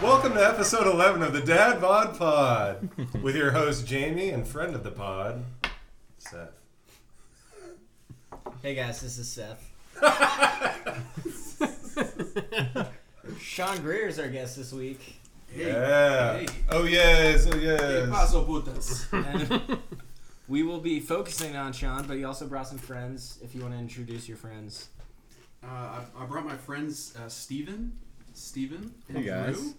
Welcome to episode 11 of the Dad Bod Pod with your host Jamie and friend of the pod, Seth. Hey guys, this is Seth. Sean Greer is our guest this week. Yeah. hey. Oh, yes. Oh, ¿Qué yes. pasó, putas? And we will be focusing on Sean, but he also brought some friends if you want to introduce your friends. Uh, I, I brought my friends uh, Steven, Steven, and Hey, guys. Drew,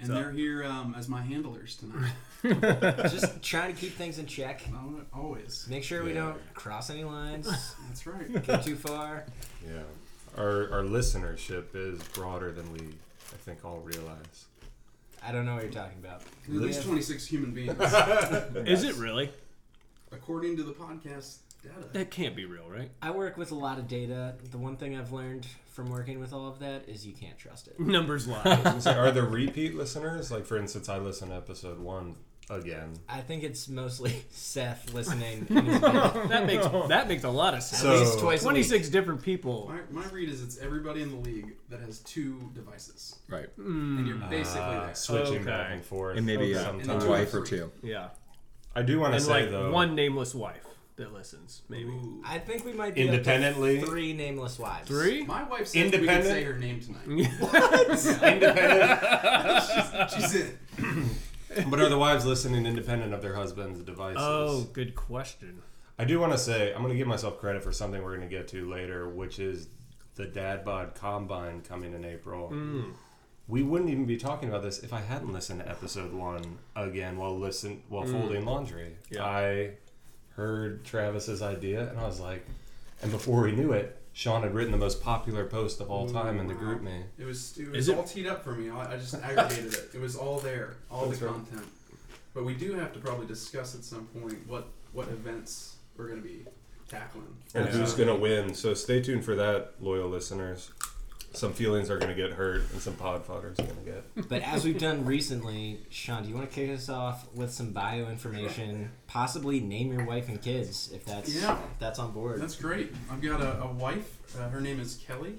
What's and up? they're here um, as my handlers tonight. Just trying to keep things in check. Al- Always. Make sure we Yeah. don't cross any lines, That's right. go too far. Yeah. Our, our listenership is broader than we, I think, all realize. I don't know what you're talking about. At least 26 human beings, Is it really? according to the podcast data. That can't be real, right? I work with a lot of data. The one thing I've learned from working with all of that is you can't trust it. Numbers lie. Say, are there repeat listeners? Like, for instance, I listen to episode one again. I think it's mostly Seth listening. in his bed. that makes that makes a lot of sense. So- At least twice a week. Twenty six different people. My, my read is it's everybody in the league that has two devices, Right. and you're basically Ah, there. switching Okay. back and forth. And maybe Oh, Okay. uh, Sometimes. a wife or two. Yeah, I do want to and say, like though, one nameless wife that listens. Maybe Ooh. I think we might be up to independently, three nameless wives. three. My wife says we Independent? can say her name tonight. independent. She's in. but are the wives listening independent of their husbands' devices? Oh, good question. I do want to say I'm going to give myself credit for something we're going to get to later, which is the Dad Bod Combine coming in April. We wouldn't even be talking about this if I hadn't listened to episode one again while listen while folding laundry. Yeah. I heard Travis's idea and I was like, and before we knew it, Sean had written the most popular post of all time in the group me. It was it Is was it- all teed up for me. I, I just aggregated it. It was all there, all That's the right. content. But we do have to probably discuss at some point what what events we're going to be tackling. and who's Absolutely. going to win. So stay tuned for that, loyal listeners. Some feelings are going to get hurt, and some pod fodder is going to get. But as we've done recently, Sean, do you want to kick us off with some bio information? Possibly name your wife and kids if that's Yeah. if that's on board. That's great. I've got a, a wife. Uh, her name is Kelly.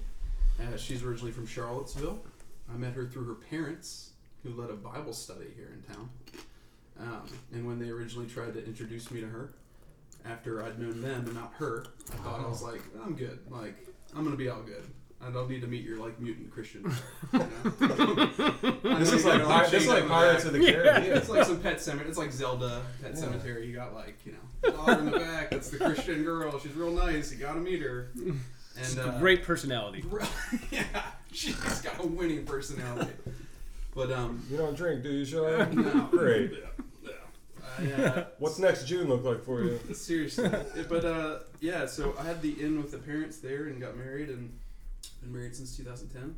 Uh, she's originally from Charlottesville. I met her through her parents, who led a Bible study here in town. Um, and when they originally tried to introduce me to her, after I'd known them and not her, I thought I was like, I'm good. Like, I'm gonna be all good. I don't need to meet your like mutant Christian. you know? This is like I'm this is like changing Pirates of that. the Caribbean. Yeah, it's like some pet cemetery. It's like Zelda pet cemetery. You got like you know daughter in the back. That's the Christian girl. She's real nice. You gotta meet her. And uh, Great personality. yeah, she's got a winning personality. But um, You don't drink, do you, Sean? No. Great. I, uh, What's next June look like for you? seriously. It- but uh, yeah, so I had the inn with the parents there and got married and been married since 2010.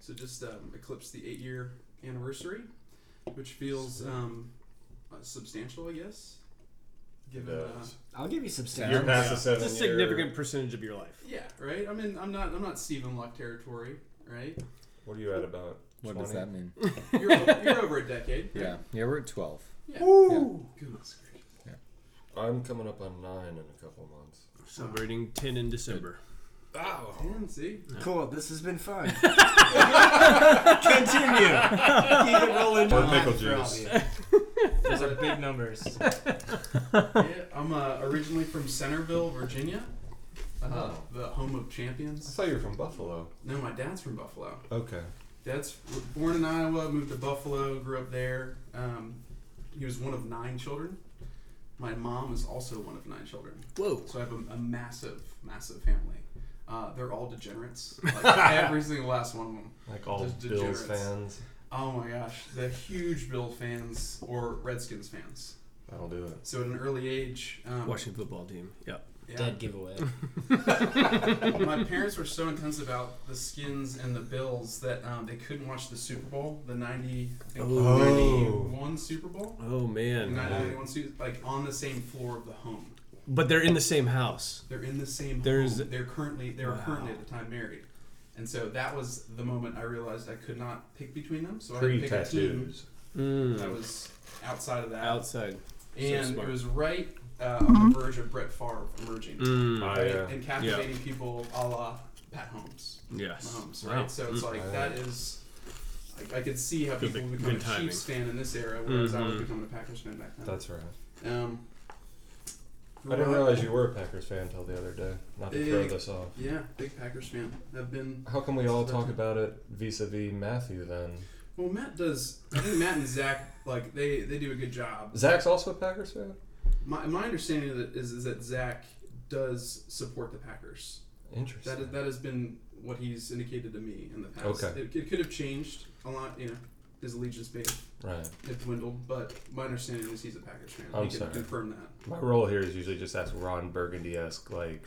So just um, eclipsed the eight year anniversary, which feels um, uh, substantial, I guess. Given uh, I'll give you substantial. You're past the It's seven. a Year, significant percentage of your life. yeah, right. I mean, I'm not I'm not Stephen Luck territory, right? what are you at about? What 20? does that mean? You're, o- you're over a decade. Yeah. Yeah, we're at 12. Woo! Goodness gracious. I'm coming up on nine in a couple months. Celebrating ten in December. Wow. And see, Cool. This has been fun. Continue. Keep it rolling. Or John, pickle for all of juice. you. Those are big numbers. yeah, I'm uh, originally from Centerville, Virginia, uh, Oh. the home of I champions. thought you were from Buffalo. No, my dad's from Buffalo. Okay. Dad's w- born in Iowa, moved to Buffalo, grew up there. Um, he was one of nine children. My mom is also one of nine children. Whoa. So I have a, a massive, massive family. Uh, they're all degenerates. Like every single last one of them. Like all Just Bills degenerates. fans. Oh my gosh, the huge Bill fans or Redskins fans. That'll do it. So at an early age, um, Washington football team. Yep. yeah. Dead giveaway. my parents were so intense about the skins and the bills that um, they couldn't watch the Super Bowl, the 90, I think, Oh. 91 Super Bowl. Oh man. 90, 91 Super like on the same floor of the home. But they're in the same house. They're in the same There's- home. They're currently they were Wow. currently at the time married. And so that was the moment I realized I could not pick between them. So I Pre picked a team tattoos. that Mm. was outside of that. Outside. So and smart. it was right uh, on the verge of Brett Favre emerging. Mm. I, Right? uh, And captivating people a la Pat Holmes. Yes. Mm. Mahomes, right? So it's like Right. that is I, I could see how Good people pick- would become good a Chiefs fan in this era, whereas I was Mhm. becoming a Packers fan back then. That's right. um, I didn't realize you were a Packers fan until the other day. Not to throw Big- this off. Yeah, big Packers fan. I've been. How come we all talk about it vis-a-vis Matthew then? Well, Matt does. I think Matt and Zach like they they do a good job. Zach's also a Packers fan. My, my understanding of it is is that Zach does support the Packers. Interesting. That is, that has been what he's indicated to me in the past. Okay. It, it could have changed a lot. You know, his allegiance may have right. have dwindled, but my understanding is he's a Packers fan. I'm he can sorry. confirm that. My role here is usually just ask Ron Burgundy-esque like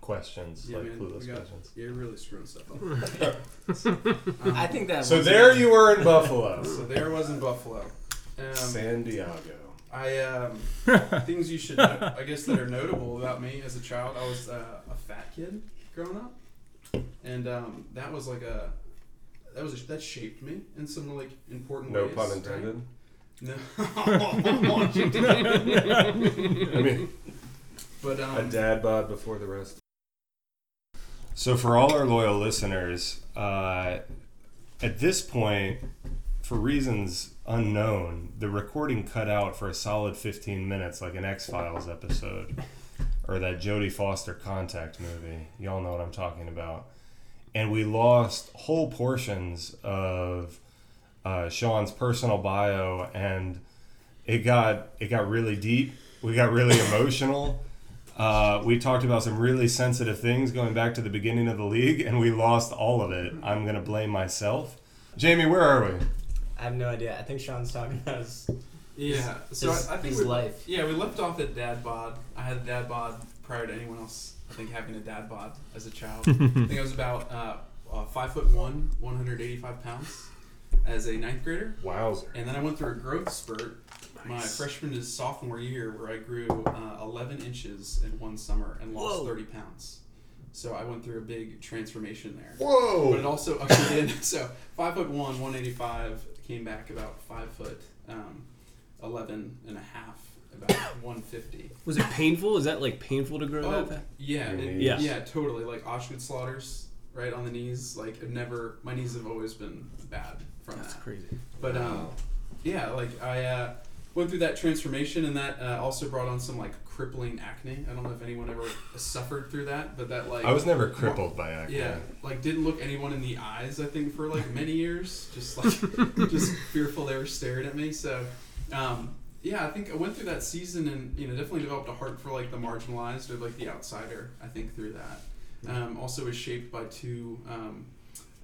questions, Yeah, like man, we clueless got- questions. You're really screwing stuff up. Um, I think that. So was- there you were in Buffalo, so there was in Buffalo. Um, San Diego. I um, things you should know, I guess that are notable about me as a child. I was uh, a fat kid growing up, and um, that was like a that was a, that shaped me in some like important No ways. pun right? intended. No. I mean, but um, a dad bod before the rest. So for all our loyal listeners, uh, at this point, for reasons unknown, the recording cut out for a solid 15 minutes, like an X Files episode, or that Jodie Foster Contact movie. Y'all know what I'm talking about. And we lost whole portions of uh, Sean's personal bio, and it got it got really deep. We got really emotional. Uh, we talked about some really sensitive things going back to the beginning of the league, and we lost all of it. I'm gonna blame myself. Jamie, where are we? I have no idea. I think Sean's talking about his, yeah, so his, I, I think his we're- life. Yeah, we left off at dad bod. I had a dad bod prior to anyone else. I think having a dad bod as a child. I think I was about uh, uh, five foot one, one hundred eighty five pounds, as a ninth grader. Wowzer. And then I went through a growth spurt my Nice. freshman to sophomore year where I grew uh, 11 inches in one summer and lost Whoa. 30 pounds. So I went through a big transformation there. But it Whoa! also ushered in. So five foot one, 185, came back about five foot um, 11 and a half, about 150. Was it painful? Is that like painful to grow Oh, that? fast? yeah, Your it- knees. Yes. yeah, totally. Like Auschwitz slaughters, right on the knees. Like I've never, my knees have always been bad from That's that. crazy. But um, yeah, like I uh, went through that transformation, and that uh, also brought on some like crippling acne. I don't know if anyone ever suffered through that, but that like I was never crippled by acne. yeah, like didn't look anyone in the eyes. I think for like many years, just like just fearful they were staring at me. So, um, yeah, I think I went through that season and you know definitely developed a heart for like the marginalized or like the outsider. I think through that, um, also was shaped by two um,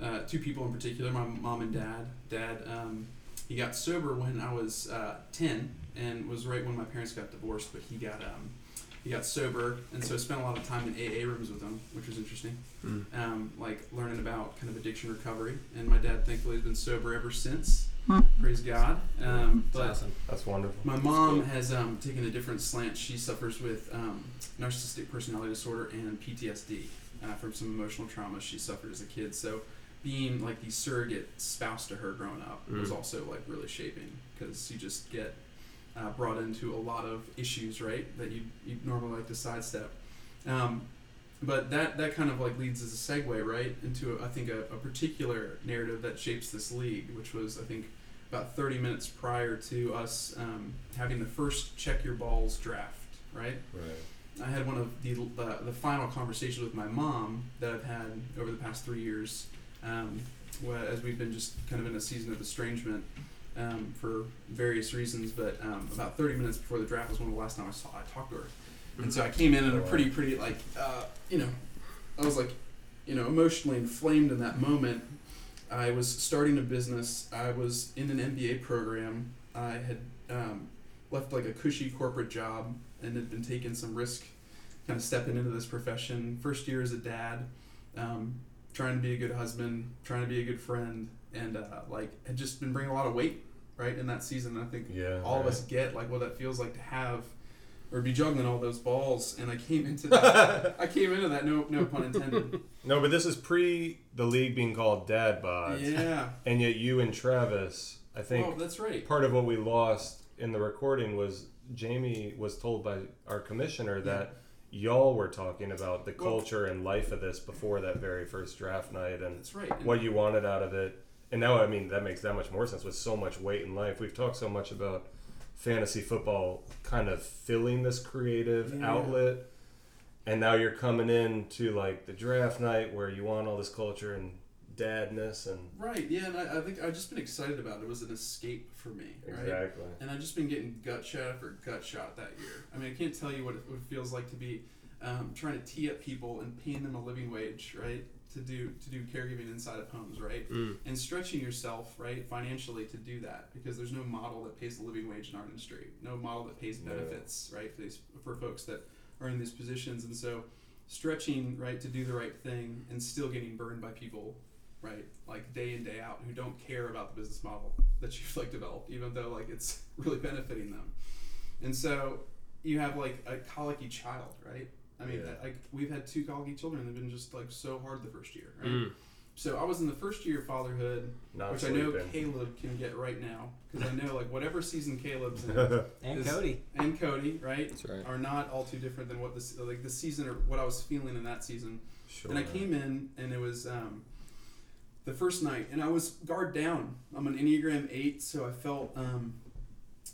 uh, two people in particular, my mom and dad. Dad, um, he got sober when I was uh, ten, and was right when my parents got divorced. But he got um, he got sober, and so I spent a lot of time in AA rooms with him, which was interesting um, like learning about kind of addiction recovery. And my dad, thankfully, has been sober ever since. Praise God. Um, It's but awesome. That's wonderful. my mom has um, taken a different slant. She suffers with um, narcissistic personality disorder and PTSD uh, from some emotional trauma she suffered as a kid. So being like the surrogate spouse to her growing up was Mm. also like really shaping because you just get uh, brought into a lot of issues, right? That you you normally like to sidestep. Um, but that that kind of like leads as a segue, right, into I think a, a particular narrative that shapes this league, which was I think about 30 minutes prior to us um, having the first check your balls draft, right? Right. I had one of the uh, the final conversations with my mom that I've had over the past three years, um, wh- as we've been just kind of in a season of estrangement um, for various reasons. But um, about 30 minutes before the draft was when the last time I saw I talked to her, and so I came in at a pretty pretty like uh, you know, I was like, you know, emotionally inflamed in that moment. I was starting a business. I was in an MBA program. I had um, left like a cushy corporate job and had been taking some risk, kind of stepping into this profession. First year as a dad, um, trying to be a good husband, trying to be a good friend, and uh, like had just been bringing a lot of weight, right, in that season. I think Yeah. all of right. us get like what that feels like to have or be juggling all those balls. And I came into that. I came into that. No, no pun intended. No, but this is pre the league being called dad bods, yeah. and yet you and Travis, I think, Oh, that's right. part of what we lost in the recording was Jamie was told by our commissioner that y'all were talking about the Well- culture and life of this before that very first draft night and That's right. And what you wanted out of it. and now I mean that makes that much more sense with so much weight in life. We've talked so much about fantasy football kind of filling this creative Yeah. outlet, and now you're coming in to like the draft night where you want all this culture and dadness and Right. Yeah, and I, I think I've just been excited about it. It was an escape for me. Right. exactly. And I've just been getting gut shot after gut shot that year. I mean, I can't tell you what it, what it feels like to be um, trying to tee up people and paying them a living wage, right? To do to do caregiving inside of homes, right? Mm. And stretching yourself, right, financially to do that because there's no model that pays a living wage in our industry, no model that pays No. benefits, right, for these for folks that are in these positions, and so stretching right to do the right thing and still getting burned by people right like day in day out who don't care about the business model that you've like developed even though like it's really benefiting them and so you have like a colicky child right i mean Yeah. like we've had two colicky children that have been just like so hard the first year right Mm. so i was in the first year of fatherhood Not which i know sleeping. caleb can get right now because i know like whatever season caleb's in And Is- Cody. and cody right That's right. are not all too different than what this like this season or what i was feeling in that season sure. and I came in, and it was um, the first night, and I was guard down. I'm an Enneagram 8, so I felt, um,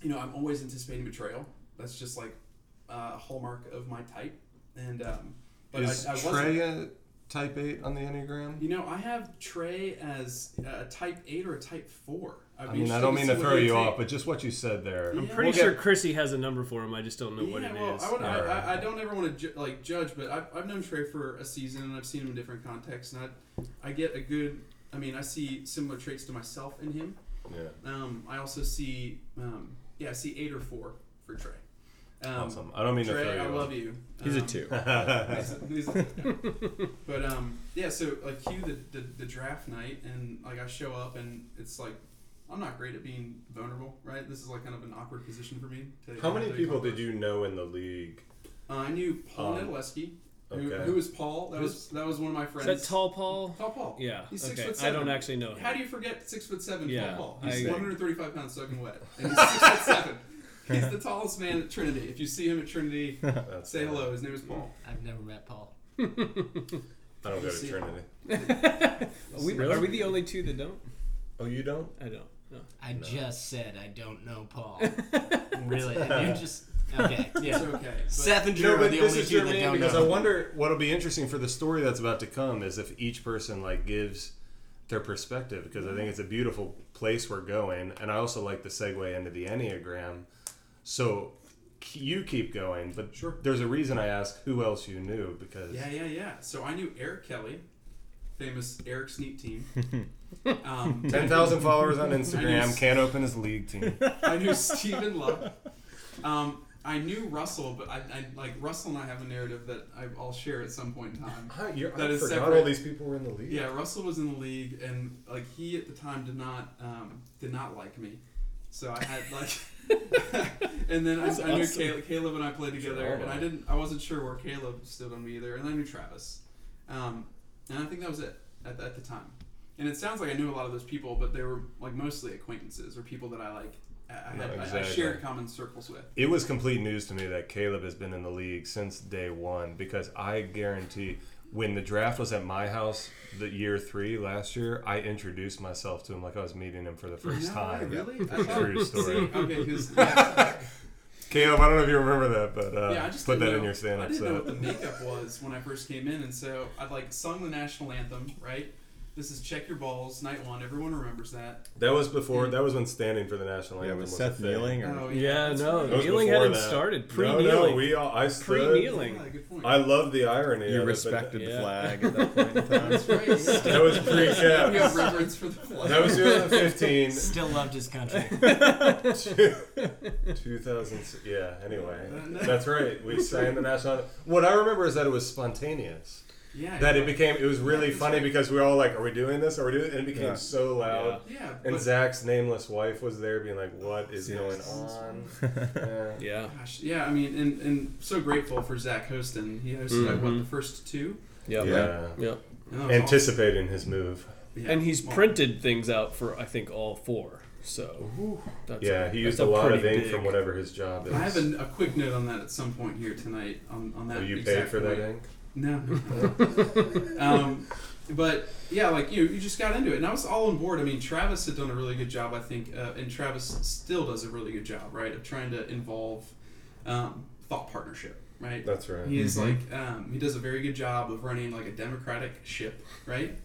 you know, I'm always anticipating betrayal. That's just like uh, a hallmark of my type. And, um, but Is I, I wasn't. Trey a type eight on the enneagram? You know, I have Trey as a type 8 or a type 4. I'd I be mean, I interested don't mean see to what throw they you take. off, but just what you said there. I'm Yeah. pretty We'll sure get- Chrissy has a number for him. I just don't know what yeah, it well, is. I, would, I, Alright. I, I don't ever want to ju- like judge, but I've, I've known Trey for a season and I've seen him in different contexts, and I, I get a good. I mean, I see similar traits to myself in him. Yeah. Um, I also see, um, yeah, I see eight or four for Trey. Um, awesome. I don't mean to Trey, throw I you love you. He's a Um, two. he's a- he's a- yeah. But um, yeah. So like, cue the, the the draft night, and like I show up, and it's like I'm not great at being vulnerable, right? This is like kind of an awkward position for me. To, How many to people accomplish. did you know in the league? Uh, I knew Paul Um, Nedleski, who, okay. who was Paul. That was that was one of my Is friends. that Tall Paul? Tall Paul. Yeah. He's six okay. foot I seven. don't actually know him. How do you forget six foot seven Yeah, Paul Paul? I He's agree. 135 pounds soaking wet, and he's six foot seven. He's the tallest man at Trinity. If you see him at Trinity, That's say fine. hello. His name is Paul. I've never met Paul. I don't go to See- Trinity. Are we, are we the only two that don't? Oh, you don't? I don't. No. I just said I don't know Paul. really? And you just okay? It's Yeah. okay. But Seth and Drew are the only two that germane don't because know. I wonder what'll be interesting for the story that's about to come is if each person like gives their perspective because I think it's a beautiful place we're going, and I also like the segue into the enneagram. So k- you keep going, but Sure. there's a reason I ask who else you knew because yeah, yeah, yeah. So I knew Eric Kelly, famous Eric Sneak Team. Um, ten thousand followers on Instagram Nice. can't open his league team. I knew Stephen Love. Um, I knew Russell, but I, I like Russell and I have a narrative that I, I'll share at some point in time. Huh, you're- That I is forgot separate. all these people were in the league. Yeah, Russell was in the league, and like he at the time did not um, did not like me, so I had like, and then I, That's I knew awesome. Caleb, Caleb and I played together, Sure. and I didn't I wasn't sure where Caleb stood on me either, and I knew Travis, um, and I think that was it at, at the time, and it sounds like I knew a lot of those people, but they were like mostly acquaintances or people that I like I, I, Yeah, had, I- I exactly. shared common circles with. It was complete news to me that Caleb has been in the league since day one because I guarantee when the draft was at my house the year three last year, I introduced myself to him like I was meeting him for the first No way, time. really? I thought- True story. Okay, because yeah, Caleb, I don't know if you remember that, but uh, yeah, I just put didn't that know, in your stand I up didn't know set. what the makeup was when I first came in, and so I'd like sung the national anthem, right? This is check your balls, night one. Everyone remembers that. That was before, that was when standing for the national Oh, Yeah, anthem with was Seth a thing. kneeling or Oh Yeah, that's no. That was right. Kneeling before hadn't that. started. No, no, Pre-kneeling. we all, I stood. Pre-kneeling. Yeah, good point. I love the irony. of it, you but respected Yeah. the flag at that point in time. that's right. Yeah. That was You have pre-cap. reverence for the flag. That was 2015. Still loved his country. 2000. Yeah. Anyway, No. that's right. We sang the national. anthem. What I remember is that it was spontaneous. yeah. That yeah. it became. It was really That's funny right. because we were all like, "Are we doing this? Are we doing?" It? And it became Yeah. so loud. Yeah, And but, Zach's nameless wife was there, being like, "What is going on?" Yeah. Yeah. gosh, yeah. I mean, and and so grateful for Zach Hostin. He hosted like, what Mhm. the first two. Yeah. Yeah. Yep. And that was Anticipating his move. awesome. Yeah, And he's well, printed things out for I think all four. So that's Yeah, he that's used a lot of pretty ink big- from whatever his job is. I have a, a quick note on that at some point here tonight on, on that. Oh, you paid exact for that point. ink? No. no. um, but yeah, like you, know, you just got into it, and I was all on board. I mean, Travis had done a really good job, I think, uh, and Travis still does a really good job, right, of trying to involve um, thought partnership, right? That's right. He is like um, he does a very good job of running like a democratic ship, right?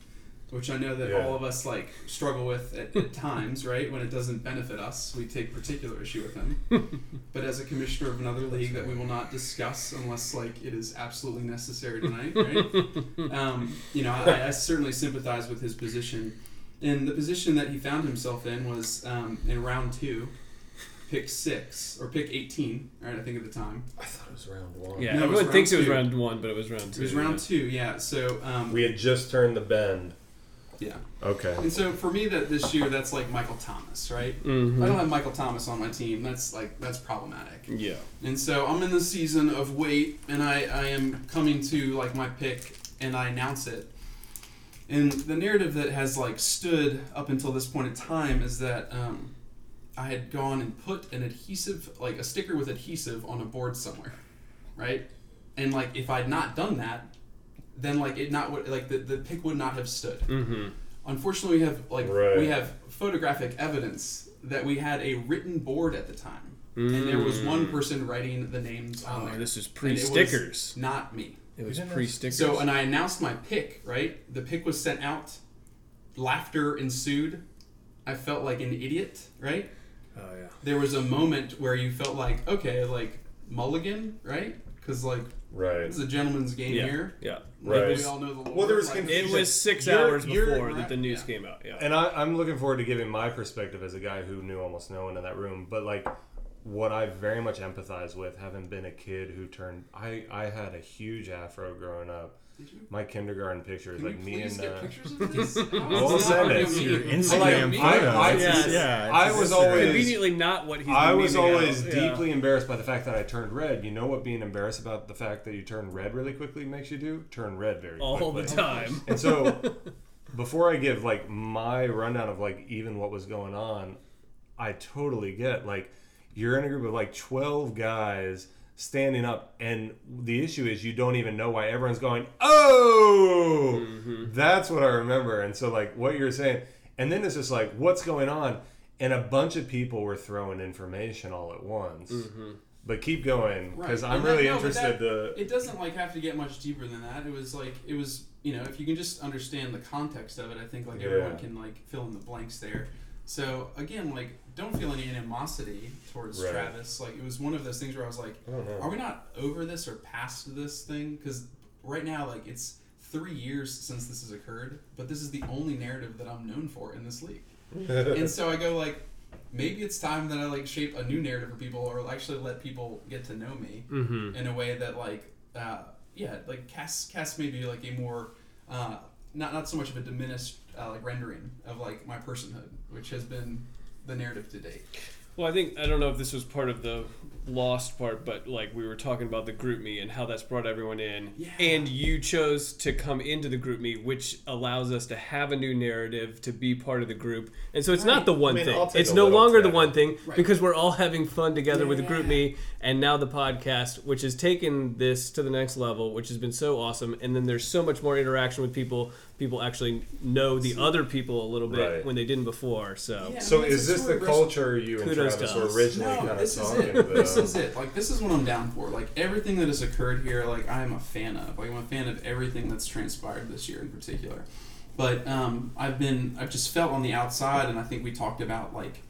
Which I know that Yeah. all of us like struggle with at, at times, right? When it doesn't benefit us, we take particular issue with him. but as a commissioner of another league that we will not discuss unless like it is absolutely necessary tonight, right? um, you know, I, I certainly sympathize with his position, and the position that he found himself in was um, in round two, pick six or pick eighteen, right? I think at the time. I thought it was round one. Yeah, No, it was everyone round thinks it was two. round one, but it was round two. It was round two, yeah. So um, We had just turned the bend. yeah, Okay. and so for me that this year that's like Michael Thomas, right? If I don't have Michael Thomas on my team. That's like that's problematic. Yeah. And so I'm in the season of wait, and I I am coming to like my pick, and I announce it. And the narrative that has like stood up until this point in time is that um, I had gone and put an adhesive, like a sticker with adhesive, on a board somewhere, right? And like if I'd not done that, then like it not would like the, the pick would not have stood. Mm-hmm. Unfortunately, we have like Right. we have photographic evidence that we had a written board at the time, and there was one person writing the names on Mm. Oh, there. this is And pre it was stickers. not me. It was didn't pre stickers. So, and I announced my pick. Right, the pick was sent out. Laughter ensued. I felt like an idiot. Right. oh yeah. There was a moment where you felt like, okay, like Mulligan, right? Because like Right. this is a gentleman's game Yeah. here. Yeah. Like, Right. we all know the Well, there was like, It was 6 You're- hours you're- before that the news yeah. came out. Yeah. And I, I'm looking forward to giving my perspective as a guy who knew almost no one in that room. But like, what I very much empathize with, having been a kid who turned, I, I had a huge afro growing up. Did you? My kindergarten picture is Can like you me please and get uh, pictures of this? How We'll is this send not it. me? Your Instagram Like, I- photo. I- Yes. Yeah, I it's was Instagram. always- Conveniently not what he's. I been was memeing always out. Yeah. deeply embarrassed by the fact that I turned red. You know what being embarrassed about the fact that you turn red really quickly makes you do? Turn red very all quickly. the time. And so, before I give like my rundown of like even what was going on, I totally get like you're in a group of like 12 guys standing up, and the issue is you don't even know why everyone's going, Oh, that's what I remember. And so, like, what you're saying, and then it's just like, What's going on? And a bunch of people were throwing information all at once. But keep going because Right. I'm And that- really no, but interested that- to. It doesn't like have to get much deeper than that. It was like it was you know if you can just understand the context of it, I think like everyone Yeah. can like fill in the blanks there. So again, like don't feel any animosity towards Right. Travis. Like it was one of those things where I was like, I don't know. are we not over this or past this thing? Because right now, like it's three years since this has occurred, but this is the only narrative that I'm known for in this league. and so I go like, maybe it's time that I like shape a new narrative for people, or actually let people get to know me Mm-hmm. in a way that like, uh, yeah, like cast cast maybe like a more uh, not not so much of a diminished uh, like rendering of like my personhood, which has been the narrative to date. Well, I think I don't know if this was part of the lost part, but like we were talking about the group me and how that's brought everyone in, Yeah. and you chose to come into the group me, which allows us to have a new narrative to be part of the group, and so it's not the one I mean, I'll thing. take It's a no little longer the credit. one thing Right. because we're all having fun together with the group Yeah. me, and now the podcast, which has taken this to the next level, which has been so awesome, and then there's so much more interaction with people. People actually know the other people a little bit Right. when they didn't before, so. Yeah, I So mean, it's is a this sort the of res- culture you and Kudos Travis to were us. originally No, kind of this is talking it. about? This is it. Like this is what I'm down for. Like everything that has occurred here, like I am a fan of. Like I'm a fan of everything that's transpired this year in particular. But um, I've been I've just felt on the outside, and I think we talked about like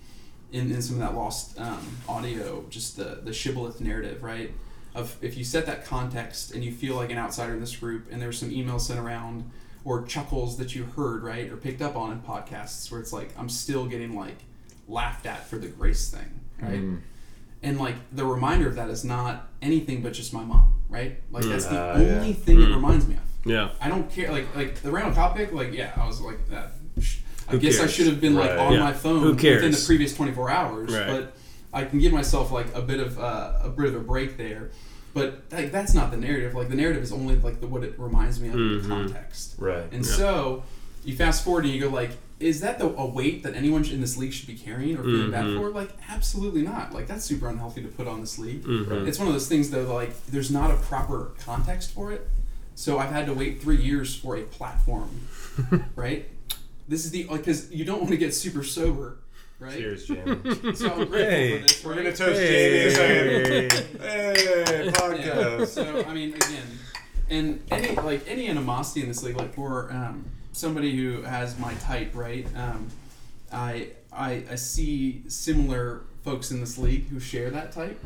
in, in some of that lost um, audio, just the the shibboleth narrative, right? Of if you set that context and you feel like an outsider in this group, and there's some emails sent around or chuckles that you heard, right, or picked up on in podcasts, where it's like I'm still getting like laughed at for the grace thing, right? and like the reminder of that is not anything but just my mom, right? Like that's the Mm, uh, Ah, yeah. only thing it reminds me of. Yeah. I don't care. Like like the random topic. Like yeah, I was like that. sh- I Who guess I cares? should have been Right. like on Yeah. my phone Who within the cares? previous 24 hours, Right. but I can give myself like a bit of uh, a bit of a break there. But like that's not the narrative. Like the narrative is only like the, what it reminds me of in Mm-hmm. the context. Right. And so you fast forward and you go like, is that the, a weight that anyone sh- in this league should be carrying or feeling Mm-hmm. bad for? Like, absolutely not. Like that's super Mm-hmm. unhealthy to put on this league. It's one of those things though. Like, there's not a proper context for it. So I've had to wait three years for a platform, right? This is the because you don't want to get super sober, right? Cheers, uh, Jamie. So I'm grateful Hey, for this. We're right? gonna toast Hey. Jamie in a second. Hey, Yeah. podcast. so I mean, again, and any like any animosity in this league, like for um, somebody who has my type, right? Um, I, I I see similar folks in this league who share that type,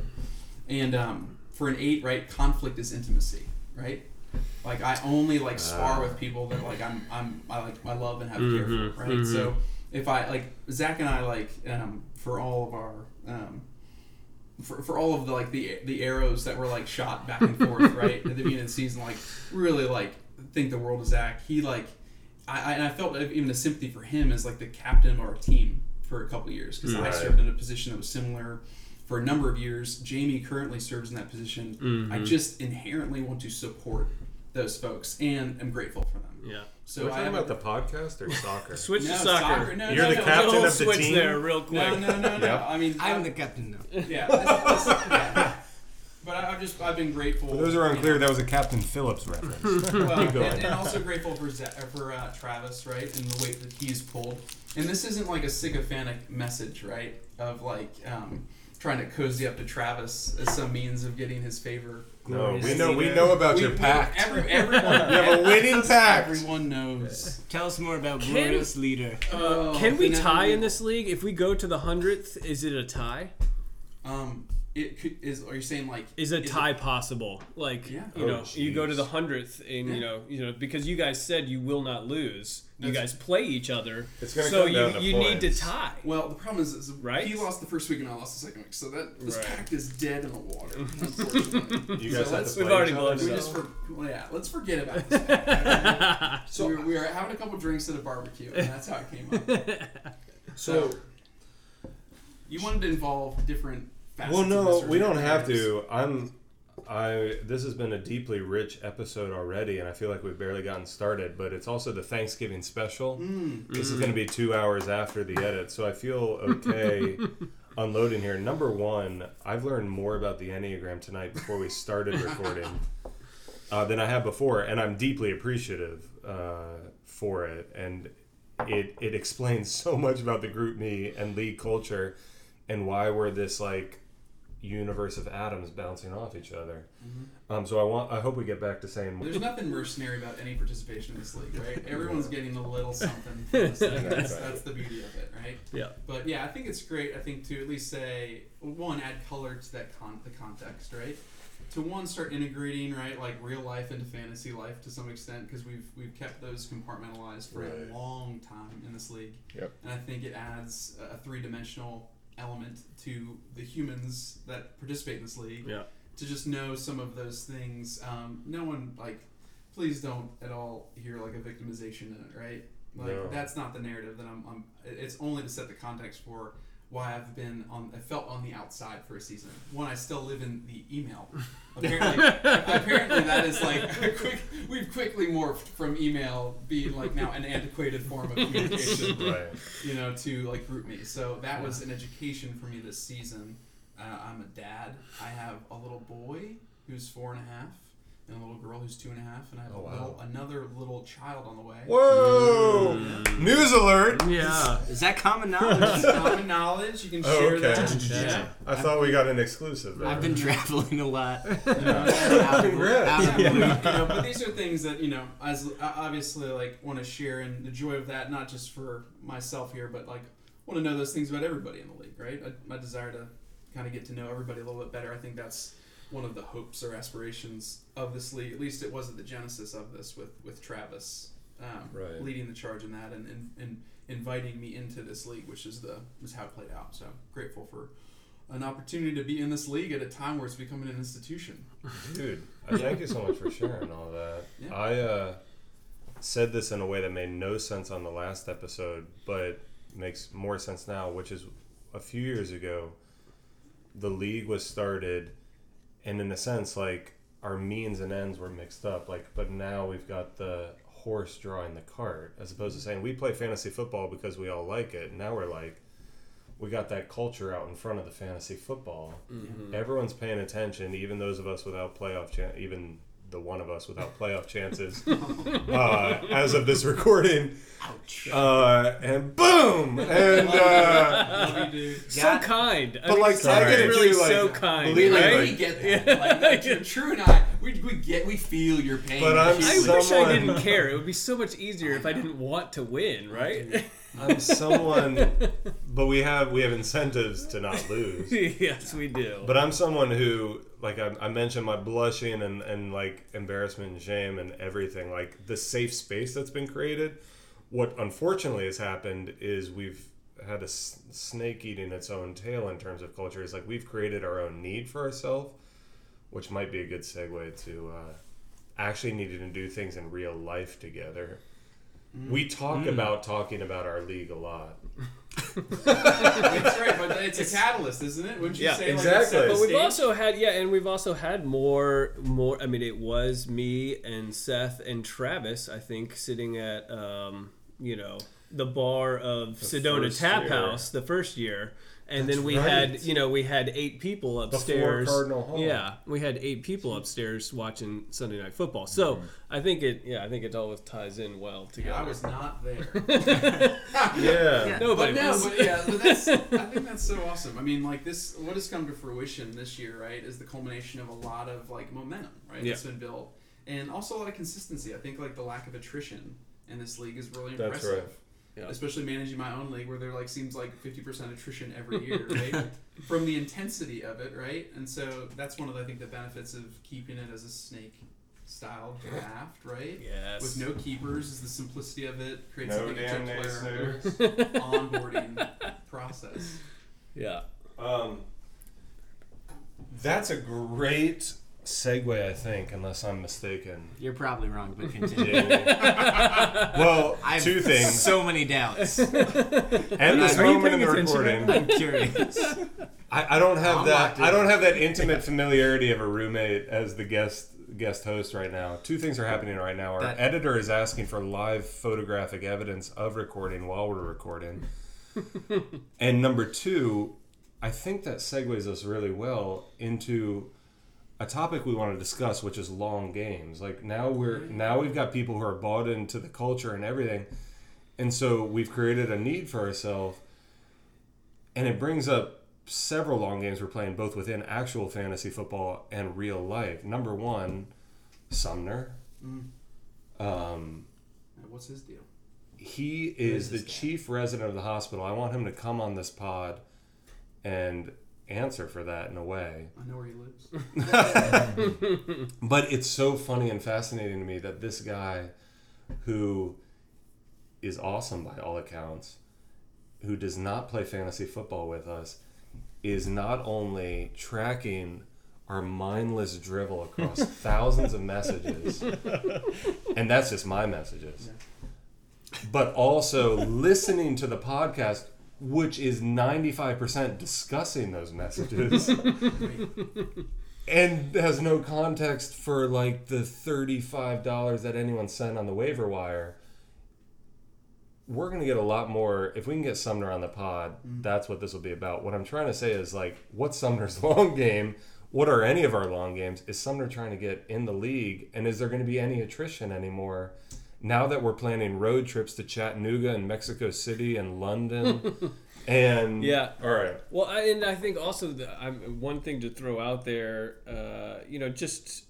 and um, for an eight, right? Conflict is intimacy, right? Like I only like spar with people that like I'm I'm I like I love and have care for, right? So if I like Zach and I like um, for all of our um, for, for all of the like the the arrows that were like shot back and forth right at the beginning of the season like really like think the world of Zach he like I, I and I felt even a sympathy for him as like the captain of our team for a couple of years because I Right. served in a position that was similar for a number of years Jamie currently serves in that position I just inherently want to support those folks and I'm grateful for them Yeah. so So we're I talking have about the podcast or soccer? Switch No, to soccer. soccer, no, You're no, the no, captain Little of the switch team. there, real quick. no no no no Yeah. I mean I'm I- the captain now. yeah, this- this- yeah. But I, I've just I've been grateful. For those who are unclear, that was a Captain Phillips reference. well, keep and, going. and uh, also grateful for Za- uh, for uh, Travis, right, and the weight that he's pulled. And this isn't like a sycophantic message, right, of like um, trying to cozy up to Travis as some means of getting his favor. No, we we know. We Leader. know about uh, We- your we- pact. Every, everyone, you have a winning pact. everyone knows. Tell us more about Can- glorious leader. Uh, Oh, Can we and then- tie in this league? If we go to the hundredth, is it a tie? Um, it could, is. Are you saying like Is a it- tie possible? Like Yeah. you Oh, know, you go to jeez. the hundredth, and you know, you know, because you guys said you will not lose. You That's- guys play each other, It's gonna so come down you to you need to points. tie. Well, the problem is, is Right? he lost the first week and I lost the second week, so that this Right. pact is dead in the water. Unfortunately, You guys So have let's- to we've play already each blown other? we it just for, well, yeah, let's forget about this. pact. so we were, we were having a couple drinks at a barbecue, and that's how it came up. So You wanted to involve different. Facets well, of no, this we don't have relationship. to. I'm. I. This has been a deeply rich episode already, and I feel like we've barely gotten started. But it's also the Thanksgiving special. This is going to be two hours after the edit, so I feel okay unloading here. Number one, I've learned more about the Enneagram tonight before we started recording uh, than I have before, and I'm deeply appreciative uh, for it. And it it explains so much about the group me and league culture, and why we're this like universe of atoms bouncing off each other. Mm-hmm. Um, so I want I hope we get back to saying There's nothing mercenary about any participation in this league, right? Everyone's getting a little something. From this league. that's, that's the beauty of it, right? Yeah. But yeah, I think it's great. I think to at least say one, add color to that con the context, right? To one, start integrating right like real life into fantasy life to some extent because we've we've kept those compartmentalized for Right. a long time in this league. Yep. And I think it adds a three dimensional element to the humans that participate in this league Yeah. to just know some of those things. Um, no one like, please don't at all hear like a victimization in it, right? Like No. that's not the narrative that I'm, I'm. It's only to set the context for why I've been on. I felt on the outside for a season. One, I still live in the email. Apparently, apparently that is like a quick. We've quickly morphed from email being like now an antiquated form of communication right. you know, to like group me. So that was an education for me this season. Uh, I'm a dad. I have a little boy who's four and a half, and a little girl who's two and a half, and I have Oh, a wow. little, another little child on the way. Whoa! News alert! Yeah. Is that common knowledge? It's common knowledge. You can Oh, share okay. that. Yeah. I thought we got an exclusive. There. I've been traveling a lot. Congrats. Out of- you know, but these are things that you know, as I obviously like want to share and the joy of that, not just for myself here, but like want to know those things about everybody in the league, right? I, my desire to kind of get to know everybody a little bit better. I think that's one of the hopes or aspirations of this league. At least it was at the genesis of this with with Travis um, Right. leading the charge in that and, and and inviting me into this league, which is the is how it played out. So grateful for. An opportunity to be in this league at a time where it's becoming an institution. Dude, I thank you so much for sharing all that. Yeah. I uh, said this in a way that made no sense on the last episode, but makes more sense now, which is a few years ago, the league was started, and in a sense, like our means and ends were mixed up. Like, but now we've got the horse drawing the cart, as opposed to saying we play fantasy football because we all like it. Now we're like, we got that culture out in front of the fantasy football. Everyone's paying attention, even those of us without playoff, chan even the one of us without playoff chances uh, as of this recording. Ouch. Uh, and boom! And uh, Love you, dude. So God- kind. I But, mean, like, Sonic I get is it really too, like, so kind. believe me, right? like- We get that. Like, no, Drew, Drew and I, we, we get, we feel your pain. But I'm I He's so- like, wish I Someone- didn't care. It would be so much easier if I didn't want to win, right? I'm someone, but we have we have incentives to not lose. yes, we do. But I'm someone who, like I, I mentioned, my blushing and, and like embarrassment and shame and everything, like the safe space that's been created. What unfortunately has happened is we've had a s- snake eating its own tail in terms of culture. It's like we've created our own need for ourselves, which might be a good segue to uh, actually needing to do things in real life together. We talk about talking about our league a lot. That's right, but it's a catalyst, isn't it? Wouldn't you Yeah, say? exactly. Like, But it's we've also had yeah, and we've also had more more. I mean, it was me and Seth and Travis. I think sitting at um, you know the bar of Sedona first Tap year. House the first year, and then we right. had you know we had eight people upstairs. Cardinal Hall. Yeah, we had eight people upstairs watching Sunday Night Football. So Mm. I think it yeah I think it always ties in well together. I was not there. Yeah. Nobody but no, was. but yeah, but that's, I think that's so awesome. I mean, like this, what has come to fruition this year, right, is the culmination of a lot of like momentum, right, Yeah. that's been built, and also a lot of consistency. I think like the lack of attrition in this league is really That's impressive. right. Yeah. Especially managing my own league, where there like seems like fifty percent attrition every year, right? From the intensity of it, right? And so that's one of I think the benefits of keeping it as a snake style draft, right? Yes. With no keepers, is the simplicity of it creates No a big damn player naysayers. onboarding process. yeah. Um, that's a great segue, I think, unless I'm mistaken. You're probably wrong, but continue. Yeah. well, I have two things. So many doubts. and this Are you moment in paying the attention right recording, I'm curious. I, I don't have I'm that. locked in. I don't have that intimate familiarity of a roommate as the guest guest host right now. Two things are happening right now. Our That- editor is asking for live photographic evidence of recording while we're recording. and number two, I think that segues us really well into a topic we want to discuss, which is long games. Like now we're Mm-hmm. now we've got people who are bought into the culture and everything, and so we've created a need for ourselves, and it brings up several long games we're playing both within actual fantasy football and real life. Number one, Sumner. Um, What's his deal? he is the chief resident of the hospital. I want him to come on this pod and answer for that in a way. I know where he lives. But it's so funny and fascinating to me that this guy who is awesome by all accounts, who does not play fantasy football with us, is not only tracking our mindless drivel across thousands of messages, and that's just my messages, but also listening to the podcast, which is 95% discussing those messages and has no context for like the thirty-five dollars that anyone sent on the waiver wire. We're gonna get a lot more if we can get Sumner on the pod. That's what this will be about. What I'm trying to say is like, what's Sumner's long game? What are any of our long games? Is Sumner trying to get in the league? And is there going to be any attrition anymore? Now that we're planning road trips to Chattanooga and Mexico City and London, and Yeah. all right, Well, I, and I think also the, I'm, one thing to throw out there, uh, you know, just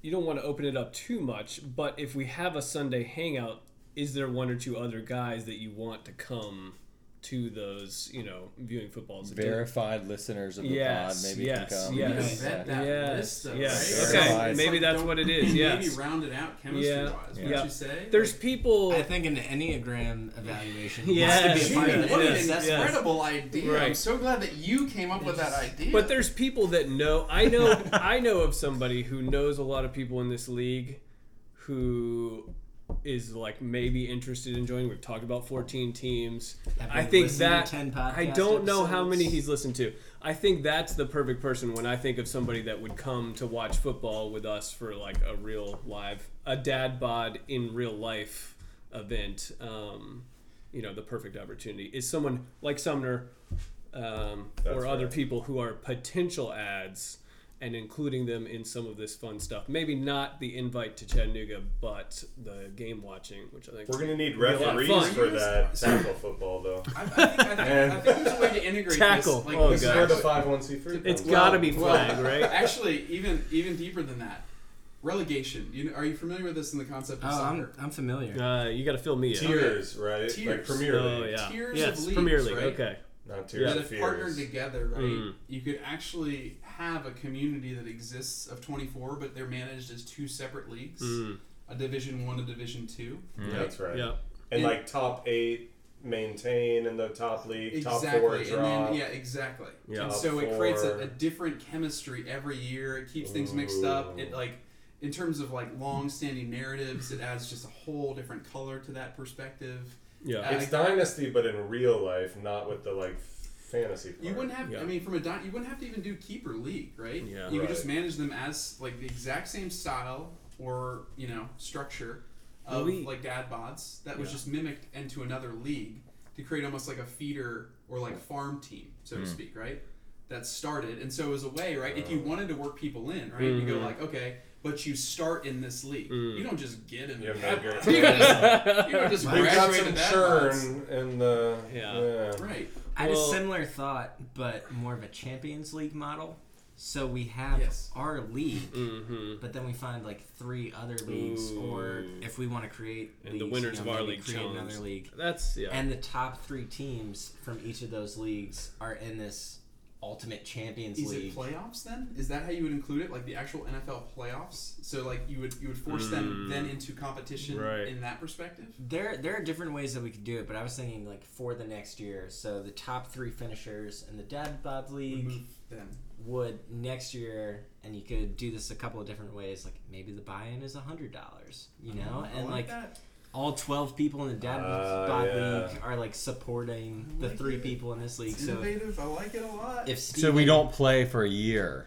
you don't want to open it up too much, but if we have a Sunday hangout, is there one or two other guys that you want to come to those, you know, viewing footballs? verified listeners of the Yes, pod maybe yes, can come. You yes. can vet that Yes, list, though, yes. right? Okay, It's maybe that's don't- what it is, Maybe yes. round it out chemistry wise. Would yeah. you say? There's Like, people. I think an Enneagram evaluation Yes, needs to be a part of yes, it. what yes, an yes. incredible idea! I'm Right. so glad that you came up with that idea. But there's people that know. I know. I know of somebody who knows a lot of people in this league, who is like maybe interested in joining. We've talked about 14 teams. Have I you think listened to that 10 podcast I don't know how episodes? many he's listened to. I think that's the perfect person when I think of somebody that would come to watch football with us for like a real live, a dad bod in real life event. Um, you know, the perfect opportunity is someone like Sumner um, or other people who are potential ads and including them in some of this fun stuff. Maybe not the invite to Chattanooga, but the game watching, which I think We're gonna need It'll be a lot of referees fun. for that tackle football, though. I, I, think, I, think, I think there's a way to integrate Tackle. this. Like, Oh, this God. is where the five one c three. It's gotta be flag, right? Actually, even even deeper than that, relegation. You know, are you familiar with this in the concept of Oh, I'm, soccer? I'm familiar. Uh, you got to fill me in. tiers, right? Like Tiers. Premier Oh League, yeah, Tiers of yes, leagues, Premier League. right? Okay, not tiers that of if partnered fears. together, right, Hmm. Mm. you could actually have a community that exists of 24, but they're managed as two separate leagues, Hmm. Mm. a Division One, a Division Two. That's right. yeah. And Yeah. like top eight maintain in the top league, top Exactly, four and drop. then yeah, exactly. Yeah. And Top so it creates a, four. a different chemistry every year. It keeps things mixed up. It Ooh. like, in terms of like long-standing narratives, it adds just a whole different color to that perspective. Yeah. Uh, It's dynasty, but in real life, not with the like fantasy. Part. You wouldn't have. Yeah. I mean, from a di- you wouldn't have to even do keeper league, right? Yeah. You Right. could just manage them as like the exact same style or you know structure of We- like dad bods that was Yeah. just mimicked into another league to create almost like a feeder or like farm team, so Mm-hmm. to speak, right? That started, and so it was a way, right? If Uh. you wanted to work people in, right, you Mm-hmm. go like, okay, but you start in this league. You don't just get in. You the have no dad guarantee. bods. You don't just- you don't just Mm. We've got graduate some to dad bods. churn in the Yeah. Right. I had a Well- similar thought, but more of a Champions League model. So we have Yes. our league, Mm-hmm. but then we find like three other leagues, or Ooh. if we want to create And the leagues, winners you of know, our maybe league create challenge. another league. That's yeah. And the top three teams from each of those leagues are in this Ultimate Champions Is League. it playoffs then? Is that how you would include it, like the actual NFL playoffs? So like you would you would force them Mm. then into competition Right. in that perspective? There, there are different ways that we could do it, but I was thinking like for the next year. So the top three finishers in the Dad Bod League Move then. would next year, and you could do this a couple of different ways. Like maybe the buy-in is a hundred dollars, you know, Mm-hmm. I and like, that. all twelve people in the Dad Uh, Bod yeah. League are like supporting I the like three it. people in this league. It's So innovative. I like it a lot. if So we Steven- don't play for a year.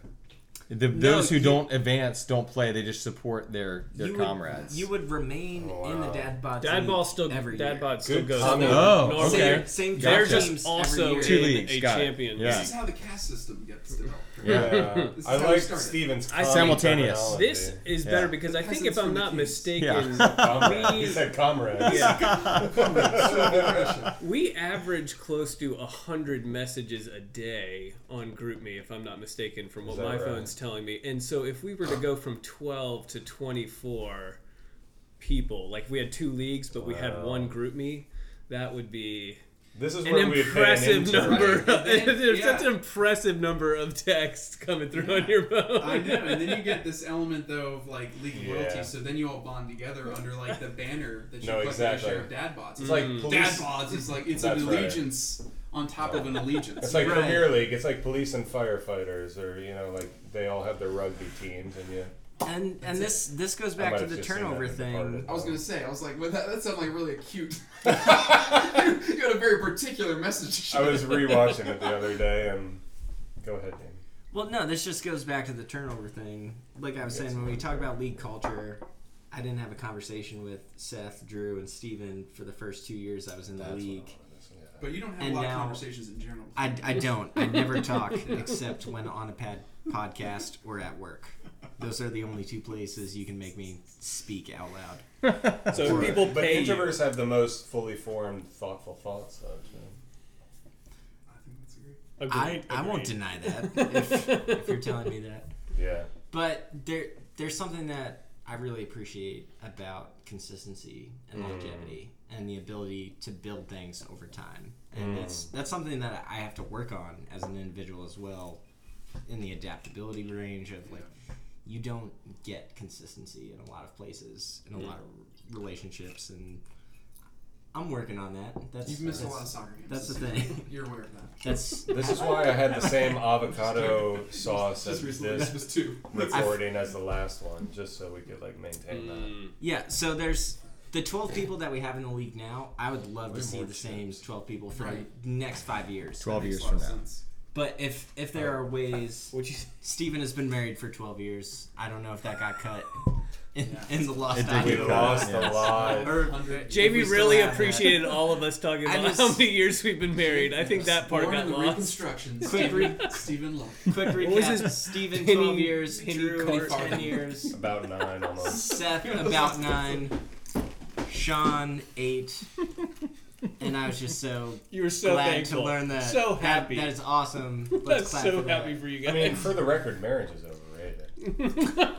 The, those who don't advance don't play. They just support their, their you comrades. Would, you would remain in the Oh, Wow. Dad Bod. dad League ball still every dad year. bod still Good goes. comment. Oh, Normal. okay. Same, same They're Gotcha. just teams also every Two year. in leagues, a got it. champion. Yeah. this is how the cast system gets developed. right? Yeah. This is I how we like started. Steven's I- comedy Simultaneous. terminology. This is Yeah. better because I The think peasants if I'm from the not kings. mistaken, Comrade. he we said comrade. yeah, So progression. we average close to hundred messages a day on GroupMe, if I'm not mistaken, from what that my right? phone's telling me. And so if we were to go from twelve to twenty four people, like we had two leagues, but we had Wow. one GroupMe, that would be This is an where we impressive pay an intern. number. Right. And then- There's yeah. such an impressive number of texts coming through on your phone. I know, and then you get this element though of like league Yeah. loyalty. So then you all bond together under like the banner that you No, put exactly. share of dad bods. It's like dad police. bods is like it's an That's right. allegiance on top of an allegiance. It's like Right. Premier League. It's like police and firefighters, or you know, like they all have their rugby teams, and you. And and this this goes might back to have the just seen turnover that in thing. Departed. I was gonna say, I was like, well, that, that sounded like really acute. you had a very particular message. I was rewatching it the other day, and go ahead, Dan. Well, no, this just goes back to the turnover thing. Like I was saying, when we talk about league culture, I didn't have a conversation with Seth, Drew, and Steven for the first two years I was in the league. but you don't have And a lot now- of conversations in general. I, I don't. I never talk except when on a pad podcast or at work. Those are the only two places you can make me speak out loud. So people But pay you. introverts have the most fully formed, thoughtful thoughts, though. Too. I think that's great. I, I won't deny that if, if you're telling me that. Yeah. But there, there's something that I really appreciate about consistency and longevity and the ability to build things over time. And that's that's something that I have to work on as an individual as well, in the adaptability range of like, you don't get consistency in a lot of places in a lot of relationships, and I'm working on that. That's You've missed a that's- lot of soccer games. that's the this thing. season. You're aware of that. That's This is why I had the same avocado sauce as Just recently, this this was two. recording as the last one, just so we could like maintain that. Yeah, so there's the 12 people that we have in the league now. I would love to see more the same 12 people for Right. the next five years. 12 Makes years a lot from of now. sense. But if if there are ways, Would you? Steven has been married for 12 years. I don't know if that got cut. in, in the Lost It did We Island. get cut. lost a Yeah. lot. Or- Jamie we still really have that. appreciated all of us talking I about just- how many years we've been married. I think that part Born got in the lost. Reconstruction. Quick Stephen, Stephen Love. Quick recap: What was his Steven, penny- twelve years. penny Drew, cart? ten years. About nine almost. Seth, about nine. Sean, eight. And I was just so You were so glad thankful, to learn that. so That- happy. that is awesome. Let's That's clap so for that. happy for you I guys. mean, for the record, marriage is overrated.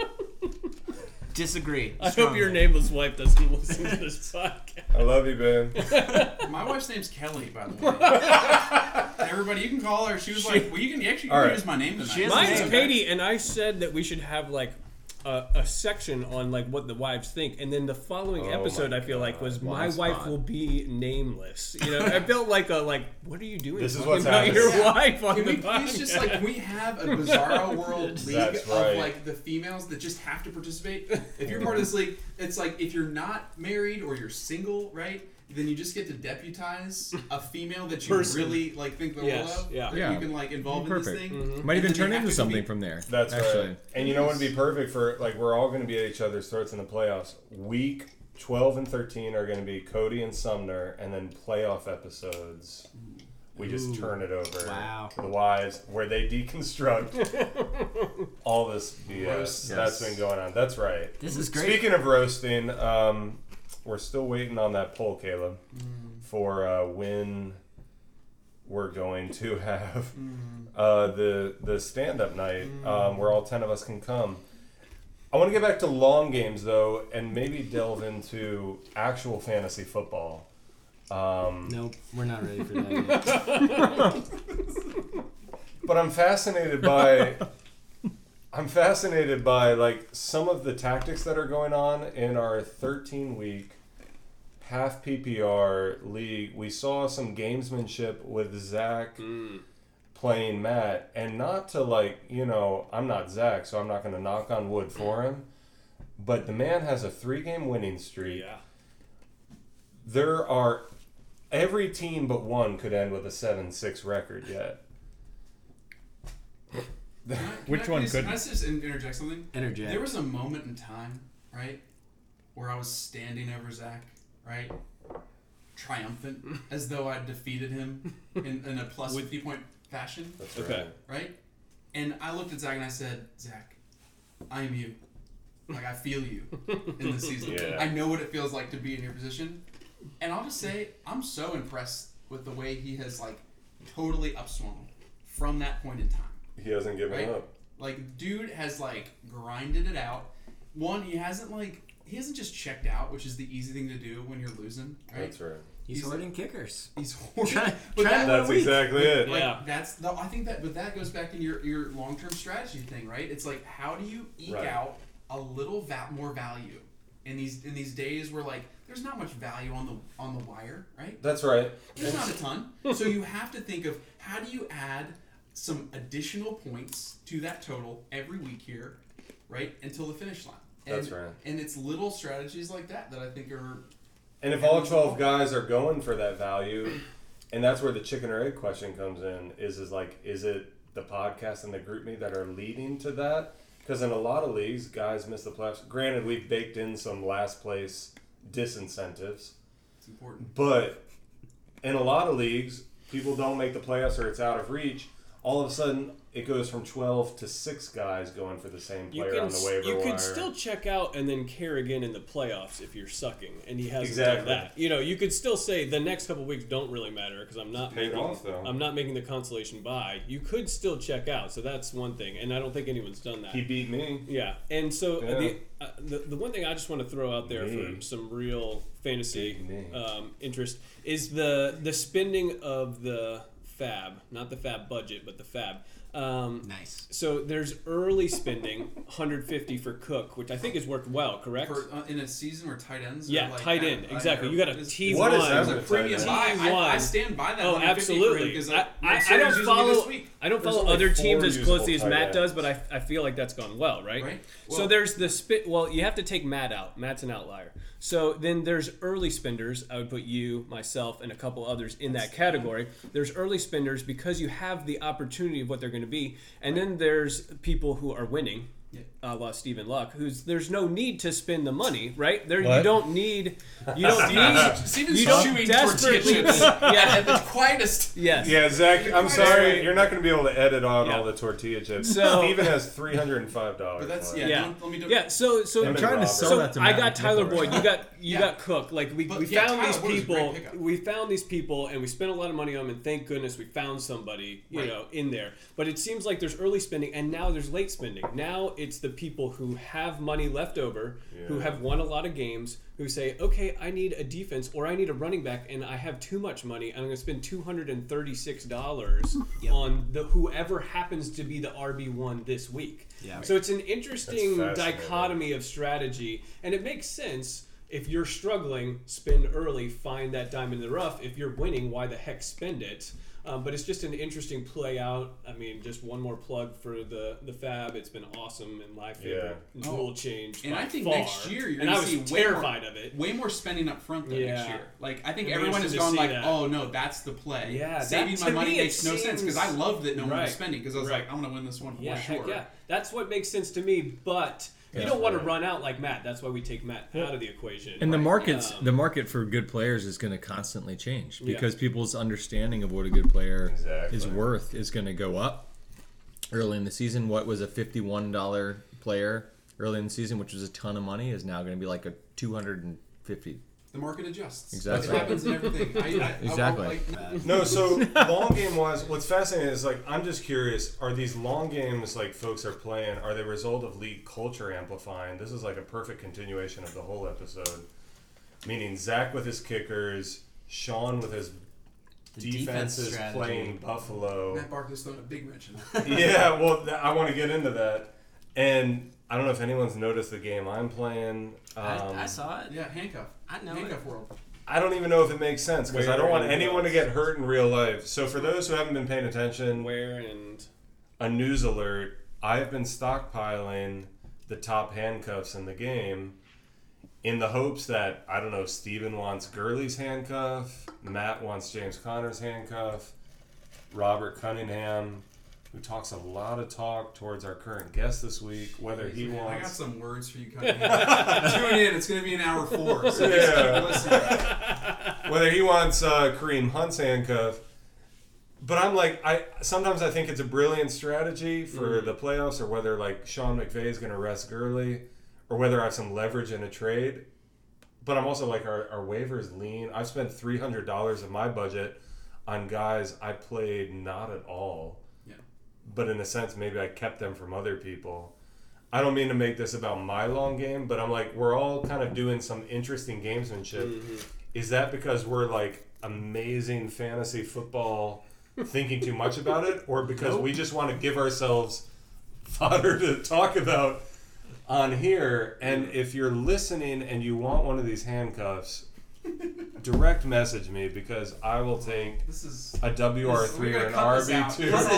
Disagree. I hope strongly. your nameless wife doesn't listen to this podcast. I love you, Ben. My wife's name's Kelly, by the way. Everybody, you can call her. She was like, "Well, you can actually you All can right. use my name tonight." She has a Mine's name. Katie, and I said that we should have like a, a section on like what the wives think, and then the following Oh episode my I feel like God. was my Lost wife spot. will be nameless. You know, I felt like a like, what are you doing? This is talking what's about your happening. wife on Can the we podcast. please just like can we have a bizarro world league That's of right. like the females that just have to participate? If you're part of this league, it's like if you're not married or you're single, right? Then you just get to deputize a female that you Person. really like think the world Yes, of. yeah. Mm-hmm. That Yeah. you can like involve in this Perfect. thing. Might And even then turn they have into to something compete. from there. That's actually. right. And you know what would be perfect for like we're all going to be at each other's throats in the playoffs. Week twelve and thirteen are going to be Cody and Sumner, and then playoff episodes. We just turn it over. Wow. to The wives, where they deconstruct all this BS Roast. that's Yes. been going on. That's right. This is great. Speaking of roasting, um, we're still waiting on that poll, Caleb, Mm. for uh, when we're going to have Mm. uh, the the stand up night um, where all ten of us can come. I want to get back to long games though, and maybe delve into actual fantasy football. Um, Nope, we're not ready for that yet. but I'm fascinated by I'm fascinated by like some of the tactics that are going on in our 13 week half PPR league. We saw some gamesmanship with Zach Hmm. playing Matt, and not to like you know I'm not Zach, so I'm not going to knock on wood for Hmm. him. But the man has a three game winning streak. Yeah. There are every team but one could end with a seven six record yet. Can I- can Which I one please- could- Can I just in- interject something? Interject. There was a moment in time, right, where I was standing over Zach, right, triumphant, as though I'd defeated him in, in a plus fifty point fashion, That's Okay. right. right? And I looked at Zach and I said, Zach, I am you. Like I feel you in this season. Yeah. I know what it feels like to be in your position, and I'll just say I'm so impressed with the way he has like totally upswung from that point in time. He hasn't given Right? up. Like, dude has like grinded it out. One, he hasn't like he hasn't just checked out, which is the easy thing to do when you're losing. Right? That's right. He's He's- hoarding kickers. He's horrible. Try- but try that, another That's week. exactly it. like, Yeah. that's no, I think that, but that goes back to your your long term strategy thing, right? It's like how do you eke Right. out a little va- more value in these in these days where like there's not much value on the on the wire, right? That's right. There's not a ton. So you have to think of how do you add some additional points to that total every week here, right? Until the finish line. And, That's right. And it's little strategies like that that I think are And if all 12 guys are going for that value, and that's where the chicken or egg question comes in is is like is it the podcast and the group me that are leading to that? Because in a lot of leagues, guys miss the playoffs. Granted, we've baked in some last place disincentives, it's important. but in a lot of leagues, people don't make the playoffs or it's out of reach. All of a sudden, it goes from 12 to 6 guys going for the same You player can on the s- waiver you wire. could still check out and then care again in the playoffs if you're sucking, and he hasn't Exactly. done that. You know, you could still say the next couple weeks don't really matter because I'm not paid making off, though. I'm not making the consolation buy. You could still check out, so that's one thing, and I don't think anyone's done that. he beat me. yeah, and so uh, Yeah. the, uh, the the one thing I just want to throw out there Me. for some real fantasy Big me. um, interest is the the spending of the fab, not the fab budget, but the fab. Um, Nice. so there's early spending, 150 for Cook, which I think has worked well, correct? For, uh, in a season where tight ends, Yeah, are like tight end, exactly. You got a it's- T1. What is that It's a with premium tight buy. end? I, I T1. stand by that. oh, 150 for him absolutely. 'cause, I, uh, I, Mercedes I used don't me this follow. week, I don't There's follow only other four teams as usable closely as tight Matt does, ends. but I, I feel like that's gone well, right? Right. so Well- there's the spit. Well, you have to take Matt out. Matt's an outlier. So then there's early spenders. I would put you, myself, and a couple others in that category. There's early spenders because you have the opportunity of what they're going to be, and then there's people who are winning. a la Stephen Luck, who's there's no need to spend the money, right? There What? you don't need you don't Uh, need Steven's you don't chewing desperately tortilla chips. yeah At the quietest. yes Yeah, Zach, I'm sorry. You're not going to be able to edit on Yeah. all the tortilla chips. So- Steven has $305. But that's left. yeah. Yeah. Don't, let me do yeah. So so I'm I'm trying to Robert. sell so that to I Matt got Tyler Nicholas. Boyd. You got you Yeah. got Cook. Like we, But, we yeah, found Tyler these Boyd was a great people. pickup. We found these people, and we spent a lot of money on them. And thank goodness we found somebody you Right. know in there. But it seems like there's early spending, and now there's late spending. Now it's the people who have money left over, who Yeah. have won a lot of games, who say, okay, I need a defense or I need a running back, and I have too much money, and I'm going to spend two hundred and thirty six dollars on the whoever happens to be the RB one this week. Yeah. So it's an interesting That's fascinating. dichotomy of strategy, and it makes sense. If you're struggling, spend early, find that diamond in the rough. If you're winning, why the heck spend it? Um, but it's just an interesting play out. I mean, just one more plug for the the Fab. It's been awesome and my favorite Oh. rule change. And by I think far. next year you're and gonna I was see way terrified more, of it. Way more spending up front though next Yeah. year. Like I think It'll be everyone has interesting gone to like, see that. oh no, that's the play. Yeah, that- saving to my money me, it makes no sense because I seems- loved that no one Right. was spending because I was Right. like, I'm gonna win this one for Yeah, heck sure. yeah, that's what makes sense to me. But you Yeah. don't want Right. to run out like Matt. That's why we take Matt out of the equation. And the markets, Um, the market for good players is going to constantly change Yeah. because people's understanding of what a good player is Exactly. worth is going to go up. Early in the season, what was a fifty-one dollar player early in the season, which was a ton of money, is now going to be like a two hundred and fifty. The market adjusts. Exactly. It happens in everything. I, I, Exactly. I, I, like, No, so long game wise, what's fascinating is like I'm just curious: are these long games like folks are playing? Are they a result of league culture amplifying? This is like a perfect continuation of the whole episode, meaning Zach with his kickers, Sean with his defense defenses strategy. playing Buffalo. Matt Barkley's throwing a big wrench in that. yeah, well, th- I want to get into that, and I don't know if anyone's noticed the game I'm playing. Um, I, I saw it. Yeah, handcuff. I know it. Handcuff world. I don't even know if it makes sense because I don't want anyone to get hurt in real life. So for those who haven't been paying attention, where and a news alert. I've been stockpiling the top handcuffs in the game in the hopes that, I don't know, Steven wants Gurley's handcuff, Matt wants James Connor's handcuff, Robert Cunningham, who talks a lot of talk towards our current guest this week, whether he I got wants. some words for you, Cunningham. Tune in. It's going to be an hour four. So just Yeah. keep listening. whether he wants uh, Kareem Hunt's handcuff. But I'm like, I sometimes I think it's a brilliant strategy for the playoffs, or whether like Sean McVay is going to rest Gurley, or whether I have some leverage in a trade. But I'm also like, our, our waivers lean. I've spent three hundred dollars of my budget on guys I played not at all. Yeah. But in a sense, maybe I kept them from other people. I don't mean to make this about my long game, but I'm like, we're all kind of doing some interesting gamesmanship. Is that because we're like amazing fantasy football thinking too much about it, or because we just want to give ourselves fodder to talk about on here? And if you're listening and you want one of these handcuffs, direct message me because I will take This is. a we're WR3 gonna or an cut this out. Cut RB2. all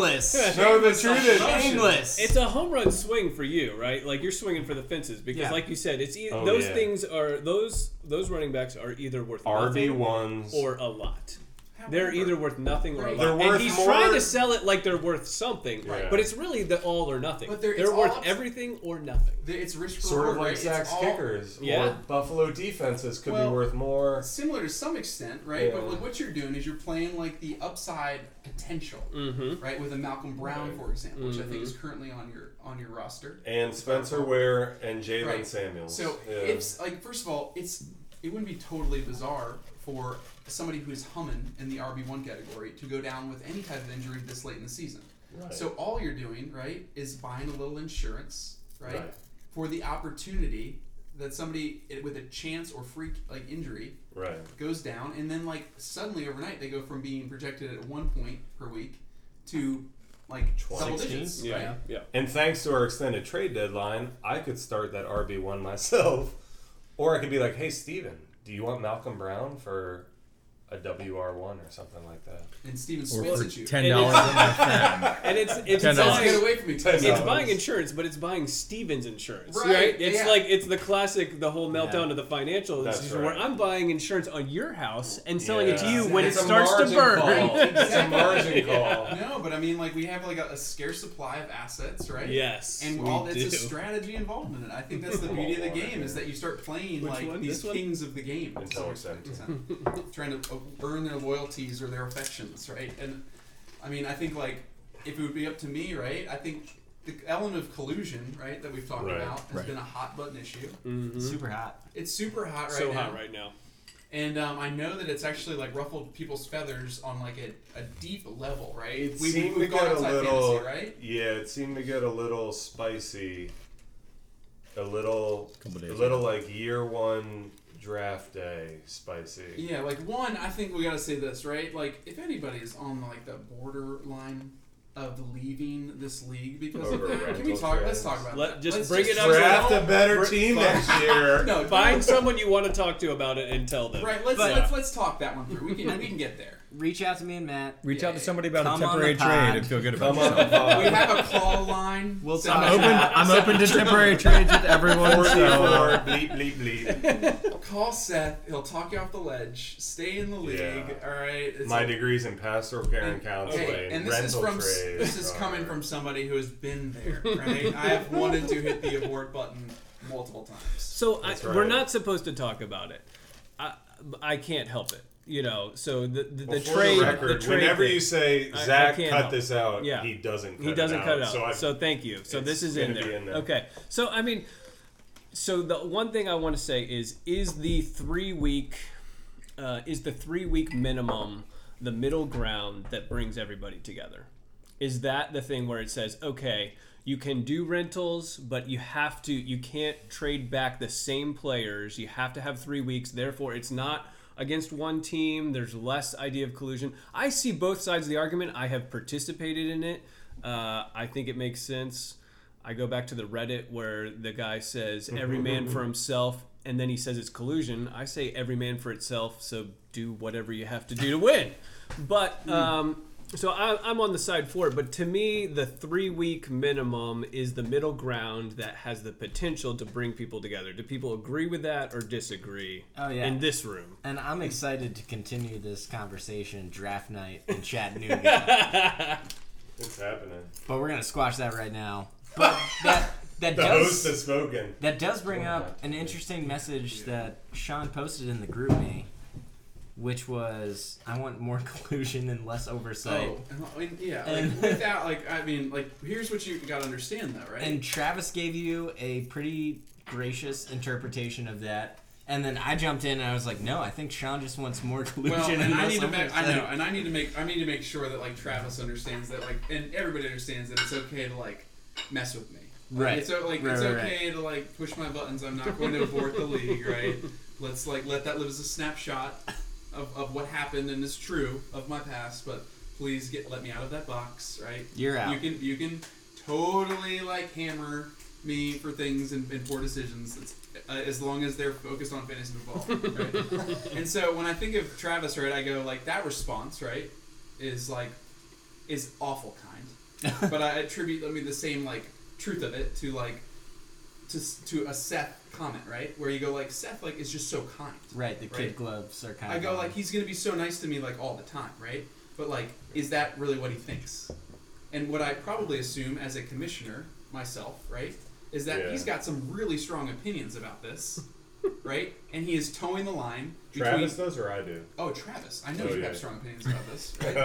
This is shameless. No, the truth is, shameless. It's a home run swing for you, right? Like you're swinging for the fences because, Yeah. like you said, it's e- Oh, those yeah. things are those those running backs are either worth nothing RB1s. or a lot. They're However, either worth nothing or a Right. lot. They're worth and he's more- trying to sell it like they're worth something, Right. but it's really the all or nothing. But they're- it's they're all worth up- everything or nothing. the- It's risk sort of reward, right? like It's Zach's all- kickers or Yeah. Buffalo defenses could Well, be worth more. Similar to some extent, right? But Yeah. like what you're doing is you're playing like the upside potential, Mm-hmm. right? With a Malcolm Brown, for example, which I think is currently on your on your roster. And Spencer Ware and Jalen Right. Samuels. So Yeah. it's like first of all, it's it wouldn't be totally bizarre for somebody who is humming in the RB one category to go down with any type of injury this late in the season. Right. So all you're doing, right, is buying a little insurance, right, Right. for the opportunity that somebody i- with a chance or freak like injury right. goes down, and then like suddenly overnight they go from being projected at one point per week to like double 16? digits, Yeah, right? yeah. And thanks to our extended trade deadline, I could start that RB one myself. Or I could be like, hey Steven, do you want Malcolm Brown for a WR one or something like that. And Steven Or swears for at you. ten dollars. and it's it's Ten Don't buying, get away from me. Ten it's dollars. buying insurance, but it's buying Stevens insurance, Right, right? It's yeah. like it's the classic, the whole meltdown of the financial That's institution right. where I'm buying insurance on your house and selling it to you Yeah. when It's it a starts to margin burn. call. It's a margin call. No, but I mean, like, we have like a, a scarce supply of assets, right? Yes, And we all that's do. a strategy involved in it. I think that's the beauty of the game is that you start playing Which like one? these This one? kings of the game. It's always percent trying to uh, earn their loyalties or their affections, right? And I mean, I think like if it would be up to me, right? I think the element of collusion, right, that we've talked Right, about has right. been a hot button issue. Super hot. It's super hot right Mm. so now. hot right now. And um, I know that it's actually like ruffled people's feathers on like a, a deep level, right? It we've seemed we've to gone get a outside little, fantasy, right? yeah. It seemed to get a little spicy, a little, Couple days a little like year one draft day spicy. Yeah, like one, I think we gotta say this, right? Like, if anybody's on like the borderline of leaving this league because of Over that, can we rental talk? trends. Let's talk about Let- that. just Let's bring it up Draft Don't a better br- team next year. No, Find someone you want to talk to about it and tell them. Right, let's, But- let's let's talk that one through. We can we can get there. Reach out to me and Matt. Reach out to somebody about Come a on temporary the pod. trade and feel good about Come yourself. on, Bob. We have a call line. We'll I'm open. I'm open to temporary trades with everyone. So. Or bleep bleep bleep. Call Seth. He'll talk you off the ledge. Stay in the league. Yeah. All right. It's My a- degrees in pastoral care and counseling. Hey, and this rental is from s- trades uh, this is coming are- from somebody who has been there, right? I have wanted to hit the abort button multiple times. So I, That's we're right. not supposed to talk about it. I, I can't help it. You know. So the the, the Well, for trade. the record, trade whenever thing. you say I- I Zach can't cut help this out, Yeah. he doesn't. Cut he doesn't it cut it out. out. So, I, So thank you. So it's this is in gonna there. be in there. Okay. So I mean, so the one thing I want to say is is the three week uh, is the three week minimum the middle ground that brings everybody together? Is that the thing where it says okay? You can do rentals, but you have to. You can't trade back the same players. You have to have three weeks. Therefore, it's not against one team. There's less idea of collusion. I see both sides of the argument. I have participated in it. Uh, I think it makes sense. I go back to the Reddit where the guy says every man for himself, and then he says it's collusion. I say every man for itself, so do whatever you have to do to win. But um, so I, I'm on the side for it. But to me, the three week minimum is the middle ground that has the potential to bring people together. Do people agree with that or disagree? Oh, yeah. in this room. And I'm excited to continue this conversation draft night in Chattanooga. It's happening. but we're gonna squash that right now. But that that The does host has spoken. That does bring up an interesting message that Sean posted in the group me, which was I want more collusion and less oversight. So, I mean, yeah, And- like without, like, I mean, like, here's what you gotta understand, though, right? And Travis gave you a pretty gracious interpretation of that. And then I jumped in and I was like, no, I think Sean just wants more collusion well, and, and I less need to make, I oversight." know, and I need to make, I need to make sure that like Travis understands that, like, and everybody understands that it's okay to like mess with me, Like, Right. It's o- like Right, it's right, okay to like push my buttons. I'm not going to abort the league, right? Let's like let that live as a snapshot of, of what happened and is true of my past, but please get let me out of that box, right? You're out. You can you can totally like hammer me for things and, and poor decisions it's, uh, as long as they're focused on fantasy football. Right? and so when I think of Travis, right, I go like that response, right, is like is awful kind, but I attribute I mean the same like truth of it to like to s- to a Seth comment, right, where you go like Seth like is just so kind. Right, the kid Right. gloves are kind I of. go on. like he's gonna be so nice to me like all the time, right? But like, is that really what he thinks? And what I probably assume as a commissioner myself, right, is that Yeah. he's got some really strong opinions about this, right? And he is towing the line between. Travis does or I do? Oh, Travis! I know Oh, you yeah. have strong opinions about this. Right?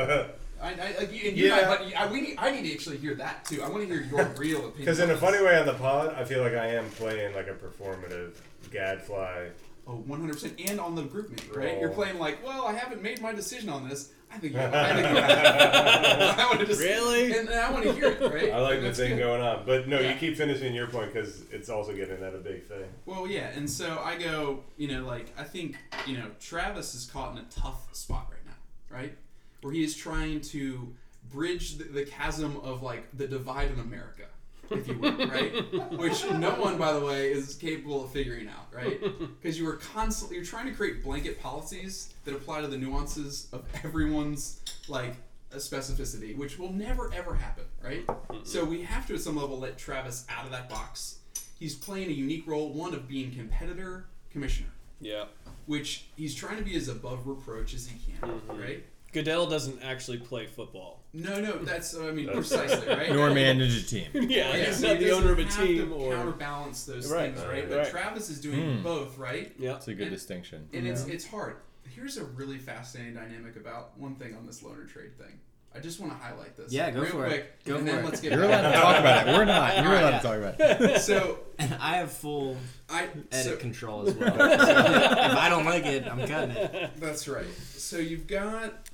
I, I, like, you, and you Yeah. and I, but I, we, need- I need to actually hear that too. I want to hear your real opinion. Because in on a this. funny way on the pod, I feel like I am playing like a performative gadfly. Oh, 100%. And on the group meet, right? Oh. You're playing like, well, I haven't made my decision on this. I think you I think you have. I want to just, Really? And, and I want to hear it, right? I like the That's thing good. going on, but no, Yeah. you keep finishing your point because it's also getting at a big thing. Well, yeah. And so I go, you know, like, I think, you know, Travis is caught in a tough spot right now, right? Where he is trying to bridge the, the chasm of, like, the divide in America, if you will, right? Which no one, by the way, is capable of figuring out, right? Because you were constantly you're trying to create blanket policies that apply to the nuances of everyone's like a specificity, which will never ever happen, right? So we have to, at some level, let Travis out of that box. He's playing a unique role, one of being competitor commissioner, Yeah. which he's trying to be as above reproach as he can, Mm-hmm. right? Goodell doesn't actually play football. No, no, that's I mean precisely, right? Nor manage a team. yeah, Yeah, he's so not he the owner of a doesn't have team to or. counterbalance those Right, things, right, right? But right. Travis is doing Hmm. both, right? Yeah. That's a good distinction. And it's it's hard. Here's a really fascinating dynamic about one thing on this loaner trade thing. I just want to highlight this. Yeah, go real for it. quick, Go and for then it. let's get You're allowed back. to talk about it. We're not. You're allowed to talk about it. So And I have full I edit so, control as well. So if I don't like it, I'm cutting it. That's right. So you've got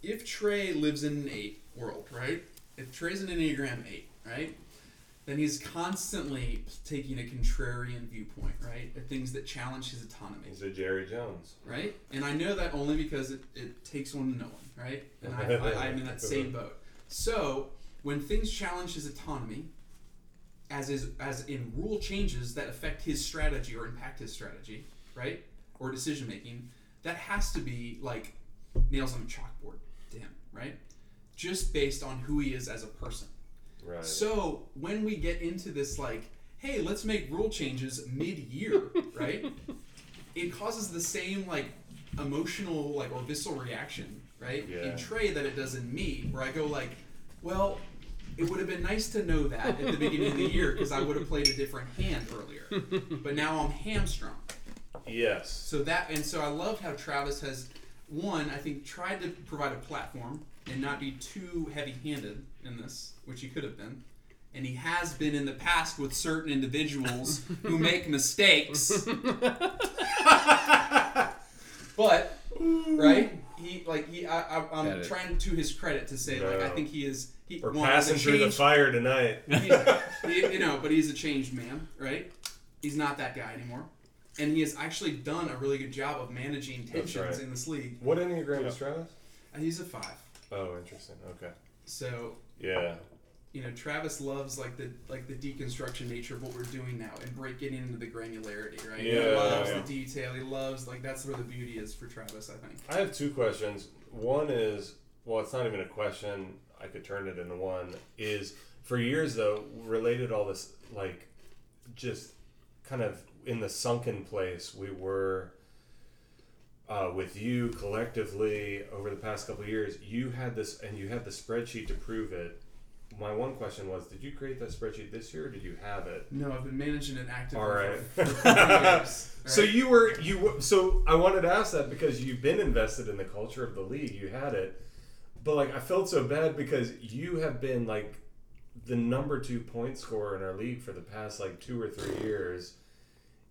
if Trey lives in an eight world, right? If Trey's an Enneagram eight, right? Then he's constantly taking a contrarian viewpoint, right? At things that challenge his autonomy, He's a Jerry Jones. right? And I know that only because it, it takes one to know one, right? And I, I, I'm in that same boat. So when things challenge his autonomy, as is as in rule changes that affect his strategy or impact his strategy, right? Or decision making, that has to be like nails on a chalkboard to him, right? Just based on who he is as a person. Right. So when we get into this, like, hey, let's make rule changes mid-year, right? It causes the same like emotional, like or visceral reaction, right? Yeah. In Trey that it does in me, where I go like, well, it would have been nice to know that at the beginning of the year because I would have played a different hand earlier, but now I'm hamstrung. yes. So that and so I love how Travis has one, I think, tried to provide a platform and not be too heavy-handed in this, which he could have been. And he has been in the past with certain individuals who make mistakes. but right, he like he I, I, I'm Edit. trying to his credit to say like I No. think he is he We're one, he's a passing through the changed- fire tonight. He's- he- you know, but he's a changed man, right? He's not that guy anymore, and he has actually done a really good job of managing tensions right. in this league. What Enneagram is Travis? And he's a five, Oh, interesting. Okay. so Yeah. you know Travis loves like the like the deconstruction nature of what we're doing now and break getting into the granularity, right? he Yeah, loves yeah. the detail. He loves like that's where the beauty is for Travis, I think. I have two questions. One is, well, it's not even a question. I could turn it into one. Is for years though related all this like just kind of in the sunken place we were uh, with you collectively over the past couple of years. You had this, and you had the spreadsheet to prove it. My one question was, did you create that spreadsheet this year, or did you have it? No, I've been managing it actively. All right. For, for three years, So right? you were you were- so I wanted to ask that because you've been invested in the culture of the league. You had it, but like I felt so bad because you have been like the number two point scorer in our league for the past like two or three years,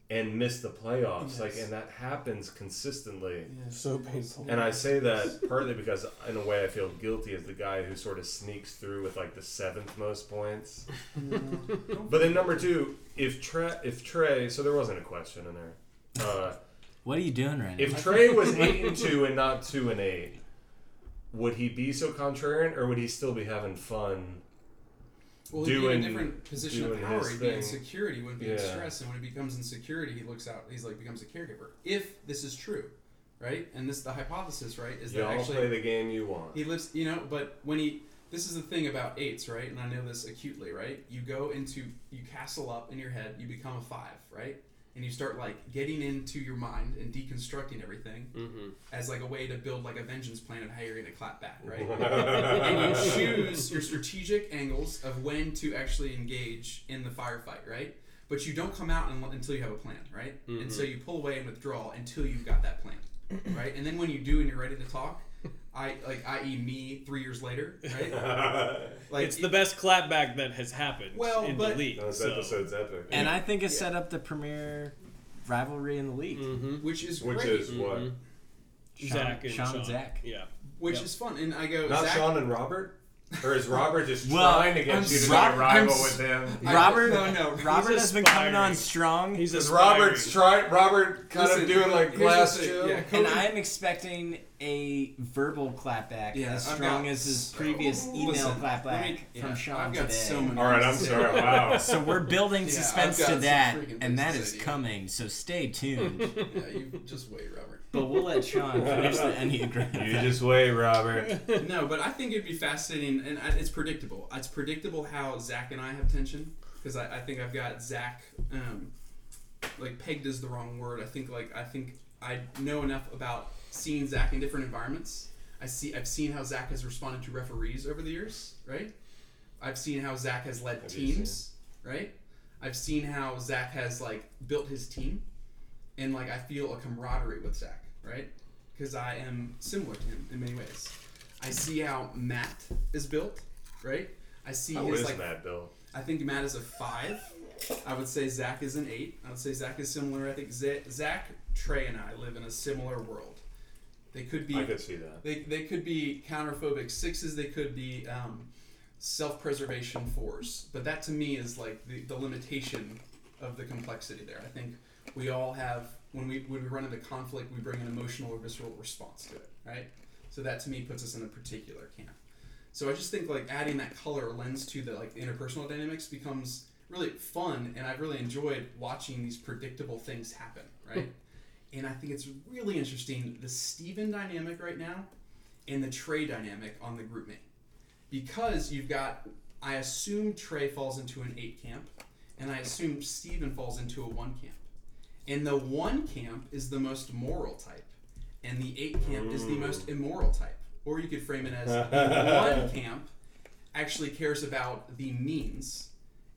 and missed the playoffs. Like, Yes. and that happens consistently. Yeah. So painful. And I say that partly because, in a way, I feel guilty as the guy who sort of sneaks through with like the seventh most points. but then number two, if Trey, if Trey, so there wasn't a question in there. Uh, What are you doing right if Trey was eight and two and not two and eight, would he be so contrarian, or would he still be having fun? Well, he'd be in doing- a different position of doing power. his He'd be in thing. security, wouldn't be in Yeah. stress, and when he becomes in security, he looks out. He's like becomes a caregiver. If this is true, right? And this the hypothesis, right? Is You that all actually play the game you want. he lives, you know, but when he this is the thing about eights, right? And I know this acutely, right? You go into you castle up in your head, you become a five, right? And you start like getting into your mind and deconstructing everything Mm-hmm. as like a way to build like a vengeance plan of how you're gonna clap back, right? and you choose your strategic angles of when to actually engage in the firefight, right? But you don't come out un- until you have a plan, right? And Mm-hmm. so you pull away and withdraw until you've got that plan, right? And then when you do and you're ready to talk, I like i.e. me three years later, right? Like It's the best clapback that has happened Well, in the but- league. This so- episode's epic. And I think it set up the premier rivalry in the league. which is which great, is what? Zach and Sean Sean, and Zach. Yeah. which Yep. is fun. And I go Not Zach, Sean and Robert? Or is Robert just Well, trying to get I'm you to be Rob- a I'm rival s- with him? I- Robert, no, no, he's Robert has been coming on aspiring. strong, He's Is aspiring. Robert's trying? Robert kind Listen, of doing like here's the glass thing, chill. yeah. and Cody- I am expecting a verbal clapback Yeah, as I've strong got as his so- previous email Listen, let clapback me- from yeah, Sean I've got today. so many All right, I'm things to say. sorry. Wow. So we're building Yeah, suspense I've got to some that, freaking and that things is to say. coming. So stay tuned. Yeah, you just wait, Robert. but we'll let Sean finish the enneagram. You just wait, Robert. no, but I think it'd be fascinating, and I- it's predictable. It's predictable how Zach and I have tension because I, I think I've got Zach um, like pegged is the wrong word. I think like I think I know enough about seeing Zach in different environments. I see I've seen how Zach has responded to referees over the years, right? I've seen how Zach has led Have you teams, right? I've seen how Zach has like built his team, and like I feel a camaraderie with Zach, right? Because I am similar to him in many ways. I see how Matt is built, right? I see How his is like Matt Bill? I think Matt is a five. I would say Zach is an eight. I would say Zach is similar. I think Z- Zach, Trey, and I live in a similar world. They could be I could see that. they, they could be counterphobic sixes. They could be um, self preservation fours. But that to me is like the, the limitation of the complexity there. I think we all have when we when we run into conflict, we bring an emotional or visceral response to it, right? So that to me puts us in a particular camp. So I just think like adding that color lens to the like interpersonal dynamics becomes really fun, and I've really enjoyed watching these predictable things happen, right? and I think it's really interesting the Steven dynamic right now and the Trey dynamic on the group mate. Because you've got, I assume Trey falls into an eight camp, and I assume Steven falls into a one camp. And the one camp is the most moral type, and the eight camp is the most immoral type. Or you could frame it as the one camp actually cares about the means,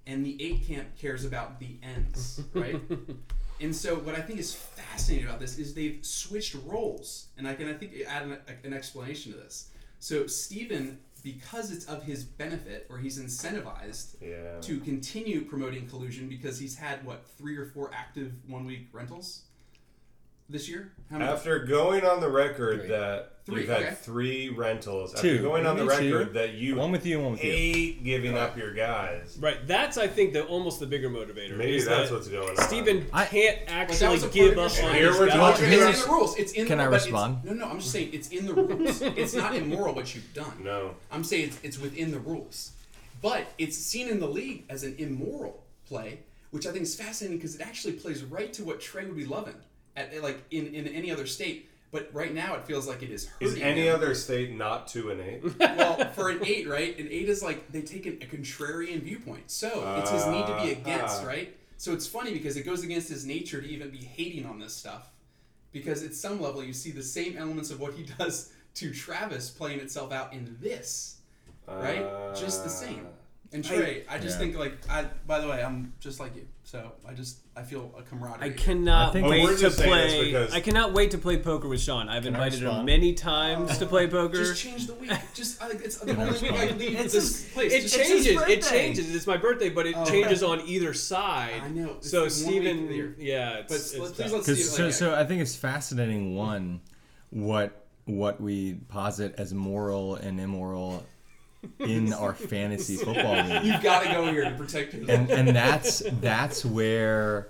and the eight camp cares about the ends, right? And so, what I think is fascinating about this is they've switched roles, and I can I think add an, an explanation to this. So Stephen, because it's of his benefit or he's incentivized Yeah. to continue promoting collusion because he's had what three or four active one week rentals this year. How many? After going on the record that Three, you've had okay. three rentals, Two. after going on the Me too. record that you One with you, and one with you. hate giving up your guys, Right. That's I think the almost the bigger motivator. maybe is that's that what's going on. Steven I- can't But that actually was a give part up of your on Here his we're guys. talking It's about- in the rules. It's in. Can the, I but it's- respond? No, no. I'm just saying it's in the rules. it's not immoral what you've done. No. I'm saying it's, it's within the rules. But it's seen in the league as an immoral play, which I think is fascinating because it actually plays right to what Trey would be loving at at, like in, in any other state. But right now it feels like it is hurting. Is any him. other state not two and eight? well for an eight, right? An eight is like they take a, a contrarian viewpoint, so it's his need to be against, Uh-huh. right? So it's funny because it goes against his nature to even be hating on this stuff, because at some level you see the same elements of what he does to Travis playing itself out in this right? just the same. And Trey, I, just Yeah. think like I. By the way, I'm just like you, so I just I feel a camaraderie. I here. cannot I think we're wait to just saying this play. because- I cannot wait to play poker with Sean. I've invited him respond? many times to play poker. just change the week. Just I, it's the only week I leave It's this his- place. it just changes. It birthday. changes. It's my birthday, but it Oh. changes on either side. I know. It's so one week of the Steven, year. yeah, it's, But it's let's- tough. please let's see. Because If, so, like, so I think it's fascinating. One, what what we posit as moral and immoral in our fantasy football league. You've got to go here to protect yourself. and and that's that's where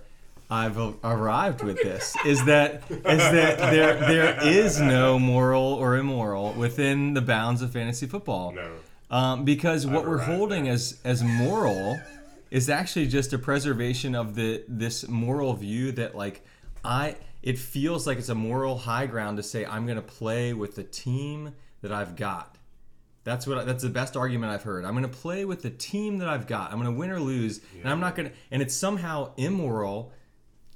I've a- arrived with this is that is that there there is no moral or immoral within the bounds of fantasy football. No. Um, because what I've we're arrived holding there. as as moral is actually just a preservation of the this moral view that like I it feels like it's a moral high ground to say I'm going to play with the team that I've got. That's what that's the best argument I've heard. I'm going to play with the team that I've got. I'm going to win or lose, and I'm not going to. And it's somehow immoral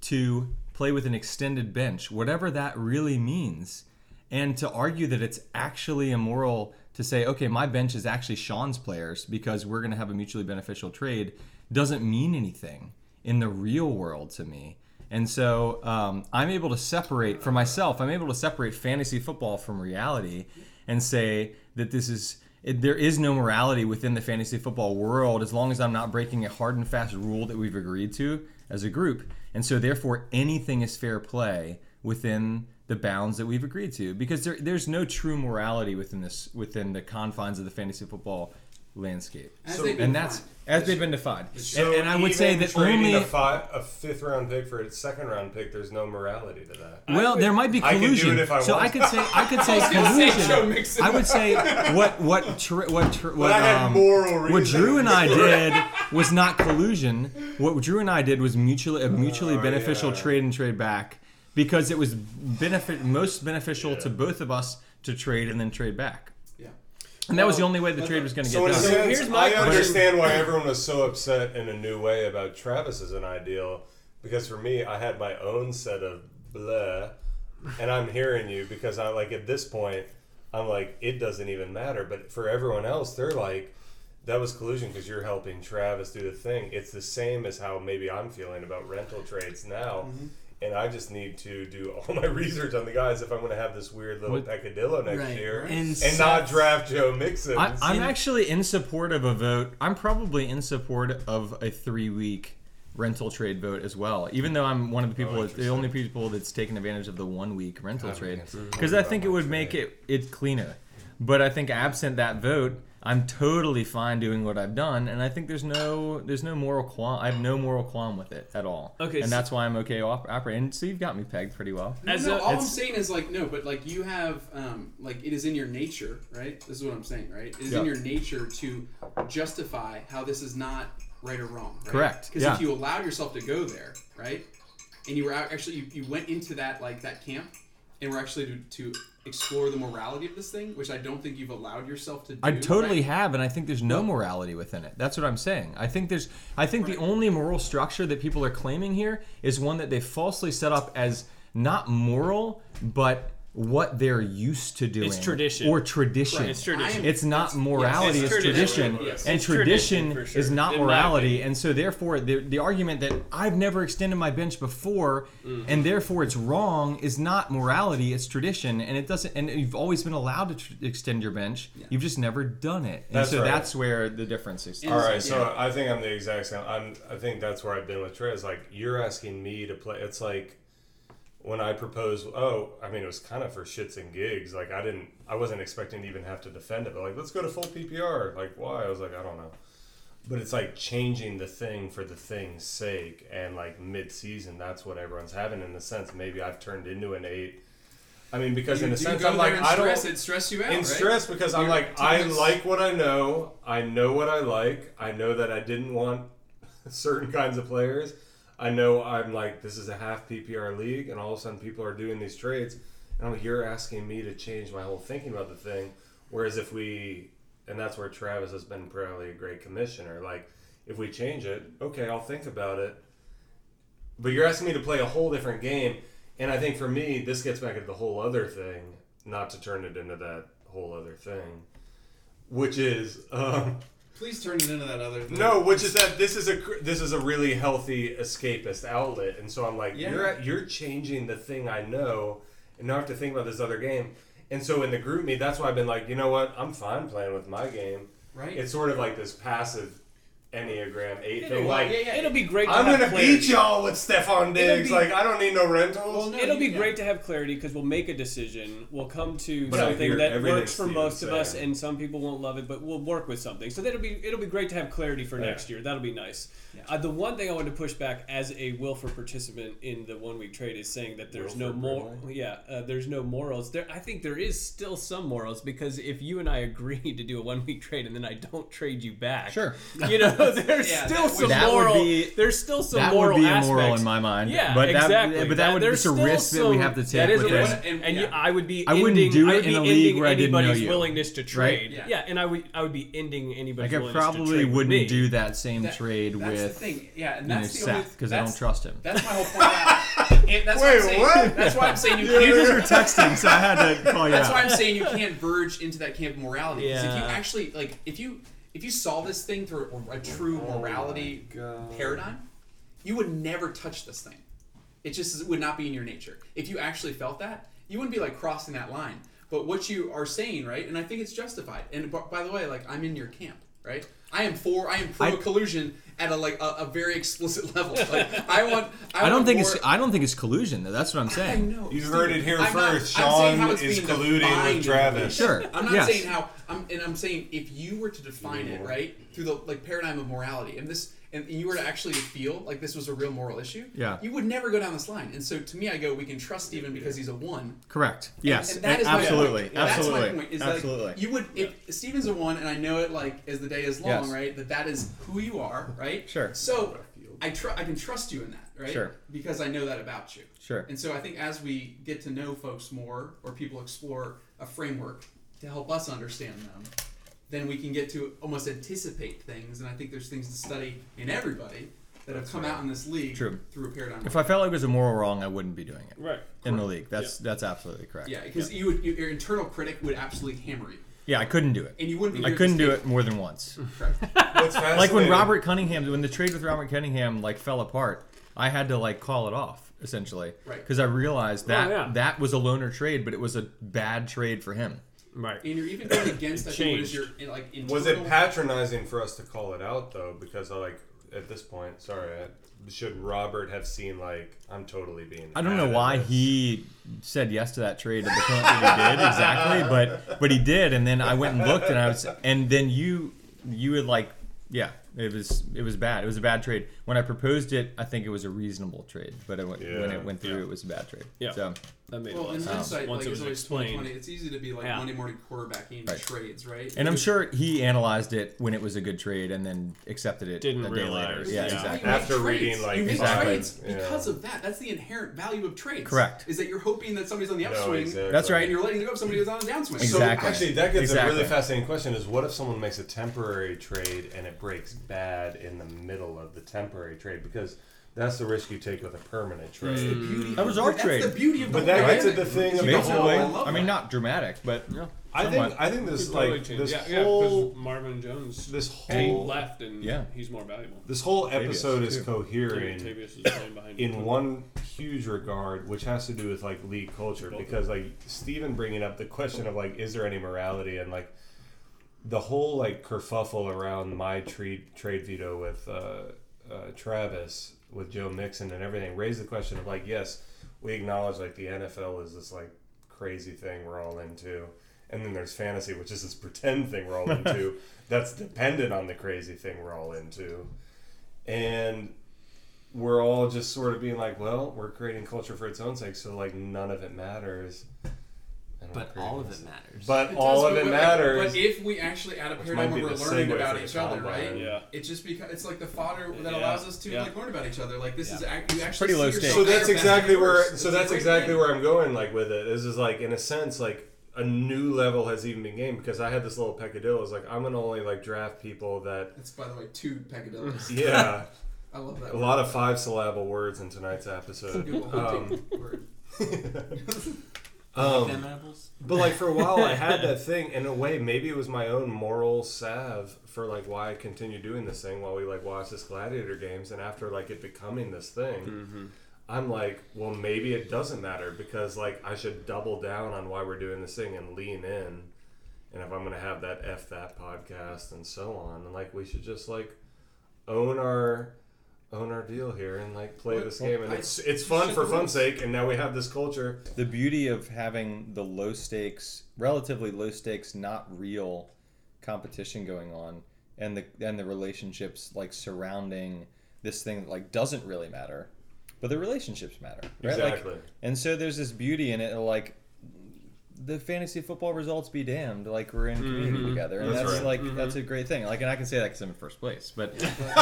to play with an extended bench, whatever that really means, and to argue that it's actually immoral to say, okay, my bench is actually Sean's players because we're going to have a mutually beneficial trade doesn't mean anything in the real world to me. And so um, I'm able to separate for myself, I'm able to separate fantasy football from reality and say that this is. It, there is no morality within the fantasy football world as long as I'm not breaking a hard and fast rule that we've agreed to as a group. And so, therefore, anything is fair play within the bounds that we've agreed to because there, there's no true morality within this within the confines of the fantasy football landscape As they've been and that's defined. as they've been defined So and, and i would say even that trading only a, fi- a fifth round pick for a second round pick, there's no morality to that. well there might be I could do it collusion if I so i want. could say i could say Sancho collusion mix it i would say what what tr- what tr- what, But I had um, moral reason. what Drew and I did was not collusion. What Drew and I did was mutually a mutually Oh, beneficial yeah. trade and trade back because it was benefit most beneficial to both of us to trade and then trade back. Yeah. And that was the only way the trade was going to So in get a done. So sense, here's my I question. understand why everyone was so upset in a new way about Travis as an ideal, because for me, I had my own set of blah, and I'm hearing you because I like at this point, I'm like it doesn't even matter. But for everyone else, they're like. That was collusion because you're helping Travis do the thing. It's the same as how maybe I'm feeling about rental trades now, Mm-hmm. and I just need to do all my research on the guys if I'm going to have this weird little peccadillo next Right. year Right. and, And not draft Joe Mixon. I, I'm actually in support of a vote. I'm probably in support of a three week rental trade vote as well, even though I'm one of the people, the only people that's taken advantage of the one week rental trade. Because I think it would make it, it cleaner. But I think absent that vote, I'm totally fine doing what I've done, and I think there's no there's no moral qualm. I have no moral qualm with it at all. Okay, and so- that's why I'm okay op- operating. So you've got me pegged pretty well. No, As no, a- all I'm it's- saying is like no, but like you have um, like it is in your nature, right? This is what I'm saying, right? It is in Yeah. your nature to justify how this is not right or wrong. Right? Correct, Because yeah. if you allow yourself to go there, right, and you were out, actually you, you went into that like that camp, and were actually to, to explore the morality of this thing, which I don't think you've allowed yourself to do. I totally right? have, and I think there's no morality within it. That's what I'm saying. I think there's, I think the only moral structure that people are claiming here is one that they falsely set up as not moral, but what they're used to doing. tradition. or tradition. Right, it's tradition. It's not morality. It's It's, tradition. tradition, Yes. and It's tradition, tradition, for is sure, not in my morality. And so, therefore, the, the argument that I've never extended my bench before, and therefore it's wrong, is not morality. It's tradition, and it doesn't. And you've always been allowed to tr- extend your bench. You've just never done it. And That's so right. that's where the difference is. All right, Yeah. so I think I'm the exact same. I'm. I think that's where I've been with Trey. Is like you're asking me to play. It's like when I propose. Oh, I mean, it was kind of for shits and gigs. Like I didn't. I wasn't expecting to even have to defend it. But like, let's go to full PPR. Like why? I was like, I don't know. But it's like changing the thing for the thing's sake, and like mid-season, that's what everyone's having. In the sense, maybe I've turned into an eight. I mean, because You in a do sense, go I'm there like, and I don't. stress, it stress you out, in right? stress because I'm You're like, I telling us- like what I know. I know what I like. I know that I didn't want certain kinds of players. I know I'm like, this is a half PPR league, and all of a sudden people are doing these trades. And I'm like, you're asking me to change my whole thinking about the thing. Whereas if we, and that's where Travis has been probably a great commissioner, like, if we change it, okay, I'll think about it. But you're asking me to play a whole different game, and I think for me, this gets back at the whole other thing. Not to turn it into that whole other thing, which is um, Please turn it into that other. Thing. no, which is that this is a cr- this is a really healthy escapist outlet, and so I'm like, Yeah. you're at, you're changing the thing I know, and now I have to think about this other game. And so in the group meet, that's why I've been like, you know what, I'm fine playing with my game. Right. It's sort of like this passive enneagram eight It'll, thing. Like it'll be great. To I'm have gonna clarity. beat y'all with Stefan It'll Diggs. be- like I don't need no rentals. Well, no, It'll be you- yeah. great to have clarity because we'll make a decision. We'll come to But I something hear that everything works for Steven's most of us, saying. and some people won't love it, but we'll work with something. So that'll be it'll be great to have clarity Oh, for next year. That'll be nice. Uh, the one thing I wanted to push back as a Wilford participant in the one week trade is saying that there's no Wilford more. Yeah, uh, there's no morals. There, I think there is still some morals because if you and I agree to do a one week trade and then I don't trade you back, Sure. you know, there's Yeah, still that some would- That would moral. be- there's still some that moral would be aspects. immoral in my mind. Yeah, but that, exactly. But that would there's just a still risk that we some- have to take. That is with a this. risk, And- and, yeah. you, I would be. I wouldn't ending, do it I would in be a league ending where I didn't know anybody's you, willingness to trade. Yeah. Yeah. and I would I would be ending anybody's Like I willingness to probably trade with wouldn't me. do that same That- trade that's with the thing. Yeah, and you know, that's the only- Seth because I don't that's- trust him. That's my whole point. And that's why I'm Wait, saying, what? That's why I'm saying you You can't. just were texting, so I had to call you That's why I'm out. saying you can't verge into that camp of morality. 'Cause If Yeah. you actually like, if you if you saw this thing through a true morality paradigm, you would never touch this thing. It just is- would not be in your nature. If you actually felt that, you wouldn't be like crossing that line. But what you are saying, right? And I think it's justified. And b- by the way, like I'm in your camp, right? I am for I am pro I- collusion at a like a, a very explicit level. Like I want. I, I don't want think more, it's I don't think it's collusion though. That's what I'm I saying. know. You Steve, heard it here I'm not- first. I'm Sean saying how it's is being colluding with defined in Travis. this. Sure. I'm not Yes. saying how. I'm and I'm saying if you were to define it right through the like paradigm of morality, and this, and you were to actually feel like this was a real moral issue. Yeah. You would never go down this line, and so to me, I go, we can trust Steven because he's a one. Correct. Yes. And that is absolutely. My point. Absolutely. That's my point. Is absolutely. Like, you would if Steven's a one, and I know it like as the day is long, Yes. right? That that is who you are, right? Sure. So I tr- I can trust you in that, right? Sure. Because I know that about you. Sure. And so I think as we get to know folks more, or people explore a framework to help us understand them, then we can get to almost anticipate things. And I think there's things to study in everybody that have come out in this league True. through a paradigm. if I felt like it was a moral wrong, I wouldn't be doing it Right. in the league. That's that's absolutely correct. yeah, because you would, your internal critic would absolutely hammer you, Yeah, I couldn't do it. and you wouldn't. Be I good at couldn't do escape. it more than once. What's like when fascinating- Robert Cunningham, when the trade with Robert Cunningham like fell apart, I had to like call it off essentially Right. Oh, because I realized that yeah. that was a loner trade, but it was a bad trade for him. Right. And you're even going against It I think what is your changed. in, like internal. Was it patronizing for us to call it out though? Because I like at this point, sorry, I, should Robert have seen like I'm totally being? I don't know mad at why this. he said yes to that trade at the point that he did exactly, but but he did, and then I went and looked, and I was, and then you you would like, yeah, it was it was bad. It was a bad trade. When I proposed it, I think it was a reasonable trade, but it went, when Yeah. it went through, it was a bad trade. Yeah. So That made Well, a lot in of sense. hindsight, Once like it it's was always explained. 2020. It's easy to be like Yeah. Monday morning quarterbacking Right. trades, right? And I'm sure he analyzed it when it was a good trade and then accepted it Didn't a day realize, later. Yeah, yeah. exactly. After reading, like, you make Exactly. trades Yeah. because of that. That's the inherent value of trades. Correct. Is that you're hoping that somebody's on the No, upswing, exactly. That's right. and you're letting go of somebody who's on a downswing. So Exactly. actually, that gets a Exactly. really fascinating question: is what if someone makes a temporary trade and it breaks bad in the middle of the temporary trade? Because that's the risk you take with a permanent trade. So the beauty- That was our that's trade. the beauty of But the that gets at the dynamic. thing of the Amazing. whole. I love I mean, that. not dramatic, but yeah, I think somewhat. I think this like this yeah, whole because Marvin Jones this and he whole left and Yeah. he's more valuable. this whole episode is too. coherent Tavius is playing behind him. in one huge regard, which has to do with like league culture, because like Steven bringing up the question of like, is there any morality and like the whole like kerfuffle around my trade trade veto with uh, uh, Travis with Joe Mixon and everything raised the question of like, yes, we acknowledge like the NFL is this like crazy thing we're all into. And then there's fantasy, which is this pretend thing we're all into that's dependent on the crazy thing we're all into. And we're all just sort of being like, well, we're creating culture for its own sake, so like none of it matters. And we're But creating all of this- it matters. But It all does, of but- it but- matters. But if we actually add a Which paradigm might where be we're the learning segue about for each the other, combine. right? Yeah. It's just because it's like the fodder that Yeah. allows us to Yeah. like learn about each other. Like this is Yeah. act- you actually pretty see low yourself stakes. so there that's best and exactly worst. where It's so a that's great exactly thing. where I'm going like with it. This is like in a sense like a new level has even been gained because I had this little peccadillo. It's like I'm gonna only like draft people that It's by the way two peccadillos. yeah I love that. a lot of five syllable words in tonight's episode. Um, word. um, Them apples? But like for a while, I had that thing. In a way, maybe it was my own moral salve for like why I continue doing this thing while we like watch this gladiator games. And after like it becoming this thing, I'm like, well, maybe it doesn't matter because like I should double down on why we're doing this thing and lean in. And if I'm gonna have that f that podcast and so on, and like we should just like own our own our deal here and like play this game. And it's it's fun for fun's sake. And now we have this culture. the beauty of having the low stakes, relatively low stakes, not real competition going on, and the and the relationships like surrounding this thing that like doesn't really matter, but the relationships matter, right? Like, Exactly. and so there's this beauty in it, like the fantasy football results be damned. Like we're in community together, and Mm-hmm. That's that's, right. Mm-hmm. like that's a great thing. Like, and I can say that because I'm in first place, but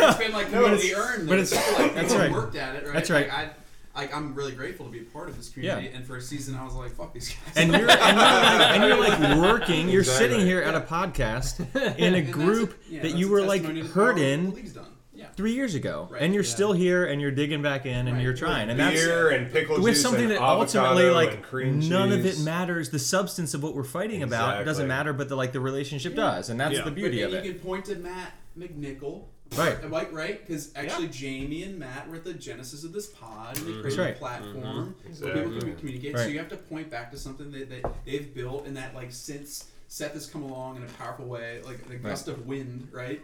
it's been like community earned. but But it's- it's like that's people right. worked at it, right? That's right. Like, I, like I'm really grateful to be a part of this community. And for a season, I was like, "Fuck these guys." and you're and you're like, and you're like working. You're Exactly. sitting here at a podcast in a And that's a- group yeah, that that's you a were like testimony to the hurt power of in what the league's done. Yeah. three years ago, Right. and you're still here and you're digging back in and Right. you're trying, and that's beer and pickle with juice something and that avocado ultimately and like cream none of it cheese. matters. The substance of what we're fighting about doesn't Exactly. matter, but the like the relationship does, and that's Yeah. the beauty but, of and it. You can point to Matt McNichol. Right. And Like, right? Because actually, Jamie and Matt were at the genesis of this pod. And they created Mm-hmm. right. a platform where Mm-hmm. Exactly. people can communicate. So Right. you have to point back to something that, that they've built and that, like, since Seth has come along in a powerful way, like a gust of wind, right?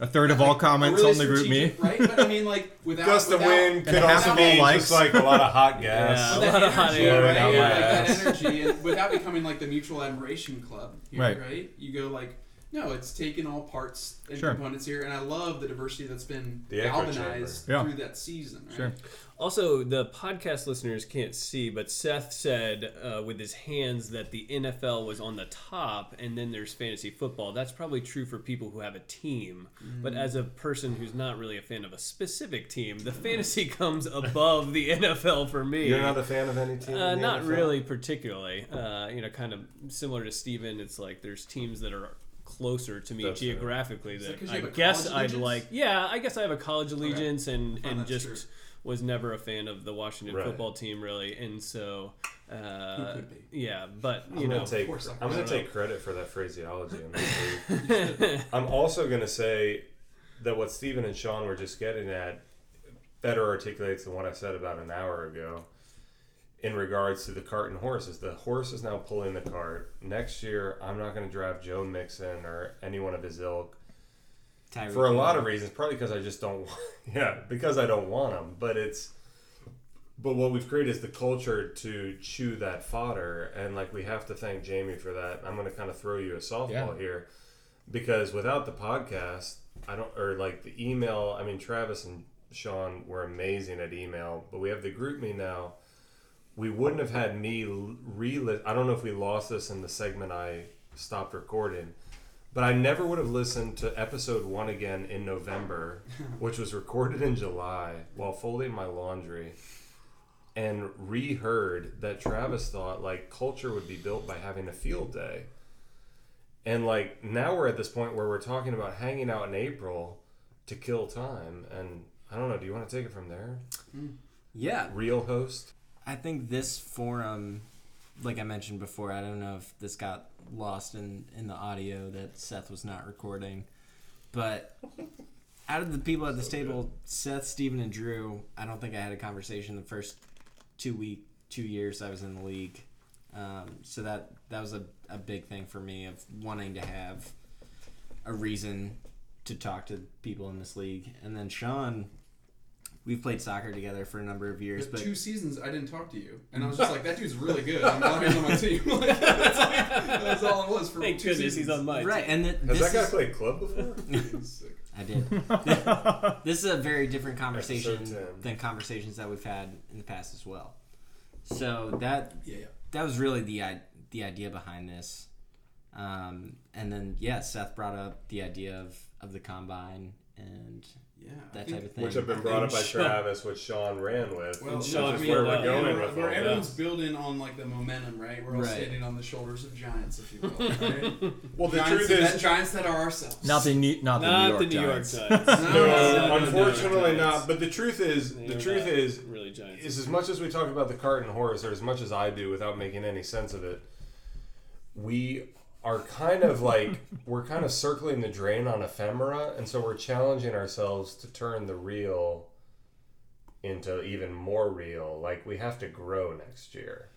A third of all comments Really on the group me. strategic, right? But I mean, like without Gust of without- wind could And half also of be all likes. just like a lot of hot gas. Yeah. Well, A lot of that hot energy, air right? out my Like ass. that energy, and without becoming like the mutual admiration club, here, Right. right? You go like, no, it's taken all parts and Sure. components here, and I love the diversity that's been The echo galvanized chamber. Yeah. through that season. Right? Sure. Also, the podcast listeners can't see, but Seth said uh, with his hands that the NFL was on the top, and then there's fantasy football. That's probably true for people who have a team, but as a person who's not really a fan of a specific team, the fantasy comes above the NFL for me. You're not a fan of any team? Uh, in the not NFL? really, particularly. Uh, you know, kind of similar to Steven, it's like there's teams that are closer to me That's fair. geographically that 'cause that you I have a guess college I'd allegiance? like. Yeah, I guess I have a college allegiance and, Oh, and that's just true. was never a fan of the Washington Right. football team, really. And so, uh, could be? yeah, but, you I'm know. gonna take, course I I'm gonna don't take credit for that phraseology. in this league. I'm also gonna say that what Steven and Sean were just getting at better articulates than what I said about an hour ago in regards to the cart and horses. The horse is now pulling the cart. Next year, I'm not gonna draft Joe Mixon or any one of his ilk Tyreek for a Hill. lot of reasons. Probably because I just don't, want, yeah, because I don't want them. But it's, but what we've created is the culture to chew that fodder, and like we have to thank Jamie for that. I'm going to kind of throw you a softball Yeah. here, because without the podcast, I don't or like the email. I mean, Travis and Sean were amazing at email, but we have the group me now. We wouldn't have had me l- re. I don't know if we lost this in the segment I stopped recording, but I never would have listened to episode one again in November, which was recorded in July while folding my laundry, and reheard that Travis thought like culture would be built by having a field day. And like now we're at this point where we're talking about hanging out in April to kill time. And I don't know, do you want to take it from there? Yeah, Real host? I think this forum, like I mentioned before, I don't know if this got lost in in the audio that Seth was not recording, but out of the people at this table, Seth, Steven, and Drew, I don't think I had a conversation the first two week two years I was in the league. Um, so that that was a, a big thing for me of wanting to have a reason to talk to people in this league. And then Sean, we've played soccer together for a number of years, There's but two seasons I didn't talk to you, and I was just like, "That dude's really good. I'm glad he's on my team." Like, that's, like, that's all it was for Thank two goodness he's seasons. on my Right, and th- Has that this guy is- played club before? Sick. I did. this is a very different conversation Episode 10. than conversations that we've had in the past as well. So that Yeah, yeah. that was really the i- the idea behind this. Um, and then yeah, Seth brought up the idea of, of the combine and Yeah, I that think- type of thing. which have been brought up by Travis, which Sean ran with. Well, which Sean is I mean, where we're uh, going where, with where all everyone's this. building on like the momentum, right? We're all Right. standing on the shoulders of giants, if you will. Right? Well, the giants, truth that- is, giants that are ourselves. Not the New, not the Not the New New York York Giants. Giants. no, No, no, unfortunately no, no. not. But the truth is, the They're truth not is, really Giants. is as much as we talk about the cart and horse, or as much as I do without making any sense of it, we are kind of like we're kind of circling the drain on ephemera, and so we're challenging ourselves to turn the real into even more real. Like we have to grow next year,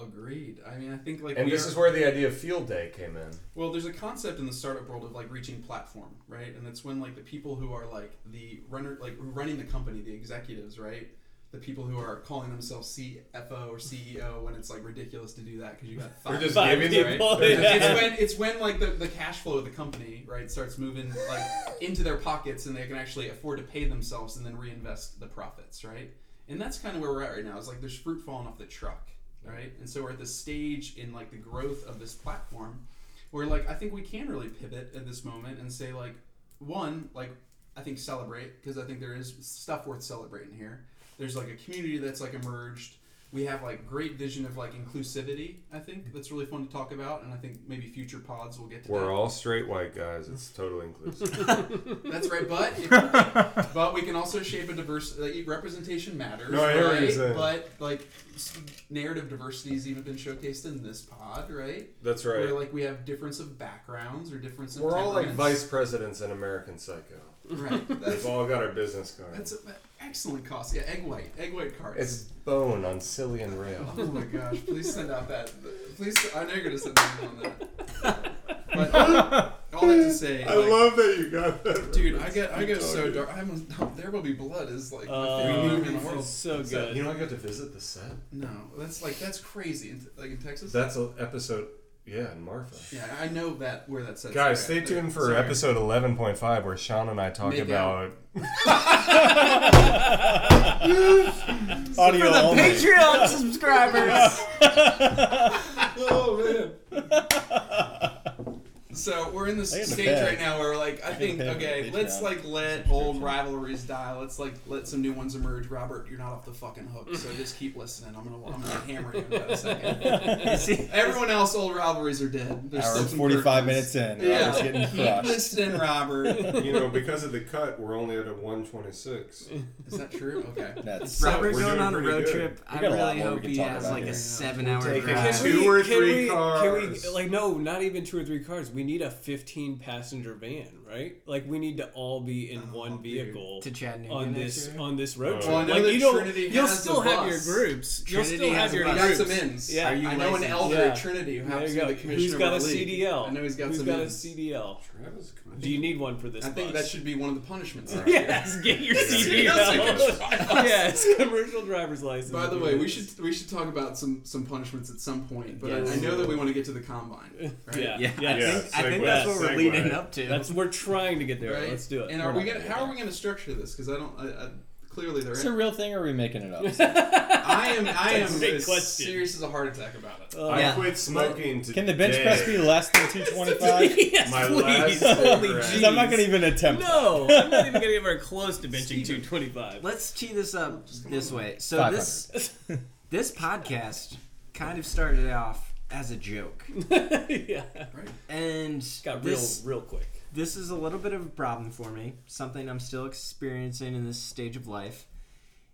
Agreed. I mean, I think like and we this are- is where the idea of field day came in. Well, there's a concept in the startup world of like reaching platform, right? And that's when like the people who are like the runner, like who are running the company, the executives, right? The people who are calling themselves CFO or CEO when it's like ridiculous to do that because you got five. We're just Five giving them. people, they're just- yeah. It's when it's when like the, the cash flow of the company right starts moving like into their pockets and they can actually afford to pay themselves and then reinvest the profits right and that's kind of where we're at right now it's like there's fruit falling off the truck right and so we're at this stage in like the growth of this platform where like I think we can really pivot at this moment and say like one like I think celebrate because I think there is stuff worth celebrating here. There's like a community that's like emerged. We have like great vision of like inclusivity. I think that's really fun to talk about, and I think maybe future pods will get to that. We're all straight white guys. It's totally inclusive. That's right, but if- but we can also shape a diverse like, representation matters. No, I hear what you're right? saying. But like s- narrative diversity has even been showcased in this pod, right? That's Where right. like we have difference of backgrounds or difference. Of We're all like temperaments. vice presidents in American Psycho. Right. We've That's all got our business cards. That's an excellent cost. Yeah, egg white, egg white cards. It's bone on Cillian Rail. oh my gosh! Please send out that. Please, I know you're gonna send me on that. But all that to say, like, that you got that. dude, I get I go so dark. I haven't. There will be blood is like my favorite Uh, movie in the this world. is so So, you good. know, I got to visit the set. No, that's like that's crazy. In, like in Texas. That's an episode. Yeah, in Marfa. yeah, I know that where that says. Guys, stay tuned for episode 11.5 where Sean and I talk Make about. Audio only. Patreon subscribers. Oh man. So we're in this I get the stage bag. right now where like I think the bag okay, with the let's Patreon like let old rivalries die. Let's like let some new ones emerge. Robert, you're not off the fucking hook, so just keep listening. I'm gonna I'm gonna hammer you in about a second. Everyone else, old rivalries are dead. There's Hour still and some 45 Bertons. minutes in. Yeah. I was getting Keep crushed. listening, Robert. You know, because of the cut, we're only at a 126. Is that true? Okay. That's Robert we're going doing on a pretty road good. trip. I got a lot really more we hope can he talk has about like here. a seven-hour taking drive. two or three we, cars. Can we, like, no, not even two or three cars. We need a 15 passenger van, right? Like, we need to all be in Oh, one vehicle to Chattanooga on next this year? on this road Well, trip. I know like, that you don't, Trinity you'll has still the have your bus. groups. You'll Trinity still have has a your We bus. groups. got some ins. Yeah. Are you I know an licensed? elder Yeah. at Trinity who There happens you to go. be the commissioner Who's got a of our league. CDL? I know he's got Who's some got ins. a CDL? Travis, Do you need one for this? I think bus? that should be one of the punishments. Yes, get your CDL. yes, commercial driver's license. By the way, we should we should talk about some some punishments at some point. But I, I know that we want to get to the combine. Right? Yeah, Yeah, I Yeah, think, I think segue, that's what we're segue. leading up to. That's we're trying to get there. Right? Let's do it. And are we gonna how are we gonna structure this? Because I don't. I, I, clearly, there. It's Is. a real thing, or are we making it up? I am. I am a big as question. Oh. serious as a heart attack about it. I Uh, Yeah. quit smoking today. Can the bench press be less than 225? yes, My please. last Holy cigarette. jeez. Because I'm not going to even attempt. No, I'm not even gonna get very close to benching 225. Let's tee this up this way. So 500. this this podcast kind of started off as a joke, yeah, and got real, this real quick. this is a little bit of a problem for me. Something I'm still experiencing in this stage of life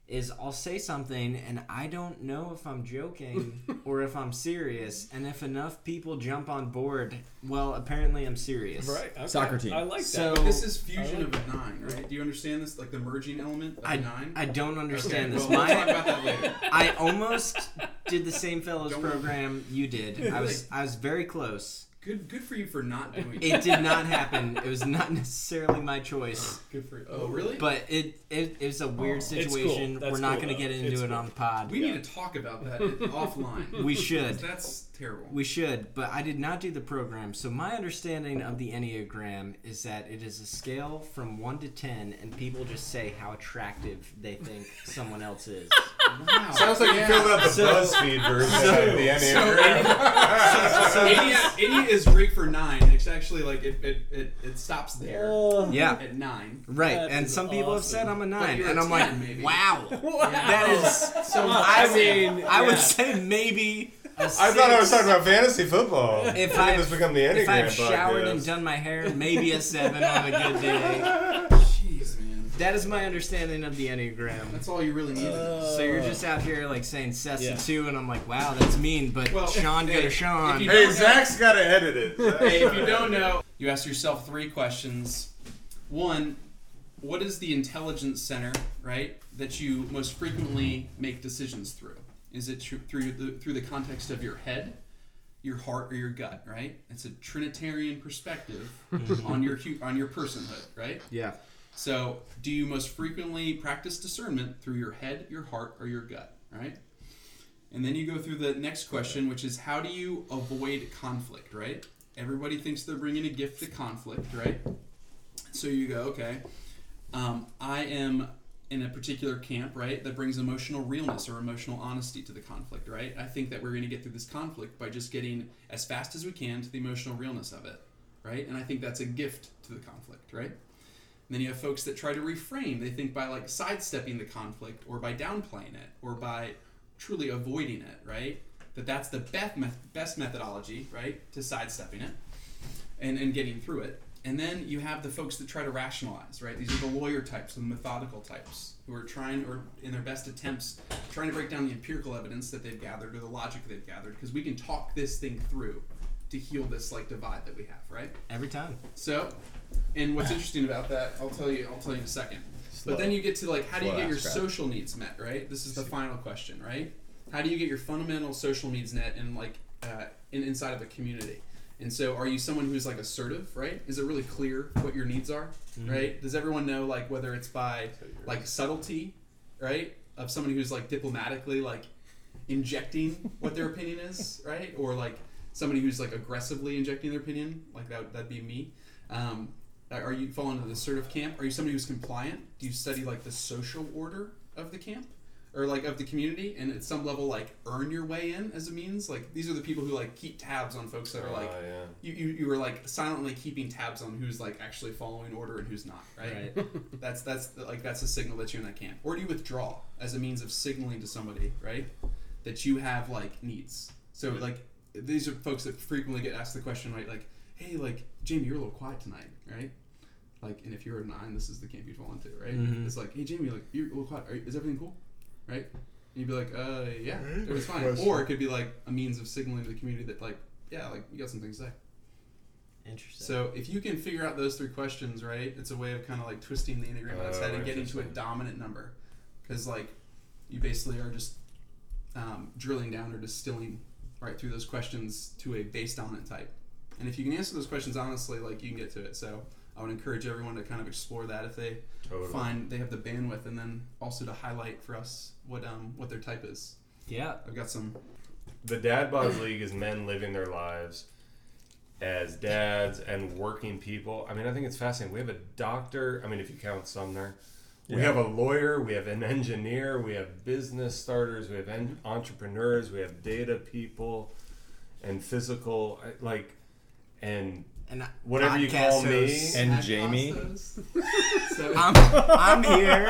is I'll say something and I don't know if I'm joking or if I'm serious, and if enough people jump on board, well, apparently I'm serious. Right, okay. Soccer team. I like that. So This is fusion of a nine, right? Do you understand this? Like the merging element of a I, nine. I don't understand Okay, this. Well, we'll My- talk about that later. I almost did the same fellows Don't- program you did. I was I was very close. Good. Good for you for not doing it. It did not happen. It was not necessarily my choice, Good for you. Oh, really? but it it, it was a weird cool. situation. That's We're not Oh, cool, going though. to get into It's it cool. on the pod. we We, need to talk about that offline. should. That's terrible. We should, but I did not do the program. So my understanding of the Enneagram is that it is a scale from 1 to 10 and people just say how attractive they think someone else is. Wow. Sounds like you filled out the BuzzFeed version of the Enneagram. So idiot, idiot is Greek for nine. It's actually like it it, it, it stops there Oh. Yeah. at nine. Right. That and is some people have awesome. said I'm a 9 you're a and I'm 10, like, maybe. "Wow." Yeah. That is So I mean, I yeah. would say maybe a I thought I was six. talking about fantasy football. If I I've- this become the Enneagram If I've showered podcast. and done my hair, maybe a seven on a good day. Jeez, man. That is my understanding of the Enneagram. That's all you really needed. So you're just out here like saying Sessa Yeah. two, and I'm like, wow, that's mean. But Well, Sean, hey, go to if Sean. you- Hey, Zach's got to edit it. hey, if you don't know, you ask yourself three questions. One, what is the intelligence center, right, that you most frequently make decisions through? Is it tr- through the through the context of your head, your heart, or your gut? Right. It's a trinitarian perspective on your hu- on your personhood, right? yeah, So, do you most frequently practice discernment through your head, your heart, or your gut? Right? And then you go through the next question, which is how do you avoid conflict, right? Everybody thinks they're bringing a gift to conflict, right? So you go, okay, um, I am in a particular camp, right, that brings emotional realness or emotional honesty to the conflict, right? I think that we're going to get through this conflict by just getting as fast as we can to the emotional realness of it, right? And I think that's a gift to the conflict, right? And then you have folks that try to reframe. They think by like sidestepping the conflict or by downplaying it or by truly avoiding it, right? That that's the best, meth- best methodology, right, to sidestepping it and, and getting through it. And then you have the folks that try to rationalize, right? These are the lawyer types, the methodical types, who are trying, or in their best attempts, trying to break down the empirical evidence that they've gathered or the logic they've gathered, because we can talk this thing through to heal this like divide that we have, right? every time. So, and what's interesting about that, I'll tell you. I'll tell you in a second. But then you get to like, how do you Slow get ass your crap. social needs met? Right. This is the final question, right? How do you get your fundamental social needs net and like uh, in, inside of a community? And so, are you someone who's like assertive, right? Is it really clear what your needs are, Mm-hmm. right? Does everyone know like whether it's by like subtlety, right, of somebody who's like diplomatically like injecting what their opinion is, right, or like somebody who's like aggressively injecting their opinion, like that that'd be me. Um, are you fall into the assertive camp? Are you somebody who's compliant? Do you study like the social order of the camp? or like of the community and at some level like earn your way in as a means like these are the people who like keep tabs on folks that are like Oh, yeah. you, you you were like silently keeping tabs on who's like actually following order and who's not right, that's that's the- like that's a signal that you're in that camp or do you withdraw as a means of signaling to somebody right that you have like needs so like these are folks that frequently get asked the question right like hey like jamie you're a little quiet tonight right like and if you're a nine this is the camp you'd fall into right it's like hey jamie like you're a little quiet are you, is everything cool right? And you'd be like, uh, yeah, it was fine. Or it could be like a means of signaling to the community that, like, yeah, like you got some things to say. Interesting. So if you can figure out those three questions, right, it's a way of kind of like twisting the Enneagram on its Oh, head and getting to a interesting. dominant number, because like you basically are just um, drilling down or distilling right through those questions to a base dominant type. And if you can answer those questions honestly, like you can get to it. So I would encourage everyone to kind of explore that if they Totally. find they have the bandwidth, and then also to highlight for us what um what their type is. yeah. I've got some. the dad bod league is men living their lives as dads and working people i mean i think it's fascinating we have a doctor i mean if you count sumner we have a lawyer we have an engineer we have business starters we have en- entrepreneurs we have data people and physical I- like and And I- whatever you call me podcasters. and, I've And lost Jamie, those. so um, I'm, I'm here.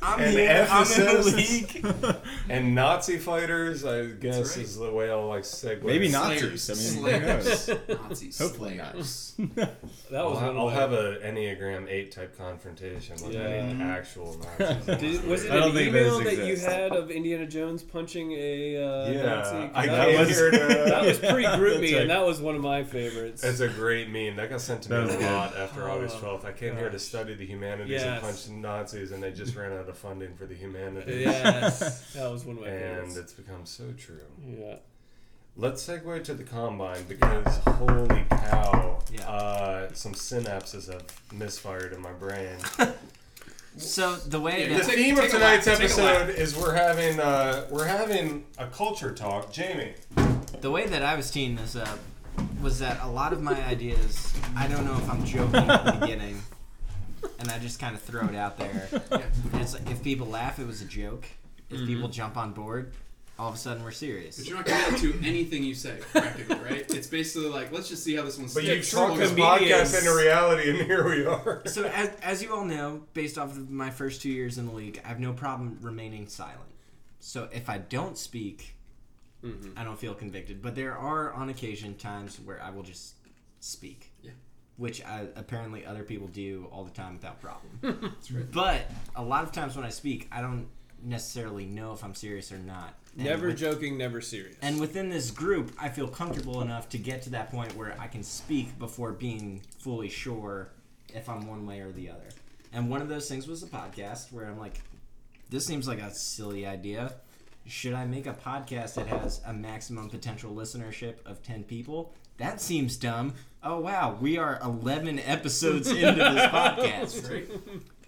I'm And here. I'm in the emphasis. league. and nazi fighters i guess right. is the way i'll like segue Maybe not. Nazis. I mean, who knows? slayers, Nazis, Hopefully not. slayers. That was. I'll, one I'll way. have an Enneagram 8 type confrontation with any Yeah. actual Nazis. Did, was it I don't an think email those that you exist. had of Indiana Jones punching a uh, Nazi? yeah, 'Cause I that came was- here to- That was pretty That's groovy, right. and that was one of my favorites. That's a great meme. That got sent to me a was good. lot after August Oh, 12th. I came here to gosh. study the humanities and Yes. punch Nazis, and they just ran out of funding for the humanities. yes, that was one of my And favorites. it's become so true. Yeah, Let's segue to the combine because holy cow, Yeah. uh, some synapses have misfired in my brain. So the way The that, theme take of a tonight's lap, take a lap. episode is we're having uh, we're having a culture talk. Jamie, the way that I was teeing this up was that a lot of my ideas, I don't know if I'm joking at the beginning, and I just kind of throw it out there. And it's like, if people laugh, it was a joke. If Mm-hmm. people jump on board, all of a sudden we're serious. But you're not committed to anything you say, practically, right? It's basically like, let's just see how this one but sticks. you've talked this comedians. podcast into reality, and here we are. So as, as you all know, based off of my first two years in the league, I have no problem remaining silent. So if I don't speak, I don't feel convicted. But there are on occasion times where I will just speak, Yeah. which I, apparently other people do all the time without problem. But a lot of times when I speak, I don't necessarily know if I'm serious or not. And never with- joking, never serious. and within this group, I feel comfortable enough to get to that point where I can speak before being fully sure if I'm one way or the other. And one of those things was the podcast where I'm like, this seems like a silly idea. Should I make a podcast that has a maximum potential listenership of 10 people? That seems dumb. Oh, wow. We are 11 episodes into this podcast. Right?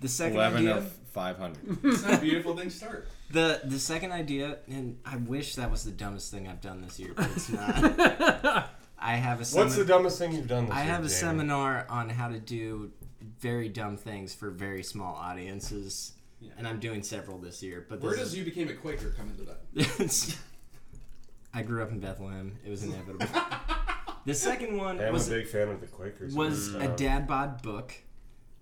The second Eleven idea. of five hundred. It's not a beautiful thing to start. The the second idea, and I wish that was the dumbest thing I've done this year, but it's not. I have a What's the seminar. dumbest thing you've done this I year? have a Jamie? seminar on how to do very dumb things for very small audiences, and I'm doing several this year. But Where this does you became a Quaker come into that? is, I grew up in Bethlehem. It was inevitable. the second one I'm was a big fan of the Quakers. was a Mm. Um, dad bod book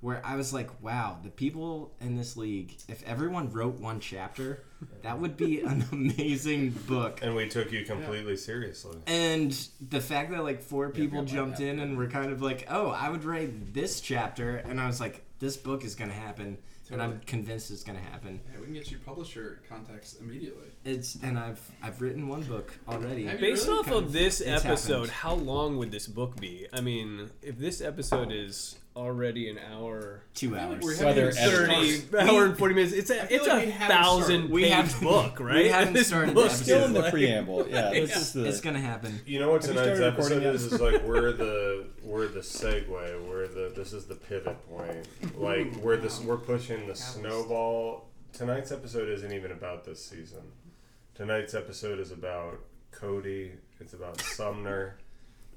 where I was like, wow, the people in this league, if everyone wrote one chapter, that would be an amazing book. And we took you completely seriously. And the fact that like four people like jumped that. in and were kind of like, oh, I would write this chapter, and I was like, this book is gonna happen, and I'm convinced it's gonna happen. Yeah, we can get you publisher contacts immediately. It's and I've I've written one book already. Have you Based really off kind of this it's episode, happened. how long would this book be? I mean, if this episode is already an hour, Two hours. We're having Whether a ever- thirty, hour and forty minutes. It's a feel it's like a we haven't thousand started. page We haven't- book, right? haven't This started book's the Still in the like- preamble. Yeah. This is the, It's gonna happen. You know what Have you tonight's started episode recording is? yet? Is like we're the we're the segue. We're the this is the pivot point. Like we're this we're pushing the snowball. Tonight's episode isn't even about this season. Tonight's episode is about Cody. It's about Sumner.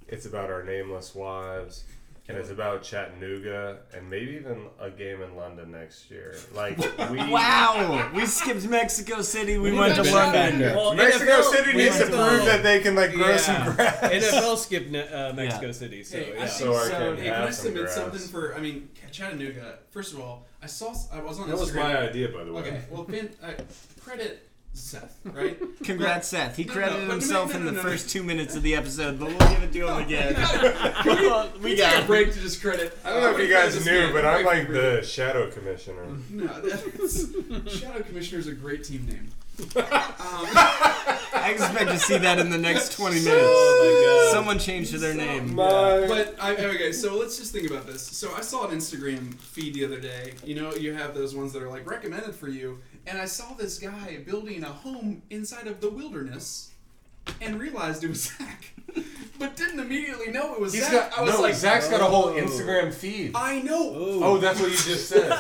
It's about our nameless wives. And it's about Chattanooga and maybe even a game in London next year. Like we Wow, we skipped Mexico City. We, went to got London. shot. London. Well, Mexico NFL City needs to went prove that they can like grow Yeah. some grass. NFL skipped ne- uh, Mexico City, so Hey, I yeah. think So I so. can Hey, can have I some submit grass. something for? I mean, Chattanooga. First of all, I saw. s- I was on. That was Instagram. my idea, by the way. Okay. Well, Ben, I credit Seth, right? Congrats, Seth. He No, no, credited but no, himself no, in no, the no, no. first two minutes of the episode, but we'll give it to him again. we Take got a break to just credit. I don't know if you guys knew, but I'm like the. the shadow commissioner. No, that's, Shadow Commissioner is a great team name. I expect to see that in the next 20 minutes. Someone changed their name. But I, okay, so let's just think about this. So I saw an Instagram feed the other day. You know, you have those ones that are like recommended for you, and I saw this guy building a home inside of the wilderness, and realized it was Zach, but didn't immediately know it was He's Zach. got, I was no, like, Zach's got a whole Oh. Instagram feed. I know. Oh, that's what you just said.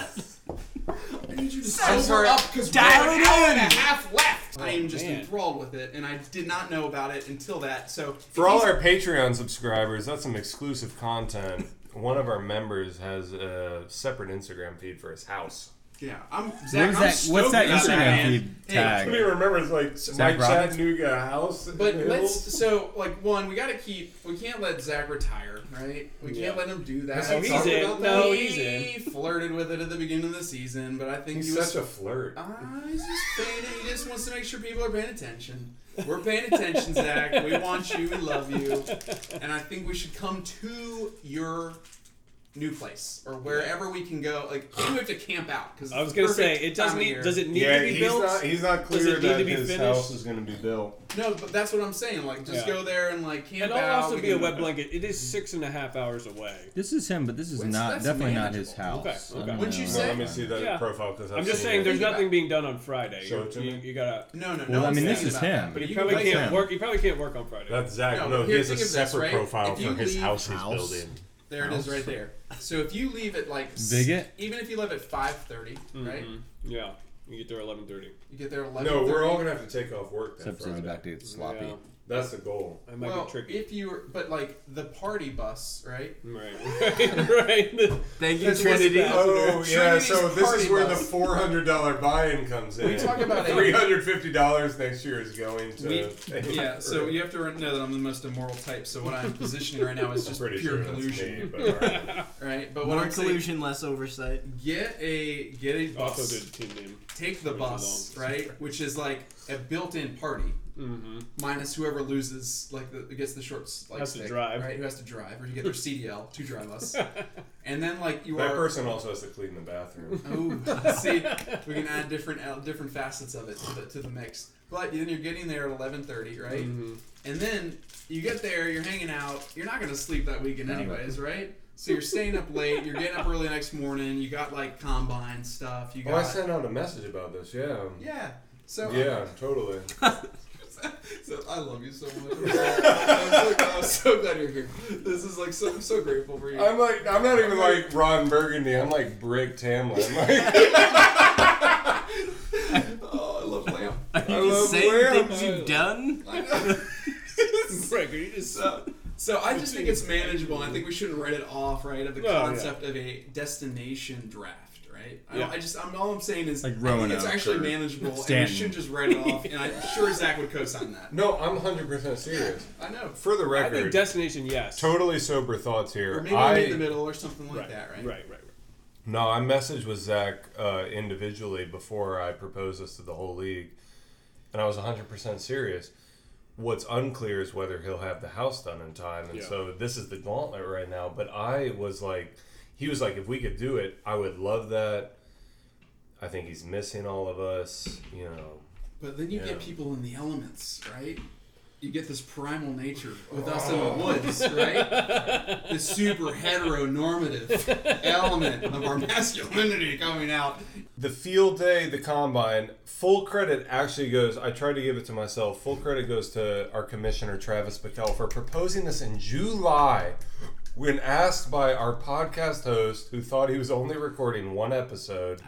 I need you to I'm sober sorry. up because we're Dial an it hour and in. a half left. Oh, I am just man. enthralled with it, and I did not know about it until that. So For all he's- our Patreon subscribers, that's some exclusive content. One of our members has a separate Instagram feed for his house. Yeah, I'm. What Zach, is I'm that- what's stoked that about Instagram man. feed Hey, tag? Let me remember, it's like Zach my Robbins? Chattanooga house. in But the let's hills. so like one, we gotta keep. We can't let Zach retire, right? We Yeah. can't let him do that. No, We he's talked in. about No, that. he's in. He flirted with it at the beginning of the season, but I think He's he was. such a flirt. Ah, he's just fading. He just wants to make sure people are paying attention. We're paying attention, Zach. We want you. We love you. And I think we should come to your new place or wherever we can go. Like you have to camp out because I was gonna say it doesn't need. Does it need yeah, to be he's built? not. He's not Does it clear need that to be his finished? house is going to be built. No, but that's what I'm saying. Like just Yeah. go there and like camp and out. I'll also We be a can- web blanket. It is six and a half hours away. This is him, but this is Wait, so not that's definitely not his manageable. house. Okay, I don't okay. Wouldn't you know. No, say- uh, let me see that Yeah. profile because I'm just saying, there's Think about nothing it. being done on Friday. Show You, it to you, me. you gotta. No, no, no. Well, I one's mean, this thinking is about that, him. But But if you you probably leave- can- can't him. work. You probably can't work on Friday. That's Zach. No, No, but he here, has a think of this, separate right? profile If you for his leave house he's house- building. there it is right there. So if you leave at like s- Bigot? even if you leave at five right? Mm-hmm. Yeah, you get there eleven thirty. You get there eleven. No, we're all gonna have to take off work. This That episode's Friday. about to get sloppy. Yeah, That's the goal. that might Well, be tricky. if you were, but like the party bus, right? Right, right, right. Thank you, That's Trinity. what's Oh yeah, Trinity's so this is party where the bus. four hundred dollar buy-in comes in. We talk about a- three hundred fifty dollars next year is going to. Yeah. So you have to know that I'm the most immoral type. So what I'm positioning right now is just pretty sure pure that's me, collusion, but all right. right? But what More I'm saying, collusion, less oversight. get a get a bus. Also, did team name. take the Which is bus, all- right? Which is like a built-in party, Mm-hmm. minus whoever loses, like the, who gets the shorts, like Has to stick, drive. right? Who has to drive, or you get their CDL to drive us, and then like you that are. person also has to clean the bathroom. Ooh, see, we can add different el- different facets of it to the, to the mix. But then you're getting there at 11:30, right? Mm-hmm. And then you get there, you're hanging out. You're not gonna sleep that weekend, anyways, right? So you're staying up late. You're getting up early the next morning. You got like combine stuff. You Oh, I got sent out a message about this. Yeah. yeah. So Yeah, totally. So, I love you so much. I'm so, glad- I'm so glad you're here. This is like so I'm so grateful for you. I'm like, I'm not even like Ron Burgundy. I'm like Brick Tamlin. I'm like, oh, I love Lamb. I You love say Lamb. things you've done? Right, you just So, so I just think it's manageable. and I think we shouldn't write it off, right? Of the Oh, yeah. concept of a destination draft, right? I, Yeah. don't- I just I'm all I'm saying is Like I think it's Roanoke actually or manageable, and Stanton. we shouldn't just write it off. And I'm sure Zach would co-sign that. No, I'm 100 percent serious. I know. For the I think record, destination yes. totally sober thoughts here. Or maybe I, in the middle or something like Right, that, right? right, right, right. No, I messaged with Zach uh, individually before I proposed this to the whole league, and I was 100% serious. What's unclear is whether he'll have the house done in time, and Yeah. so this is the gauntlet right now. But I was like, he was like, if we could do it, I would love that. I think he's missing all of us, you know. But then you Yeah. get people in the elements, right? you get this primal nature Oh. with us in the woods, right? the super heteronormative element of our masculinity coming out. The field day, the combine, full credit actually goes. I tried to give it to myself. Full credit goes to our commissioner, Travis Bickel, for proposing this in July when asked by our podcast host, who thought he was only recording one episode,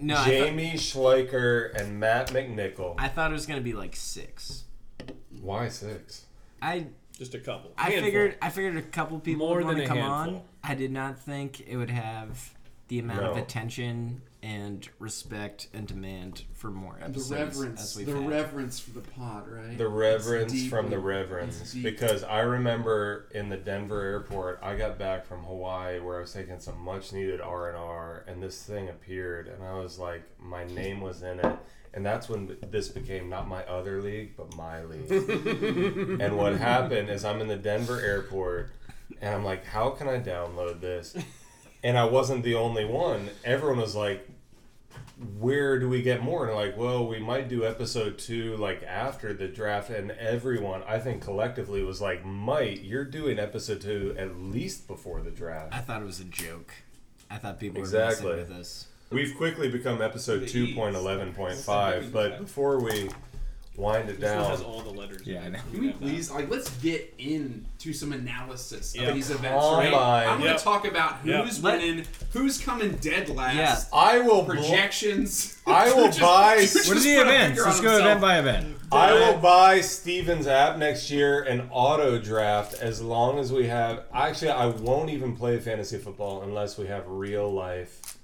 No, I, thought- Jamie Schleicher and Matt McNichol. I thought it was gonna be like six. Why six? I Just a couple. I Handful. figured I figured a couple people More would want to than a come handful. on. I did not think it would have the amount of No. attention and respect and demand for more The episodes reverence, as we've the had. reverence for the pod, right? The reverence It's from the deeply- it's reverence. deep. Because I remember in the Denver airport, I got back from Hawaii where I was taking some much needed R and R, and this thing appeared, and I was like, my name was in it, and that's when this became not my other league, but my league. and what happened is I'm in the Denver airport, and I'm like, how can I download this? And I wasn't the only one. Everyone was like, where do we get more? And like, well, we might do episode two like after the draft, and everyone I think collectively was like, Mike, you're doing episode two at least before the I draft. thought it was a joke. I thought people were Exactly. messing with us. We've quickly become episode two point eleven point five, but before we wind it This one has down, all the letters. Yeah, I know. Can we please, like, let's get into some analysis of Yeah. these events, right? Combine. I'm going Yep. to talk about Yep. who's Let- winning, who's coming dead Yeah. last, I will bl- projections. I will Just- buy- just What are the put a events? finger Let's on go himself. event by event. I will buy Steven's app next year and auto draft as long as we have. Actually, I won't even play fantasy football unless we have real life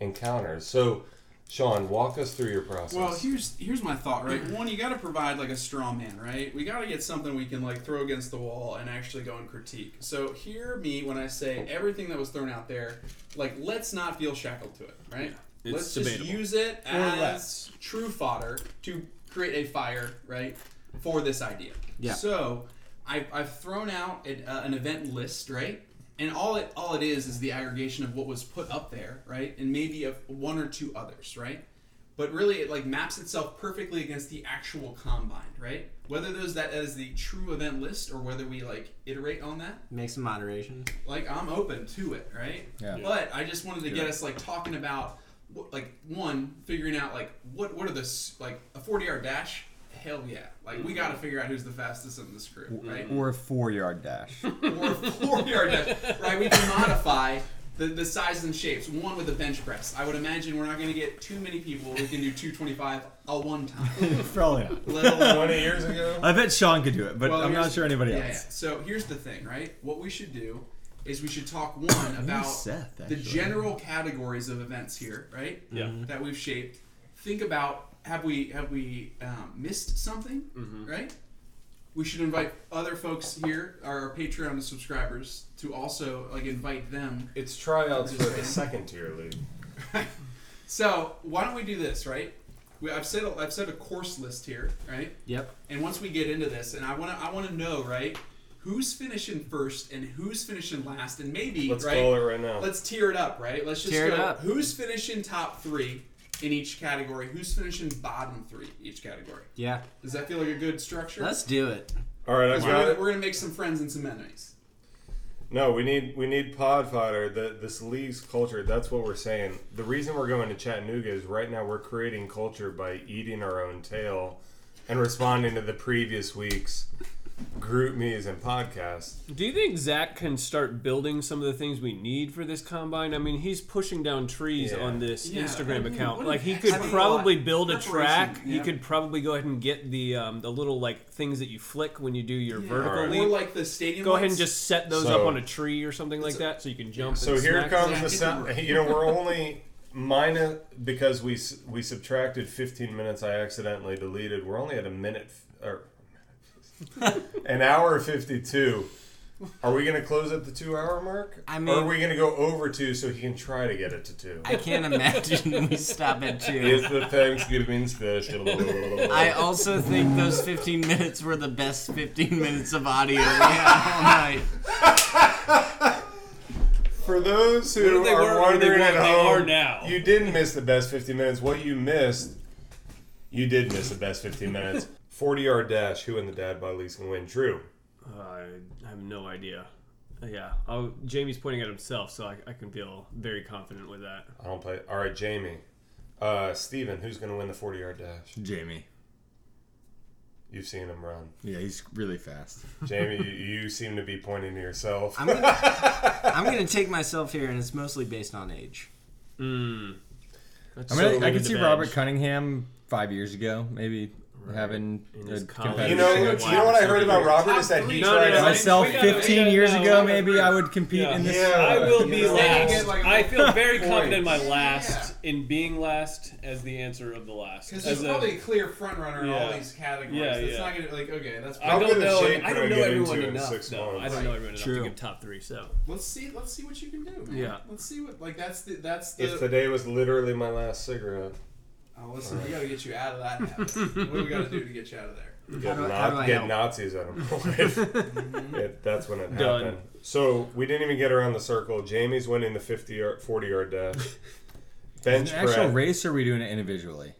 encounters. So, Sean, walk us through your process. Well, here's here's my thought, right? One, you got to provide like a straw man, right? We got to get something we can like throw against the wall and actually go and critique. So hear me when I say everything that was thrown out there, like let's not feel shackled to it, right? It's let's just debatable. use it as less. true fodder to create a fire, right, for this idea. Yeah. So I've, I've thrown out an, uh, an event list, right? And all it all it is is the aggregation of what was put up there, right? And maybe of one or two others, right? but really it like maps itself perfectly against the actual combine, right? Whether those that as the true event list or whether we like iterate on that, Make some moderation. like I'm open to it, right? Yeah. Yeah. But I just wanted to get us like talking about wh- like one figuring out like what what are the s- like a 40 yard dash. Hell yeah! Like we got to figure out who's the fastest in this crew, right? Or a four yard dash. or a four yard dash, right? We can modify the, the sizes and shapes. One with a bench press. I would imagine we're not going to get too many people who can do 225 a one time. Probably not. Let alone, twenty years ago. I bet Sean could do it, but well, I'm not here's- sure anybody yeah, else. yeah. So here's the thing, right? What we should do is we should talk one about Seth, the actually. general categories of events here, right? Yeah. Mm-hmm. That we've shaped. Think about have we have we um, missed something, Mm-hmm. right? we should invite other folks here, our Patreon subscribers, to also like invite them. It's tryouts for the second tier league. So why don't we do this, right? We, I've said a, I've said a course list here, right? Yep. And once we get into this, and I wanna I wanna know, right? Who's finishing first and who's finishing last, and maybe Let's right? call it right now. Let's tier it up, right? Let's just Tier it go. up. Who's finishing top three in each category? Who's finishing bottom three each category? Yeah. Does that feel like a good structure? Let's do it. All right, I we're, got gonna, it. we're gonna make some friends and some enemies. No, we need we need Podfodder. The this league's culture. That's what we're saying. The reason we're going to Chattanooga is right now we're creating culture by eating our own tail, and responding to the previous week's group me's and podcasts. Do you think Zach can start building some of the things we need for this combine? I mean, he's pushing down trees Yeah. on this Yeah, Instagram I mean, account. what Like an he could excellent probably thought. build a track. Preparation, He yeah. could probably go ahead and get the um, the little like things that you flick when you do your vertical Alright. leap. Or like the stadium. go ahead and lights. just set those So- up on a tree or something like that, so you can jump. So and here smack comes them. the sound. You know, we're only minus because we s- we subtracted 15 minutes. I accidentally deleted. We're only at a minute f- or an hour 52. Are we going to close at the two hour mark? I or are mean- we going to go over two so he can try to get it to two? I can't imagine we stop at two. It's the Thanksgiving special. I also think those 15 minutes were the best 15 minutes of audio we had all night. For those who Where they are were- where they wondering were- at they are home, now. you didn't miss the best 15 minutes. What you missed You did miss the best 15 minutes. 40 yard dash. Who in the dad bod leagues can win? Drew. I have no idea. Yeah, I'll, Jamie's pointing at himself, so I, I can feel very confident with that. I don't play. All right, Jamie. Uh, Steven, who's going to win the 40 yard dash? Jamie. You've seen him run. Yeah, he's really fast. Jamie, you, you seem to be pointing to yourself. I'm gonna, I'm gonna take myself here, and it's mostly based on age. Mm. I mean, I, I could see Robert Cunningham five years ago, maybe having In a his college. you competitive know, Wow. you know what I heard about Robert is that he No, tried no, no. out. myself We gotta- 15 we years gotta- ago, no, we gotta- maybe I would compete Yeah. in this. Yeah. I will be You know, last. get, like, I feel very points. confident in my Yeah. last in being last as the answer of the last. Because As there's a- probably a clear front runner in all Yeah. these categories. Yeah, it's yeah. not gonna like okay. That's I How don't good a know. shape I do I don't know get everyone into in enough. six though. I months? don't know everyone enough to True. give top three. So let's see let's see what you can do. Man. Yeah. let's see what like that's the that's the. If today was literally my last cigarette, oh, listen, we gotta get you out of that. Habit. what do we gotta do to get you out of there? get, do I- Na- how do I get help? Nazis at him. it, that's when it happened. Done. So we didn't even get around the circle. Jamie's winning the 50 yard, 40 yard dash. Bench An actual press. race, or are we doing it individually?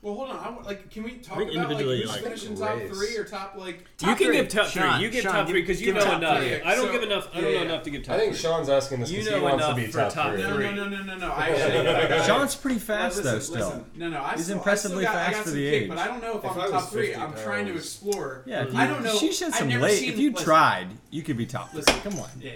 Well, hold on. I want, like, can we talk think about like individually, who's like, finishing top race. three or top like? you Top can three. give top Sean, three. You give Sean, top three give- because you give know top enough. three. I don't So- give enough. I don't yeah, know yeah. enough to give top I think three. Sean's asking this You because know he wants to enough be for top, top three. three. No, no, no, no, no, no. I actually, I got it. Sean's pretty fast Listen, though. Still, listen. no, no. I He's still, impressively I still got, I fast got for some the kick, age. But I don't know if, If I'm I was top three. 50 I'm trying to pounds. explore. yeah. If you, I don't know. She shed I've some never late. Seen, if you listen, tried, you could be top. three. Listen. Come on. yeah,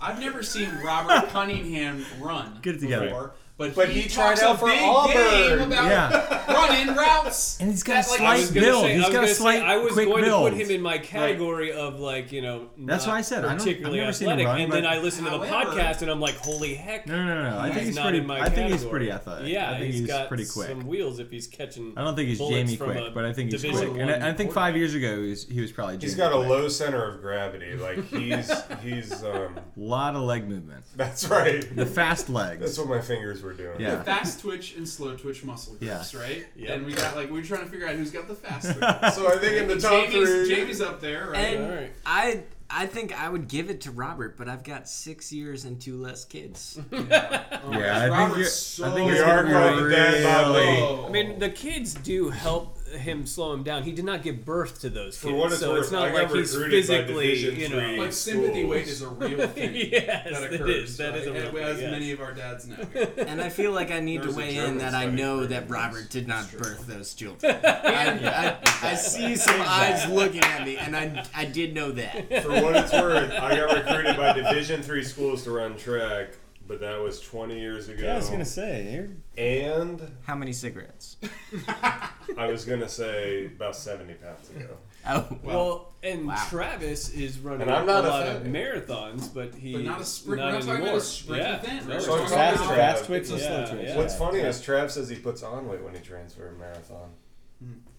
I've never seen Robert Cunningham run. Get it together. Before, but, But he, he tried talks out a for big Auburn. Game about Yeah. running routes. And he's got a That, like, I slight was gonna build. say- I he's was got a gonna slight say, I was quick going build. to put him in my category of like you know. That's not why I said, I don't- I've particularly never seen him athletic. run, and then but- I listened to the However- podcast and I'm like, holy heck. no, no, no, no. I he's think he's not pretty. in my I think he's category. pretty athletic. Yeah, I think he's got pretty quick. some wheels if he's catching. I don't think he's bullets Jamie from quick, a but I think he's Division quick. And One I, I think five years ago he was, he was probably. He's Jamie got a quick. low center of gravity. Like he's he's um lot of leg movement. that's right. The fast That's legs. what my fingers were doing. Yeah. Fast twitch and slow twitch muscle groups, right? Yep. And we got like we were trying to figure out who's got the fast. twitch. So I think in the top Jamie's, three Jamie's up there, right? And All right. I, I think I would give it to Robert, but I've got six years and two less kids. Yeah, I think, Oh, Robert's you're, so I think We it's are gonna be going real. dead bodily. Oh. I mean, the kids do help him slow him down. He did not give birth to those kids, For what it's so it's worth, I not got like he's recruited by physically, Division you know. three. But sympathy schools. weight is a real thing. Yes, that it occurs. is. That is a right? real thing, As yes. many of our dads know. And I feel like I need to There's a weigh German in that I study know proving that this. Robert did not birth those children. I, I, I see some eyes looking at me, and I, I did know that. For what it's worth, I got recruited by Division three schools to run track, but that was 20 years ago. Yeah, I was gonna say. You're, and How many cigarettes? I was gonna say about 70 pounds ago. Oh, Well, and Wow. Travis is running And I'm not a a lot of fan. marathons, but he But not a sprint. Not We're not talking about a anymore. sprint yeah. event. No, We're it's talking not. about- fast, fast twitch and slow Yeah, twitch. yeah. What's funny is Trav says he puts on weight when he trains for a marathon.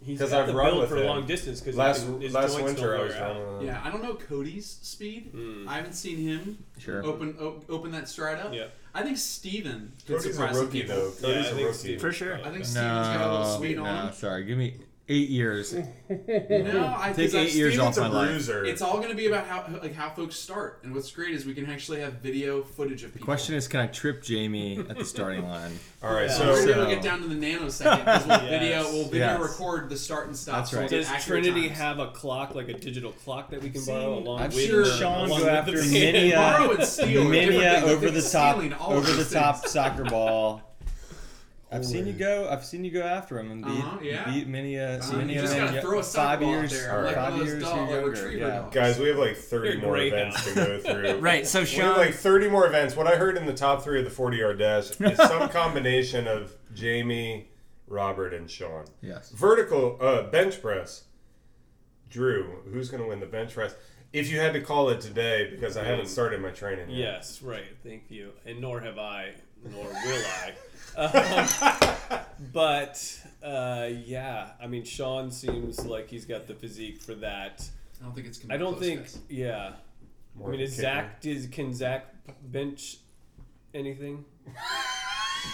He's 'Cause got I've the run build with for him. long distance because Last his last joints winter don't I wear was out. running. on- Yeah, I don't know Cody's speed. I haven't seen him Sure. open o- open that stride up. Hmm. Yeah. I think Steven could Cody's a surprise some rookie people. though. Yeah, I Cody's think a rookie. Steve- For sure. I think Steven's got a little No, sweet no, on. sorry. Give me eight years. him. No, I Take think I- eight years Steven's off my a life. bruiser. It's all going to be about how like how folks start, and what's great is we can actually have video footage of people. Question is, can I trip Jamie at the starting line? all right, We're so uh, going to get down to the nanosecond because we'll video we'll video uh, Yes. record the start and stop. That's so we'll right. get Does accurate Trinity times. have a clock, like a digital clock that we can I've borrow seen- along I've with? seen the- Sean along go with after the band? many, uh, Borrow and steal. are different Minya things. Like, over they're the top, stealing all over of the these top things. soccer ball. I've seen you go. I've seen you go after him and beat, Uh-huh, yeah. beat many a Uh, you just gotta throw a five soccer ball years, out there, like five one of those years dog- you're like younger. retriever yeah. dogs. guys, we have like 30 You're more great events now. to go through. Right, so We have Sean. like 30 more events. What I heard in the top three of the 40 yard dash is some combination of Jamie, Robert, and Sean. Yes. Vertical uh, bench press. Drew, who's going to win the bench press? If you had to call it today, because I haven't started my training yet. Yes, right. Thank you. And nor have I, nor will I. Um, but uh, yeah, I mean, Sean seems like he's got the physique for that. I don't think it's. Gonna I be don't close, think. guys. Yeah. I More mean, is kicker. Zach? Does, can Zach bench anything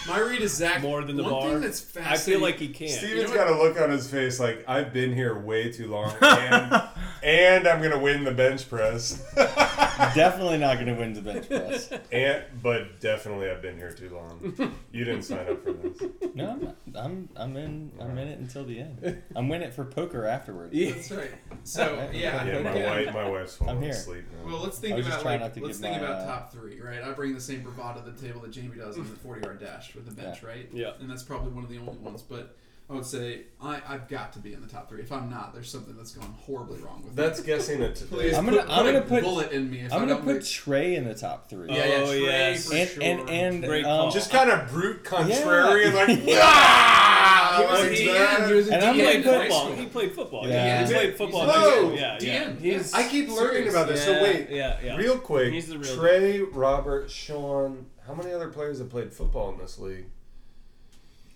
My read is Zach. more than the one bar? thing that's I feel fascinating. like he can. Steven's You know got a look on his face like, I've been here way too long. And and I'm gonna win the bench press. Definitely not going to win the bench press. and but definitely, I've been here too long. You didn't sign up for this. No, I'm, not. I'm I'm in I'm in it until the end. I'm in it for poker afterwards. That's right. So yeah, Yeah, my yeah. wife, my wife's falling I'm here. asleep now. Well, let's I think was just about trying like not to let's give think my, about uh, top three, right? I bring the same bravado to the table that Jamie does in the forty yard dash with the bench, right? Yeah. And that's probably one of the only ones, but. I would say I, I've got to be in the top three. If I'm not, there's something that's gone horribly wrong with me. That's guessing it today. Please I'm gonna- put, I'm put gonna a put- bullet in me. If I'm I going don't to put make- Trey in the top three. yeah, yeah, Oh, Trey yes. for and, sure. and and Great um, call. Just kind of brute contrarian, Yeah. like yeah. He Oh, was a DN. He was a And DN. I'm He played Yeah. football. He played football. Yeah. He played football. Whoa. Yeah, yeah. DN. He's- I keep learning about this. Yeah, so wait, yeah, yeah. real quick, He's the real Trey, Robert, Sean. How many other players have played football in this league?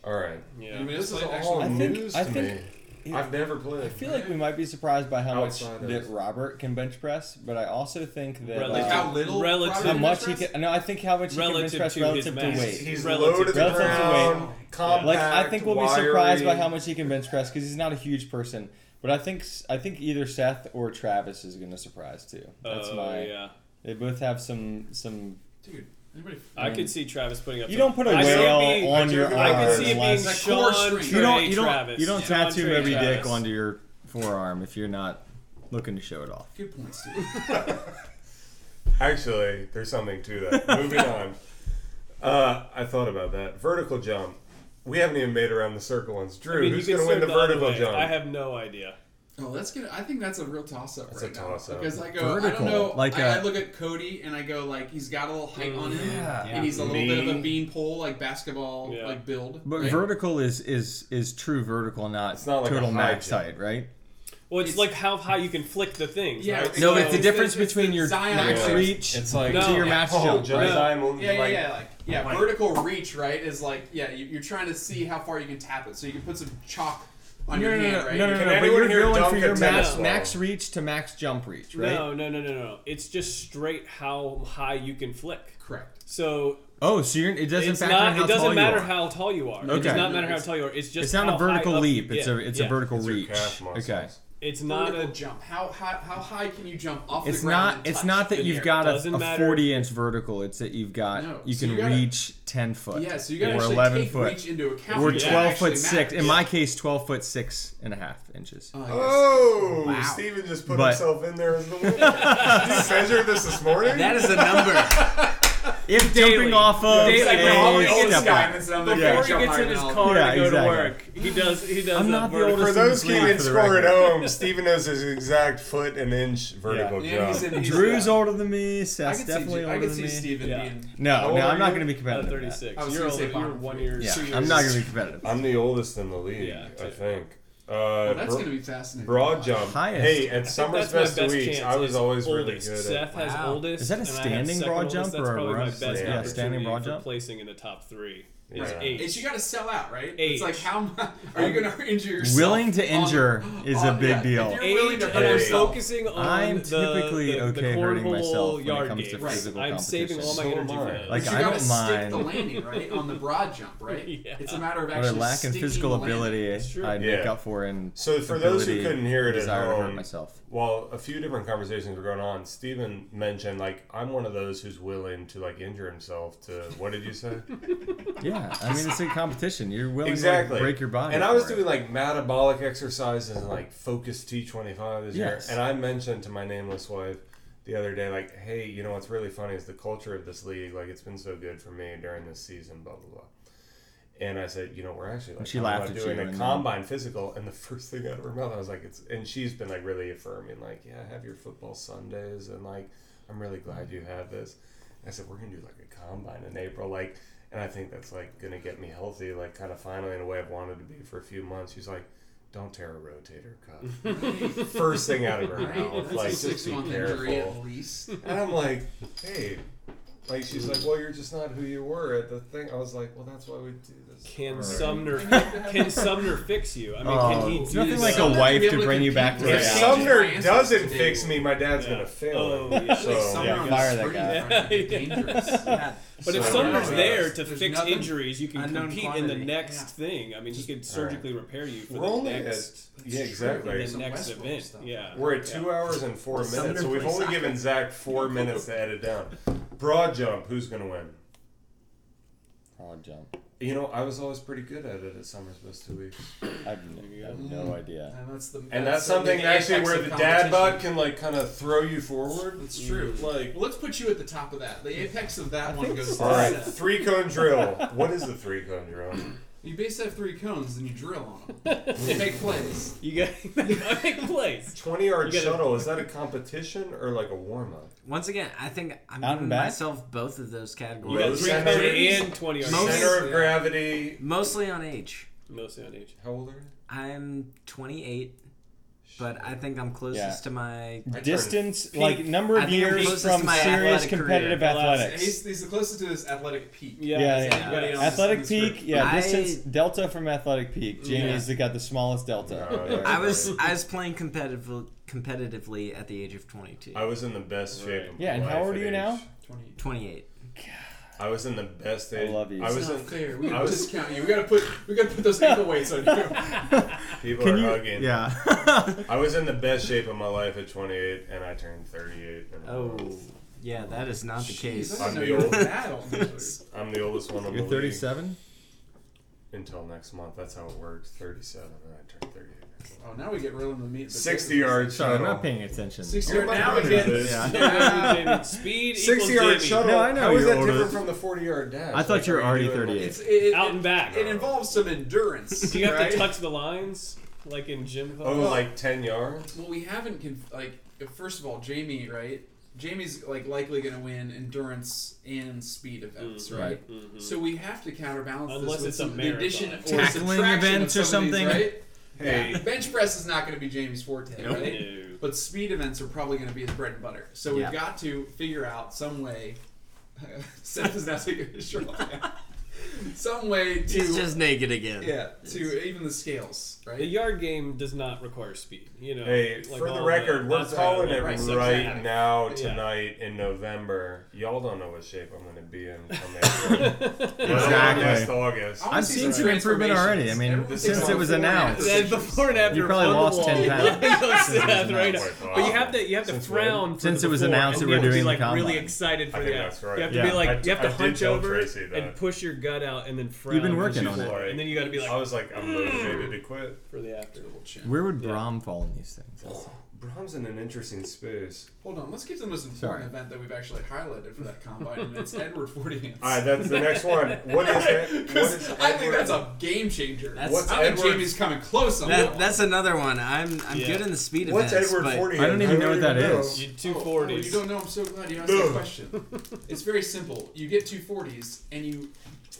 All right, Yeah. Anybody this else is play- all actually- I think- news I to think- me. yeah. I've never played. I feel like we might be surprised by how much Outsiders. that Robert can bench press, but I also think that Relative. Like uh, how little Relative- Robert how much he Bench press? can. No, I think how much Relative he can bench press to his relative to mass. weight. he's relative- low to the relative to ground, compact, Like I think we'll be wiry. surprised by how much he can bench press because he's not a huge person. But I think I think either Seth or Travis is going to surprise too. That's Oh, my. yeah. They both have some some. Dude, anybody I could see Travis putting up. Um, You some- don't put a I see it whale being- on your I could arm see it being unless- It's a core Sean string. Trey, you don't you Travis. don't you don't Sean tattoo Trey, every dick Travis. onto your forearm if you're not looking to show it off. Good points, dude. Actually, there's something to that. Moving on. Uh, I thought about that vertical jump. We haven't even made around the circle once. Drew, I mean, who's you going can to win the start other vertical way. jump? I have no idea. Oh, that's good. I think that's a real toss-up That's right a toss-up. now. Because I go, Vertical, I don't know. like I a- I look at Cody and I go, like, he's got a little height on him, Yeah. and he's a little bit of a Me. bean pole, like basketball, Yeah. like build. But right? vertical is is is true vertical, not, It's not like a total high max jump. height, right? Well, it's, It's- like how high you can flick the things. yeah, right? it's No, like- it's the it's difference it's between your Zion max Williamson. reach It's like No. to your max oh, jump. John right? Simon, Yeah, yeah, like, yeah, like yeah, vertical reach, right? Is like yeah, you, you're trying to see how far you can tap it, so you can put some chalk on your hand, right? You can- no, but anyone you're here going going dunk for for a your your tennis max, max- ball? max reach to max jump reach, right? No, no, no, no, no. It's just straight how high you can flick. Correct. So Oh, so you're, it doesn't it's factor in not. how It tall doesn't matter you are. how tall you are. It Okay. does not matter how tall you are. It's just. it's not how high a vertical up- leap. It's yeah, a it's yeah. a vertical It's your reach. calf muscles. Okay. It's not Vertical a. jump. How, how how high can you jump off It's the ground? not and it's touch not that in the you've air? got a, Doesn't a matter. 40 inch vertical. It's that you've got No, you so can you gotta- reach 10 foot. Yeah, so you gotta or actually 11 take foot reach into account. for or that 12 actually foot six. In matters. my case, 12 foot six and a half inches. Oh, yes. Oh, Wow. Steven just put But- himself in there as the winner. Did you measure this this morning? That is a number. if daily. jumping off of Daily. a Like the All the It's old guy step back. that's down there, Before yeah. he gets in his car Yeah, to go exactly. to work, he does. He does. I'm a not the vertical- for oldest- those who Leave can for the score at record. home, Steven knows his exact foot and inch vertical Yeah, he's jump. in- he's- Drew's yeah. older than me. I Seth's could see, definitely I older could than see me. Steven Yeah. being. How No, old no, are I'm not you? going to Uh, be competitive. at that. Thirty-six. I was You're, gonna old, say you're Bob. one year. Yeah, two years. I'm not going to be competitive. I'm the oldest in the league, Yeah, I too. think. Uh, Well, that's bro- gonna be fascinating. broad jump. Highest. Hey, at I think Summer's that's my Best, best Weeks, chance I was is always oldest. really good at Seth has Wow. oldest. Is that a and I have standing second broad oldest. jump That's or a probably my run? best Yeah, opportunity standing broad for jump? placing in the top three. Yeah. It's eight. It's you got to sell out, right? Age. It's like how mu- are you going to injure yourself? Willing to on- injure is a on- big yeah, if deal. you're Age willing to hurt and I'm yourself. focusing on I'm the- typically the, the, okay hurting cornhole myself when it yard comes to game. physical I'm saving all my competition. energy So am for I. that. Like, But you I gotta don't stick the mind. landing right on the broad jump, right? Yeah. It's a matter of What I actually lack in sticking physical the landing. ability, It's true. I make Yeah. up for in So for those who ability, couldn't hear it at desire to home, hurt myself. While a few different conversations were going on, Steven mentioned like I'm one of those who's willing to like injure himself to what did you say? Yeah, I mean it's a competition. You're willing exactly. to like, break your body. And I was for it. doing like metabolic exercises and like focus T25 this Yes. year. And I mentioned to my nameless wife the other day like, hey, you know what's really funny is the culture of this league. Like it's been so good for me during this season. Blah blah blah. And I said, you know, we're actually like she talking laughed about at doing you a and then- combine physical, and the first thing out of her mouth, I was like, it's. And she's been like really affirming, like, yeah, have your football Sundays, and like, I'm really glad you have this. And I said, we're gonna do like a combine in April, like, and I think that's like gonna get me healthy, like, kind of finally in a way I've wanted to be for a few months. She's like, don't tear a rotator cuff. first thing out of her Right? mouth, That's like, a just be six-month injury at careful. least. And I'm like, hey, Like she's like, well, you're just not who you were at the thing. I was like, well, that's why we do this. Can Or- Sumner can Sumner fix you? I mean, can he do it's Oh, nothing this? like a Sumner wife be to able to bring you back to compete If Yeah. reality. Sumner Yeah. doesn't Yeah. fix me, my dad's gonna fail. Oh, yeah. So, Like Sumner yeah, on fire the that guy. screen is fucking dangerous. Yeah. But if So- Sumner's Yeah. there to There's fix nothing- injuries, you can unknown compete in the quantity. next Yeah. thing. I mean, he could surgically repair you for We're only the at next yeah, the exactly. There's some next Westworld event. stuff. Yeah, We're at two hours and four Sumner minutes, so we've plays only soccer. given Zach four minutes to edit down. Broad jump, who's gonna win? Broad jump. You know, I was always pretty good at it at Summersville two weeks, I have, n- I have no idea. And that's the and that's the- something the actually apex where of the dad Mm. bod competition. can like kind of throw you forward. That's true. Like, Well, let's put you at the top of that. The apex of that one goes. all to right, Seth. three cone drill. What is the three cone drill? You basically have three cones and you drill on them. you make plays. you got make plays. Twenty yard You gotta- shuttle. Is that a competition or like a warm up? Once again, I think I'm Out and giving back? myself both of those You categories. got Rose three center. hundred and twenty yards. Most- Center of Yeah. gravity. Mostly on age. mostly on each. How old are you? I'm 28, but I think I'm closest Yeah. to my. turned Distance, peak. like number I of think I'm years closest from to my serious athletic competitive career. athletics. He's, he's the closest to his athletic peak. Yeah, Yeah, it's- yeah. Anybody it's- else Athletic in this group? peak, yeah. I- Distance delta from athletic peak. Jamie's that got the smallest delta. Oh, yeah. I was I was playing competitive, competitively at the age of 22. I was in the best shape. Of my Yeah, and how life old at are you age- now? 28. 28. I was in the best age. love you. I was It's not in. fair. We I was- discount you. We gotta put we gotta put those ankle weights on you. People are hugging. Yeah. I was in the best shape of my life at 28, and I turned 38. And Oh, yeah, that is not the Jeez, case. I I'm didn't know the you were old- that old. That's I'm the oldest one on You're the league 37? until next month. That's how it works. 37, and I turned 38. Oh, now we get real in the meat. 60 yard Sorry, I'm shuttle. not paying attention. 60 You're yard my now brother. again. Yeah. Yeah, Jamie. Speed 60 60 yard equals Jamie. shuttle. No, I know How is you're that older. different from the 40 yard dash? I thought you were are already doing, like, 38. It's it, it, Out and back. It involves some endurance. Do you have right? to touch the lines like in gym class? Oh, like 10 yards? Well, we haven't conf- like first of all, Jamie, right? Jamie's like likely going to win endurance and speed events, right? So we have to counterbalance Mm-hmm. this Unless with it's a some, the marathon. addition or Tackling subtraction events of or some of these, something? right? Hey. Yeah, bench press is not going to be Jamie's forte, right? No. But speed events are probably going to be his bread and butter. So we've Yeah. got to figure out some way. Seth is now taking his shirt off. some way to He's just naked again. yeah to even the scales, right? The yard game does not require speed. You know, Hey, like for the all record, we're that's calling right, it right, right, so exactly. now, Yeah. tonight, in November. Y'all don't know what shape I'm going to be in come April. Exactly. Last August. I wanna I've see seen some some improvement transformations. already. I mean, Everyone since takes it on was four and a half announced. Then decisions. before and after, You probably on the lost wall. 10 pounds. Yo, Seth, right? Oh my God. But you have to you have to Since frown for Since the it was before, announced and that you have we're to doing be like the really combine. excited for I that. think that's right. You have to Yeah. be like I- you have to I did hunch tell over Tracy that. and push your gut out and then frown. You've been as working you on it. fly. and then you got to be I like was Oh, like, I'm motivated to quit. for the after. Where would Brom fall in these things? Brahms in an interesting space. Hold on, let's get to the most important event that we've actually highlighted for that combine, and it's Edward Forty Hands. All right, that's the next one. What is that? What is I think Edward- that's a game changer. That's- What's I think Edward- Jamie's coming close on That, that. that's another one. I'm I'm Yeah. good in the speed What's events. Edward but Forty? I don't even know what that even is. know. You two Oh, oh, you forties. don't know. I'm so glad you asked No. that question. It's very simple. You get two 40s, and you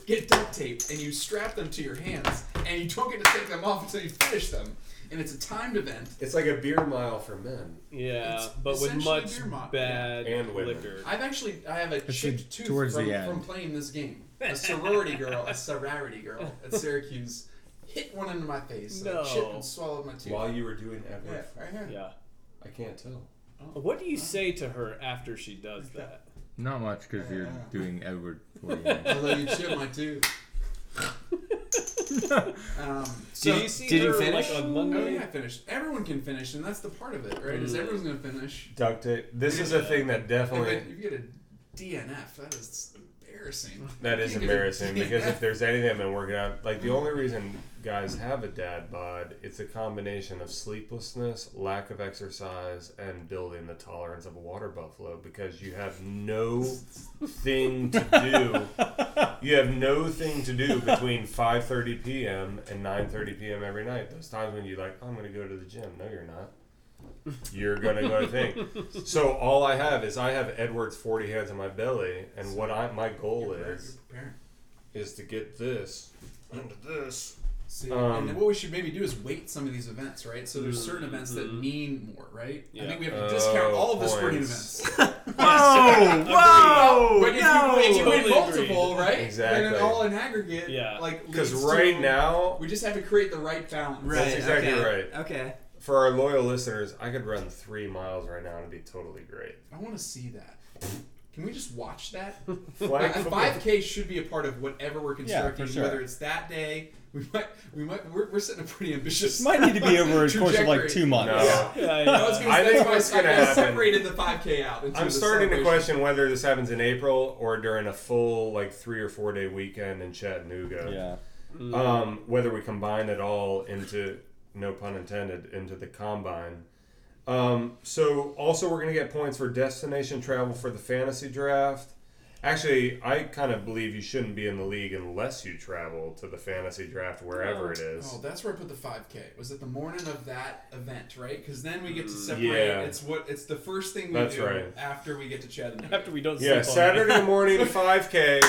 get duct tape, and you strap them to your hands, and you don't get to take them off until you finish them. And it's a timed event. It's like a beer mile for men. Yeah, It's but with essentially much beer mop, bad yeah. And women. liquor. I've actually I have a should- chipped tooth towards from, the end. from playing this game. A sorority girl, a sorority girl at Syracuse hit one into my face. And I No. chipped and swallowed my tooth. While you were doing Edward, yeah, right here. Yeah. I can't tell. What do you say to her after she does that? Not much because you're doing Edward. Although you chipped my tooth. um, so, Did you see did you her finish? like on oh Monday? yeah, I finished. Everyone can finish, and that's the part of it, right? Is Mm. everyone's gonna finish? Duct tape. This is a thing that And definitely then you get a DNF. That is embarrassing. that is You get a embarrassing because DNF. if there's anything I've been working on, like the only reason guys have a dad bod, it's a combination of sleeplessness, lack of exercise, and building the tolerance of a water buffalo because you have no thing to do. You have no thing to do between 5:30 p.m. and 9:30 p.m. every night. Those times when you're like, I'm going to go to the gym. No, you're not. You're gonna go to thing. So all I have is I have Edward's forty hands in my belly, and what I my goal You're is prepared. is to get this into this See, Um, Mm, and then what we should maybe do is weight some of these events, right? So there's certain events that mean more, right? I think we have to discount Oh, all of the sporting points. events. Oh, Whoa! But Whoa! if you, if you win Totally multiple, right? And Exactly. then all in aggregate, Yeah. like Because leads right to- now, we just have to create the right balance. Right. That's exactly okay. right. Okay. for our loyal listeners, I could run three miles right now and it'd be totally great. I want to see that. Can we just watch that? Flag Uh, football. 5K should be a part of whatever we're constructing, sure. whether it's that day. We might, we might, we're, we're setting a pretty ambitious. Might need to be over a course of like trajectory. two months. No. Yeah, I was gonna I say, think that's why what's I- I gonna kinda happen- separated the 5K out. into I'm the starting to celebration. question whether this happens in April or during a full like three or four day weekend in Chattanooga. Yeah. Um, whether we combine it all into no pun intended into the combine. Um, so also we're gonna get points for destination travel for the fantasy draft. Actually, I kind of believe you shouldn't be in the league unless you travel to the fantasy draft wherever it is. Oh, that's where I put the 5K. Was it the morning of that event, right? Because then we get to separate. Mm, yeah. It's what it's the first thing we That's do right. after we get to Chattanooga. after we don't. Yeah, sleep on Saturday morning 5K.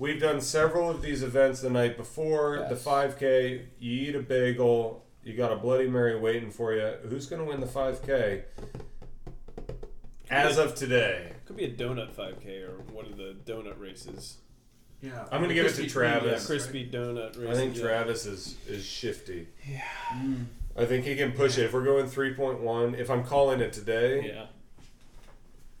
We've done several of these events the night before. The Yes. 5K, you eat a bagel, you got a Bloody Mary waiting for you. Who's going to win the 5K? As of today, it. Could be a donut 5K or one of the donut races. yeah, I'm gonna give it to Krispy Kreme, Travis. yeah, Oh, Crispy donut race. I think yeah. Travis is, is shifty. Yeah. I think he can push it. If we're going 3.1, if I'm calling it today, Yeah.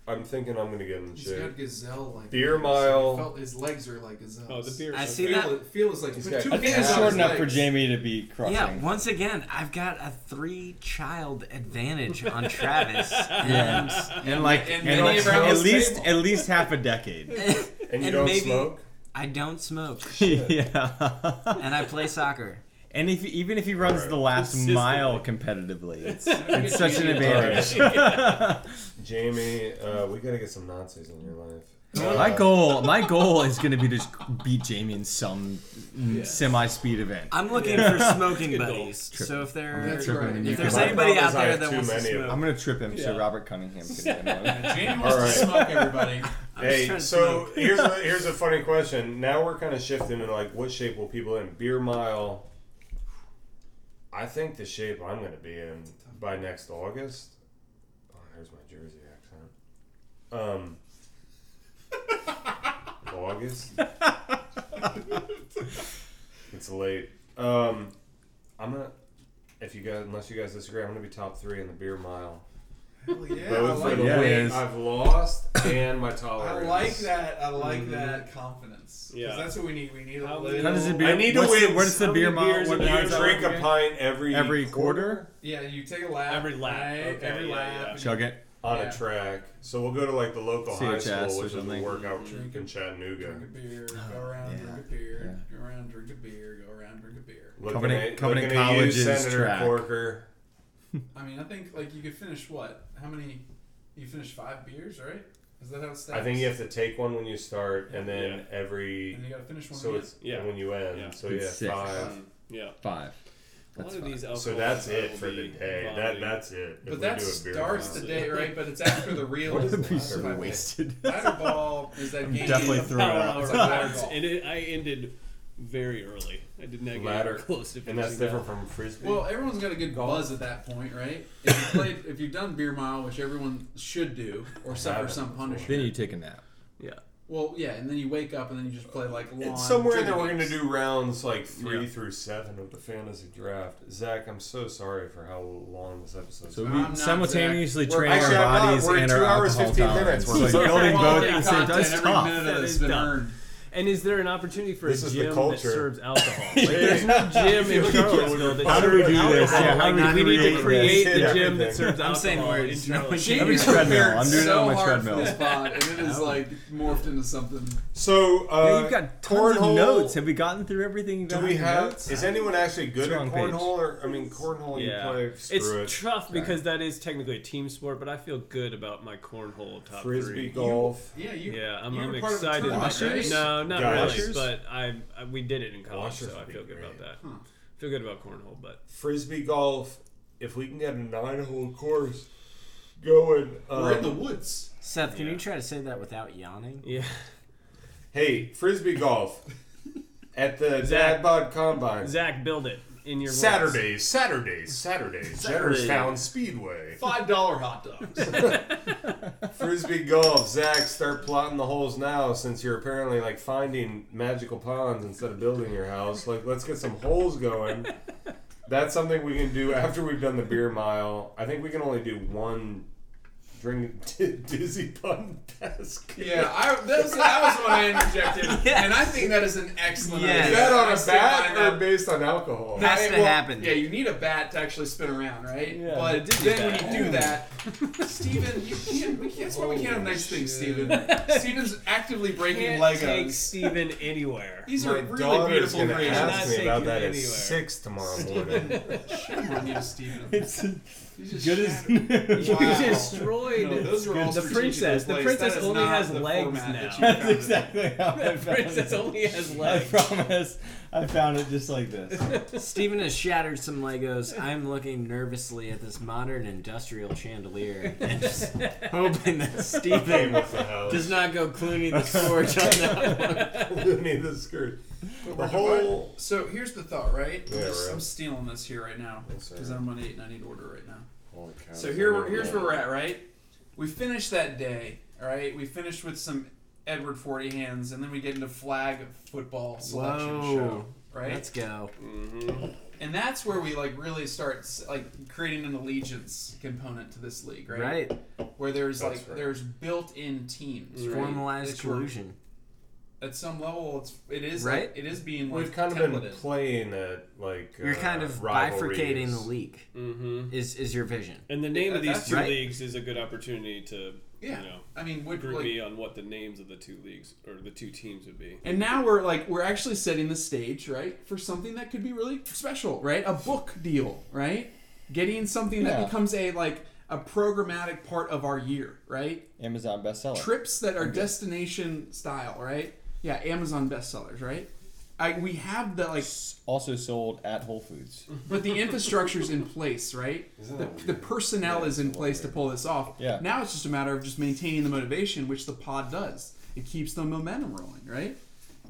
I'm thinking I'm going to get in He's got shape. gazelle like Beer legs. mile. I Felt his legs are like gazelles. Oh, the beer. I is see okay. that. Feel, it- feel is like He's put got two I I think hands it's on short his enough for legs. Jamie to be crushing. Yeah, once again, I've got a three child advantage on Travis. And, And like And many and like, of our at own least stable. at least half a decade. And you and don't maybe- smoke? I don't smoke. yeah. And I play soccer. And if even if he runs the last mile competitively, it's, it's such an advantage. Jamie, uh, we got to get some Nazis in your life. my goal, my goal is going to be to just beat Jamie in some semi-speed event. I'm looking for smoking buddies. So if there, That's if right. If there's My anybody problem out is I there have that too wants to many of smoke, them. I'm going to trip him so Yeah. Robert Cunningham can get in on. Jamie wants All right. to smoke everybody. trying Hey, to so smoke. here's a, here's a funny question. Now we're kind of shifting to like what shape will people in beer mile. I think the shape I'm going to be in by next August. Oh, here's my Jersey accent. Um, August. it's late. Um, I'm gonna. If you guys, unless you guys disagree, I'm gonna be top three in the beer mile. Hell yeah, I Both for like the that. Yeah, it weight is. I've lost and my I tolerance. like that. I like that confidence. 'Cause Yeah. that's what we need. We need a How little. How does it be? I need to what's the- win What's the so beer many mile? beers What in You a is that? drink a again? pint every Every quarter? Yeah, you take a lap. Every lap, Right? okay, Every yeah, lap. yeah. and Chug it. on Yeah. a track. So we'll go to like the local high CHS school, or which is the something. workout Drink troop in a- Drink a Chattanooga. beer. Go around, drink a beer. yeah. Go around, drink a beer. Go around, drink a beer. Looking Covenant- at- Covenant looking at you, College's Senator track. Corker. I mean, I think like you could finish what? How many? You finished five beers, right? Is that how it stacks? I think you have to take one when you start, and then Yeah. every And you gotta finish one. so again. it's Yeah. when you end. Yeah. So It's yeah, six. five. Yeah. A lot Five. That's of fine. these So alcohols that's I it will for the be day. That vomiting. that's it. If but we that do a beer starts mile. the day, right? But it's after the real. is That'd the be last so five days. wasted. Ladder ball is that game. Definitely of- throw it out. It's Hour like ladder hours. ball. and it, I ended very early. I did not get Ladder. close to and that's finishing different that. from frisbee. Well, everyone's got a good buzz at that point, right? If you played, if you've done beer mile, which everyone should do, or suffer haven't some before. punishment. Then you take a nap. Well, yeah, and then you wake up and then you just play like lawn. It's somewhere in trivia there we're going to games. do rounds like three through seven of the fantasy draft. Zach, I'm so sorry for how long this episode. So is. we I'm not simultaneously We're- train actually, our I'm not. bodies We're and two our hours, alcohol 15 tolerance. minutes. We're like- We're building both Quality at the same content, time. It's every minute tough. of That it has is been tough. earned. And is there an opportunity for This a is the gym that culture. serves alcohol? Like, there's no gym in Charlottesville that How do we do serves this? alcohol. Yeah, how do we Like, we need to create create this? the Yeah, gym everything. that serves alcohol. I'm saying in words. No one Charlottesville. cares. Jamie's treadmill. prepared I'm doing it on so my hard for treadmill. this pod, and it is like morphed into something. So uh, Yeah, you've got tons cornhole- of notes. Have we gotten through everything? you've Do got we in your have? notes? Is anyone actually good at Wrong page. cornhole? Or I mean, cornhole Yeah. you play. It's Screw it. tough because that is technically a team sport, but I feel good about my cornhole top Frisbee three. golf. Yeah, you. Yeah, I'm, you I'm were part of a excited. tournament, about right? No, not Washers? really, but I, I we did it in college, Washers so I would be feel good about great. that. Feel good about cornhole, but Frisbee golf. If we can get a nine-hole course going, um, We're in the woods. Seth, can Yeah. you try to say that without yawning? yeah, hey, frisbee golf. at the Zach- Dad Bod Combine. Zach, build it in your voice. Saturdays, Saturdays, Saturdays, Saturday. Jennerstown Speedway. Five dollar hot dogs. Frisbee golf, Zach, start plotting the holes now since you're apparently like finding magical ponds instead of building your house. Like, let's get some holes going. That's something we can do after we've done the beer mile. I think we can only do one drink dizzy pun task. yeah, I, that, was, that was what I interjected, and I think that is an excellent. Yes. Is idea. that on I a still bat find or that- based on alcohol? That Has ain't- to happen. Yeah, you need a bat to actually spin around, right? Yeah, but the dizzy then bat. when you do that, Steven, you can't, we can't, that's why we can't have nice things, Steven. Steven's actively breaking Can't take Legos. Steven anywhere. These My are really daughter's beautiful gonna Not ask creations. me about taking that you at anywhere. six tomorrow morning. Shame on you, Steven. It's as He's just good as shattered. You Wow. destroyed No, those are all the strategically princess. The placed. princess That is only not has the legs format now. that you That's found. exactly how I The found princess it. only has I legs. promise. I found it just like this. Steven has shattered some Legos. I'm looking nervously at this modern industrial chandelier and just hoping that Came Steven with the house. does not go Clooney the Scourge on that one. Looney the skirt. But The we're whole- divided. So here's the thought, right? Yeah, I'm, just- right. I'm stealing this here right now Yes, sir. because I'm on eight and I need order right now. Holy cow. So here, we're, here's where we're at, right? We finished that day, all right? We finished with some Edward Forty Hands, and then we get into flag football selection Whoa. show, right? Let's go. and that's where we like really start s- like creating an allegiance component to this league, right? Right. Where there's That's like right. there's built-in teams, right? Formalized That you're- collusion. At some level, it's it is Right? Like, it is being like, We've kind of been templated. playing at like You're uh, kind of rivalries. bifurcating the league. Mm-hmm. Is is your vision? And the name of these That's two right. leagues is a good opportunity to yeah. you know I mean, would group like, E. me on what the names of the two leagues or the two teams would be. And now we're like we're actually setting the stage, right, for something that could be really special, right? A book deal, right? Getting something that Yeah. becomes a like a programmatic part of our year, right? Amazon bestseller. Trips that are destination style, right? Yeah, Amazon bestsellers, right? I, we have the like, Also sold at Whole Foods. but the infrastructure's in place, right? Isn't The, that the weird? personnel is in place to pull this off. Yeah. Now it's just a matter of just maintaining the motivation, which the pod does. It keeps the momentum rolling, right?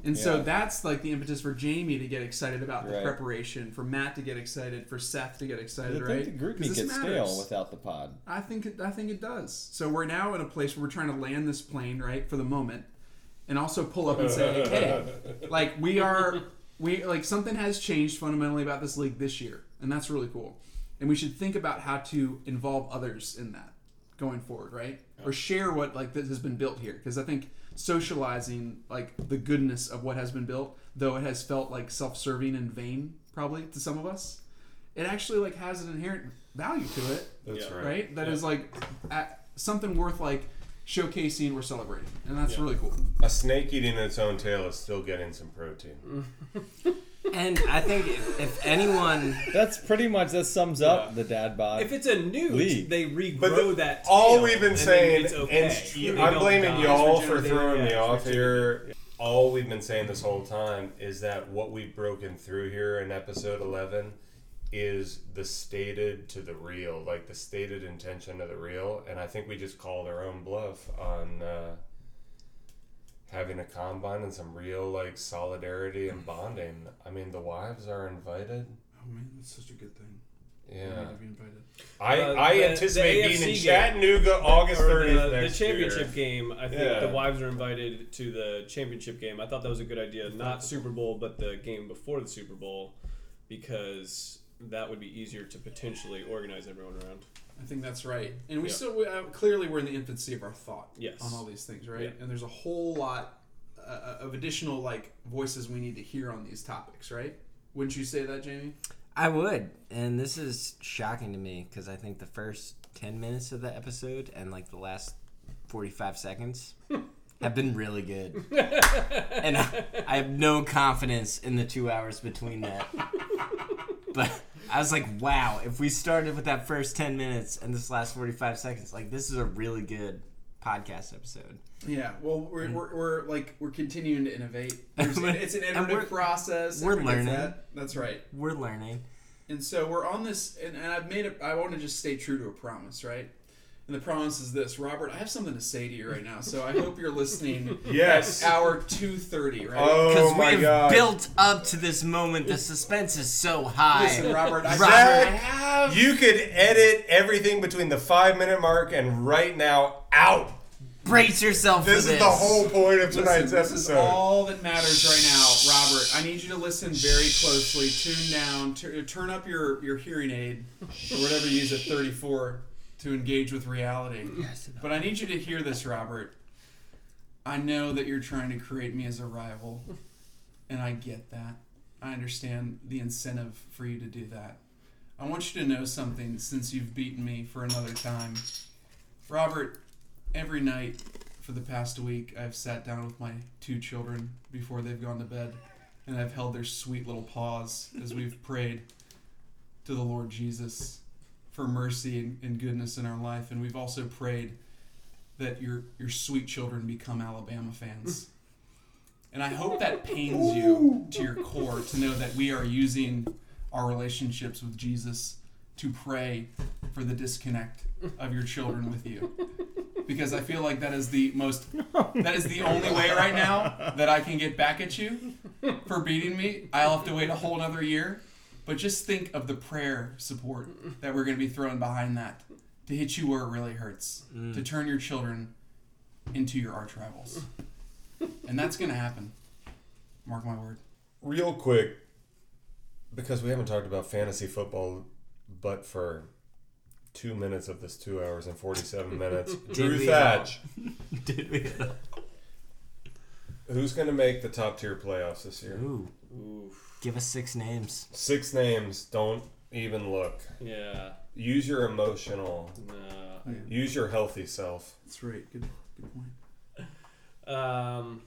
And so Yeah. that's like the impetus for Jamie to get excited about the Right. preparation, for Matt to get excited, for Seth to get I excited, think right? the group 'Cause meet this gets matters. stale without the pod. I think it, I think it does. So we're now in a place where we're trying to land this plane right for the moment, and also pull up and say, hey, like we are, we like something has changed fundamentally about this league this year, and that's really cool. And we should think about how to involve others in that going forward, right? Or share what like this has been built here, because I think socializing like the goodness of what has been built, though it has felt like self-serving and vain probably to some of us, it actually like has an inherent value to it That's Yeah. right. right? That is like a- something worth like showcasing or celebrating, and that's really cool. A snake eating its own tail is still getting some protein. And I think if, if anyone, That's pretty much that sums up the dad bod. If it's a newt, League. they regrow But the- that. all tail, we've been and then saying, it's okay. and They I'm don't blaming die. y'all It's for regenerative, throwing me yeah, off it's regenerative. here. All we've been saying this whole time is that what we've broken through here in episode 11 is the stated to the real, like the stated intention of the real. And I think we just called our own bluff on uh, having a combine and some real, like, solidarity Mm. and bonding. I mean, the wives are invited. Oh man, that's such a good thing. Yeah. be invited. I, Uh, I the- anticipate the being in AFC game. Chattanooga August Or 30th the, next the year. championship game. I think Yeah. the wives are invited to the championship game. I thought that was a good idea. Not Super Bowl, but the game before the Super Bowl, because that would be easier to potentially organize everyone around. I think that's right, and we Yeah. still we, uh, clearly we're in the infancy of our thought Yes. on all these things, right? Yeah. And there's a whole lot uh, of additional like voices we need to hear on these topics, right? Wouldn't you say that, Jamie? I would. And this is shocking to me because I think the first ten minutes of the episode and like the last forty-five seconds have been really good, and I, I have no confidence in the two hours between that. But I was like, wow, if we started with that first ten minutes and this last forty-five seconds, like this is a really good podcast episode. Yeah. Well, we're, we're, we're like we're continuing to innovate. There's, it's an And iterative we're- process. we're everyone gets learning. that. That's right. We're learning. And so we're on this, and, and I've made it. I want to just stay true to a promise, right? And the promise is this, Robert. I have something to say to you right now, so I hope you're listening. Yes. at hour two thirty, right? Oh we my have god. built up to this moment. The suspense is so high. Listen, Robert. I, Zach, Robert, I have. you could edit everything between the five minute mark and right now out. Brace yourself This for is this. the whole point of Listen, tonight's this is episode. all that matters right now, Robert. I need you to listen very closely. Tune down. T- turn up your, your hearing aid or whatever you use at 34 to engage with reality. But I need you to hear this, Robert. I know that you're trying to create me as a rival, and I get that. I understand the incentive for you to do that. I want you to know something since you've beaten me for another time. Robert, every night for the past week, I've sat down with my two children before they've gone to bed, and I've held their sweet little paws as we've prayed to the Lord Jesus for mercy and, and goodness in our life. And we've also prayed that your, your sweet children become Alabama fans. And I hope that pains you to your core to know that we are using our relationships with Jesus to pray for the disconnect of your children with you because I feel like that is the most that is the only way right now that I can get back at you for beating me. I'll have to wait a whole another year. But just think of the prayer support that we're gonna be throwing behind that to hit you where it really hurts. To turn your children into your arch rivals. And that's gonna happen. Mark my word. Real quick, because we haven't talked about fantasy football, but for two minutes of this two hours and 47 minutes, Drew we Thatch. Who's going to make the top tier playoffs this year? Ooh. Give us six names. Six names. Don't even look. Yeah. Use your emotional, No. use your healthy self. That's right. Good good point. Um,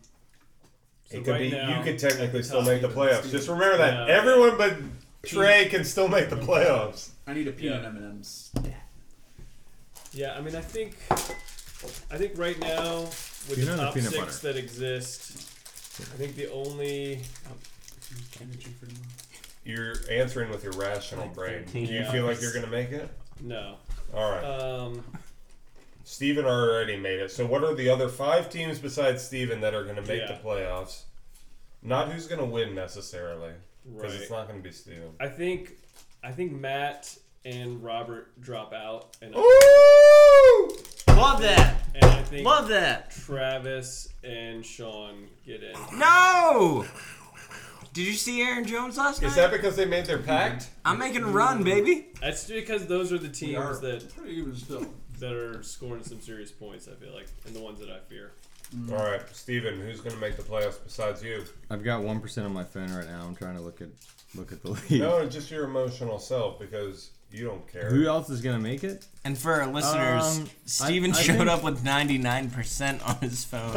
so it could right be now, you could technically still top make the playoffs. Just remember that Yeah. everyone but Trey can still make the playoffs. I need a peanut Yeah. M&M's. Yeah, I mean, I think, I think right now with You know the the top peanut six butter. that exist, I think the only Energy for tomorrow. You're answering with your rational brain. Do you feel like you're gonna make it? no. All right. Um, Steven already made it. So what are the other five teams besides Steven that are gonna make Yeah. the playoffs? Not who's gonna win necessarily, because right. it's not gonna be Steven. I think, I think Matt and Robert drop out, and Ooh! Love that. and I think Love that. Travis and Sean get in. No. Did you see Aaron Jones last night? Is that because they made their pact? I'm making a run, baby. That's because those are the We are teams that pretty even still. that are scoring some serious points. I feel like, and the ones that I fear. All right, Steven, who's gonna make the playoffs besides you? I've got one percent on my phone right now. I'm trying to look at look at the league. No, just your emotional self because you don't care. Who else is gonna make it? And for our listeners, Um, Steven I- I showed think- up with 99% on his phone.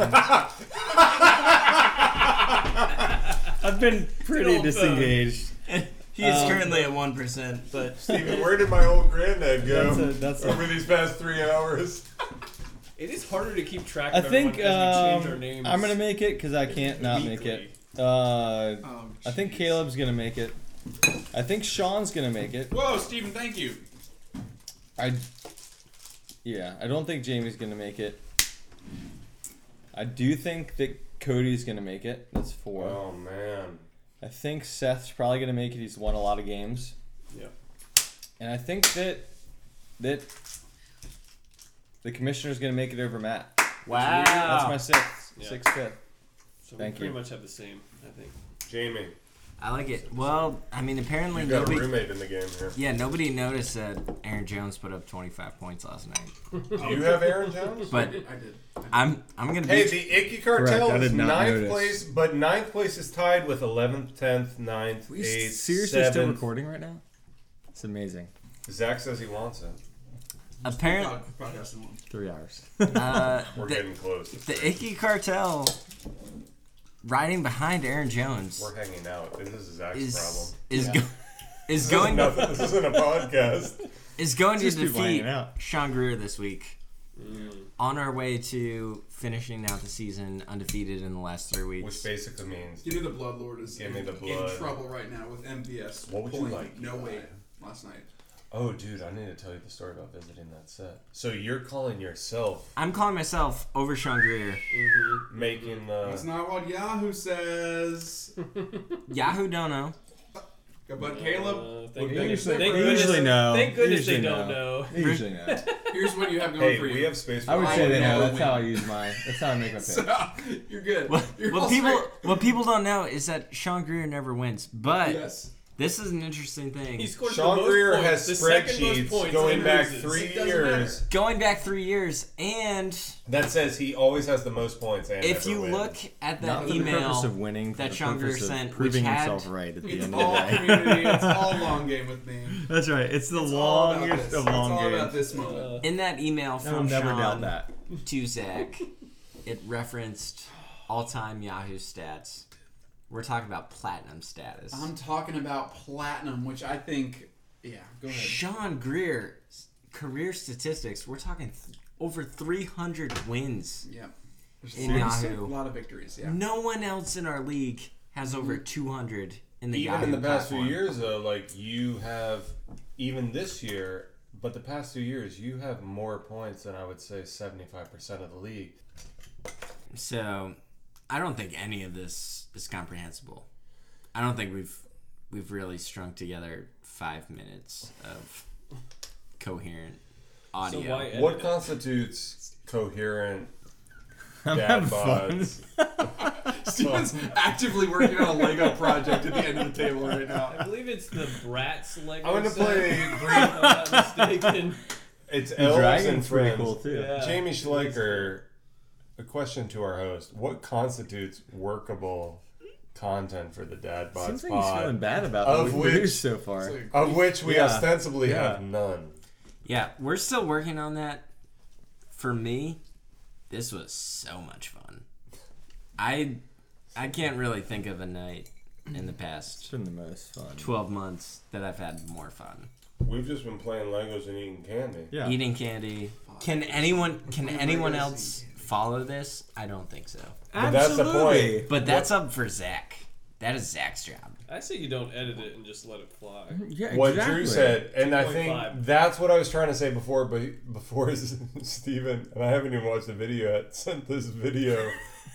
I've been uh, pretty disengaged. he is currently at 1%, but Steven, where did my old granddad go That's a- that's a- over these past three hours? It is harder to keep track. I of everyone think as we change our um, names. I'm gonna make it because I can't not make it. Uh, Oh, I think jeez. Caleb's gonna make it. I think Sean's gonna make it. Whoa, Steven, thank you. I yeah, I don't think Jamie's gonna make it. I do think that Cody's gonna make it. That's four. Oh man. I think Seth's probably gonna make it. He's won a lot of games. Yeah. And I think that that the commissioner's gonna make it over Matt. wow. That's my sixth, Yeah. sixth fifth. So Thank we pretty you. much have the same. I think. Jamie, I like it. Well, I mean, apparently you got a nobody. roommate in the game here. Yeah, nobody noticed that Aaron Jones put up 25 points last night. Do you have Aaron Jones? But I did. I'm I'm gonna Hey, be the Icky Cartel Correct, I is did not ninth notice. place, but ninth place is tied with 11th, 10th, 9th, 8th, Seriously, still 7th. recording right now? It's amazing. Zach says he wants it. apparently Pod- Podcast in one. Three hours. uh, We're the, getting close. the Icky Cartel riding behind Aaron Jones We're hanging out. This is Zach's problem. is is go, is This going isn't nothing. This isn't a podcast. is going to Just people defeat hanging out. Sean Greer this week. On our way to finishing out the season undefeated in the last three Which weeks. basically means Give me the blood lord is Give me the in- blood. in trouble right now with MVS. What would you pulling like? No way last night. Oh, dude, I need to tell you the story about visiting that set. So you're calling yourself I'm calling myself over Sean Greer. making uh, That's not what Yahoo says. Yahoo don't know. But Caleb, Uh, thank Well, goodness, usually- thank they goodness, usually know. Thank goodness Usually they don't know. know. Usually not. here's what you have going Hey, for you. we have space for I would I say would they know. never That's how I win. use my. That's how I make my picks. so, you're good. What, You're what all people straight. what people don't know is that Sean Greer never wins. But Yes. this is an interesting thing. He scored Sean the most Greer points, has the second most spreadsheets points going and back loses. three It doesn't years Going back three years, and that says he always has the most points. And if never you wins. look at that Not for the email, purpose of winning, for that the Sean Greer purpose of sent, which proving had- himself right at the It's end of the all day. community. It's all long game with me. That's right. It's the It's all about longest this. of It's all long about games. this moment. in that email I will from never doubt Sean that. to Zach, it referenced all-time Yahoo stats. We're talking about platinum status. I'm talking about platinum, which I think. Yeah, go ahead. Sean Greer career statistics. We're talking th- over 300 wins. Yeah. There's In seriously Yahoo. a lot of victories. Yeah. No one else in our league has over 200 in Mm-hmm. the even Yahoo in the past platform. few years though like you have even this year but the past two years you have more points than i would say 75% of the league So, I don't think any of this is comprehensible. I don't think we've we've really strung together 5 minutes of coherent So audio. why edit what it? constitutes coherent I'm dad having fun. bods Steven's actively working on a Lego project at the end of the table right now. I believe it's the Bratz Lego. i want to set, play if I'm not mistaken. it's The elves and dragon's pretty friends cool too. Yeah. jamie schleicher a question to our host what constitutes workable content for the dad bods Seems like he's feeling pod bad about Of what we which- produced so far. It's like, of which we Yeah. ostensibly Yeah. have none Yeah, we're still working on that. For me, this was so much fun. I I can't really think of a night in the It's past been the most fun. 12 months that I've had more fun. we've just been playing legos and eating candy Yeah. Eating candy. Can anyone can Fucking anyone crazy. else follow this? I don't think so. But that's the Absolutely. point. But that's up for Zach. That is Zach's job. I say you don't edit it and just let it fly. Yeah, what exactly. Drew said, and I think 2.5. that's what I was trying to say before. But before Steven, and I haven't even watched the video yet, sent this video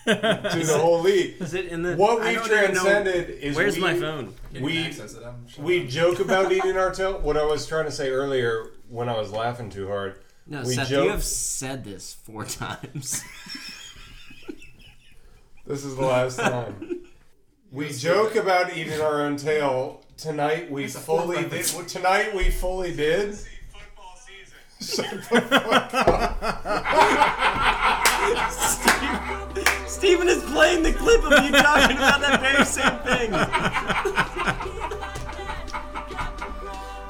to the whole league. Is it in the What we've transcended is Where's we, my phone? you can We access it. I'm shut we up. joke about eating our tail. What I was trying to say earlier when I was laughing too hard. No, we Seth, joke. you have said this four times. This is the last time. We joke about eating our own tail. Tonight we It's a fully did. four-legged- Tonight we fully did. Steven is playing the clip of you talking about that very same thing.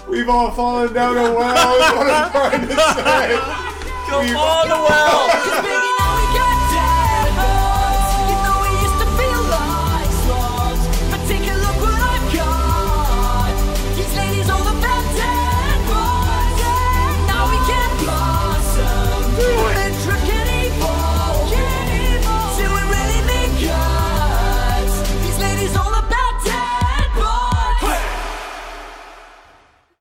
We've all fallen down a well. is what I'm trying to say. Go all the well.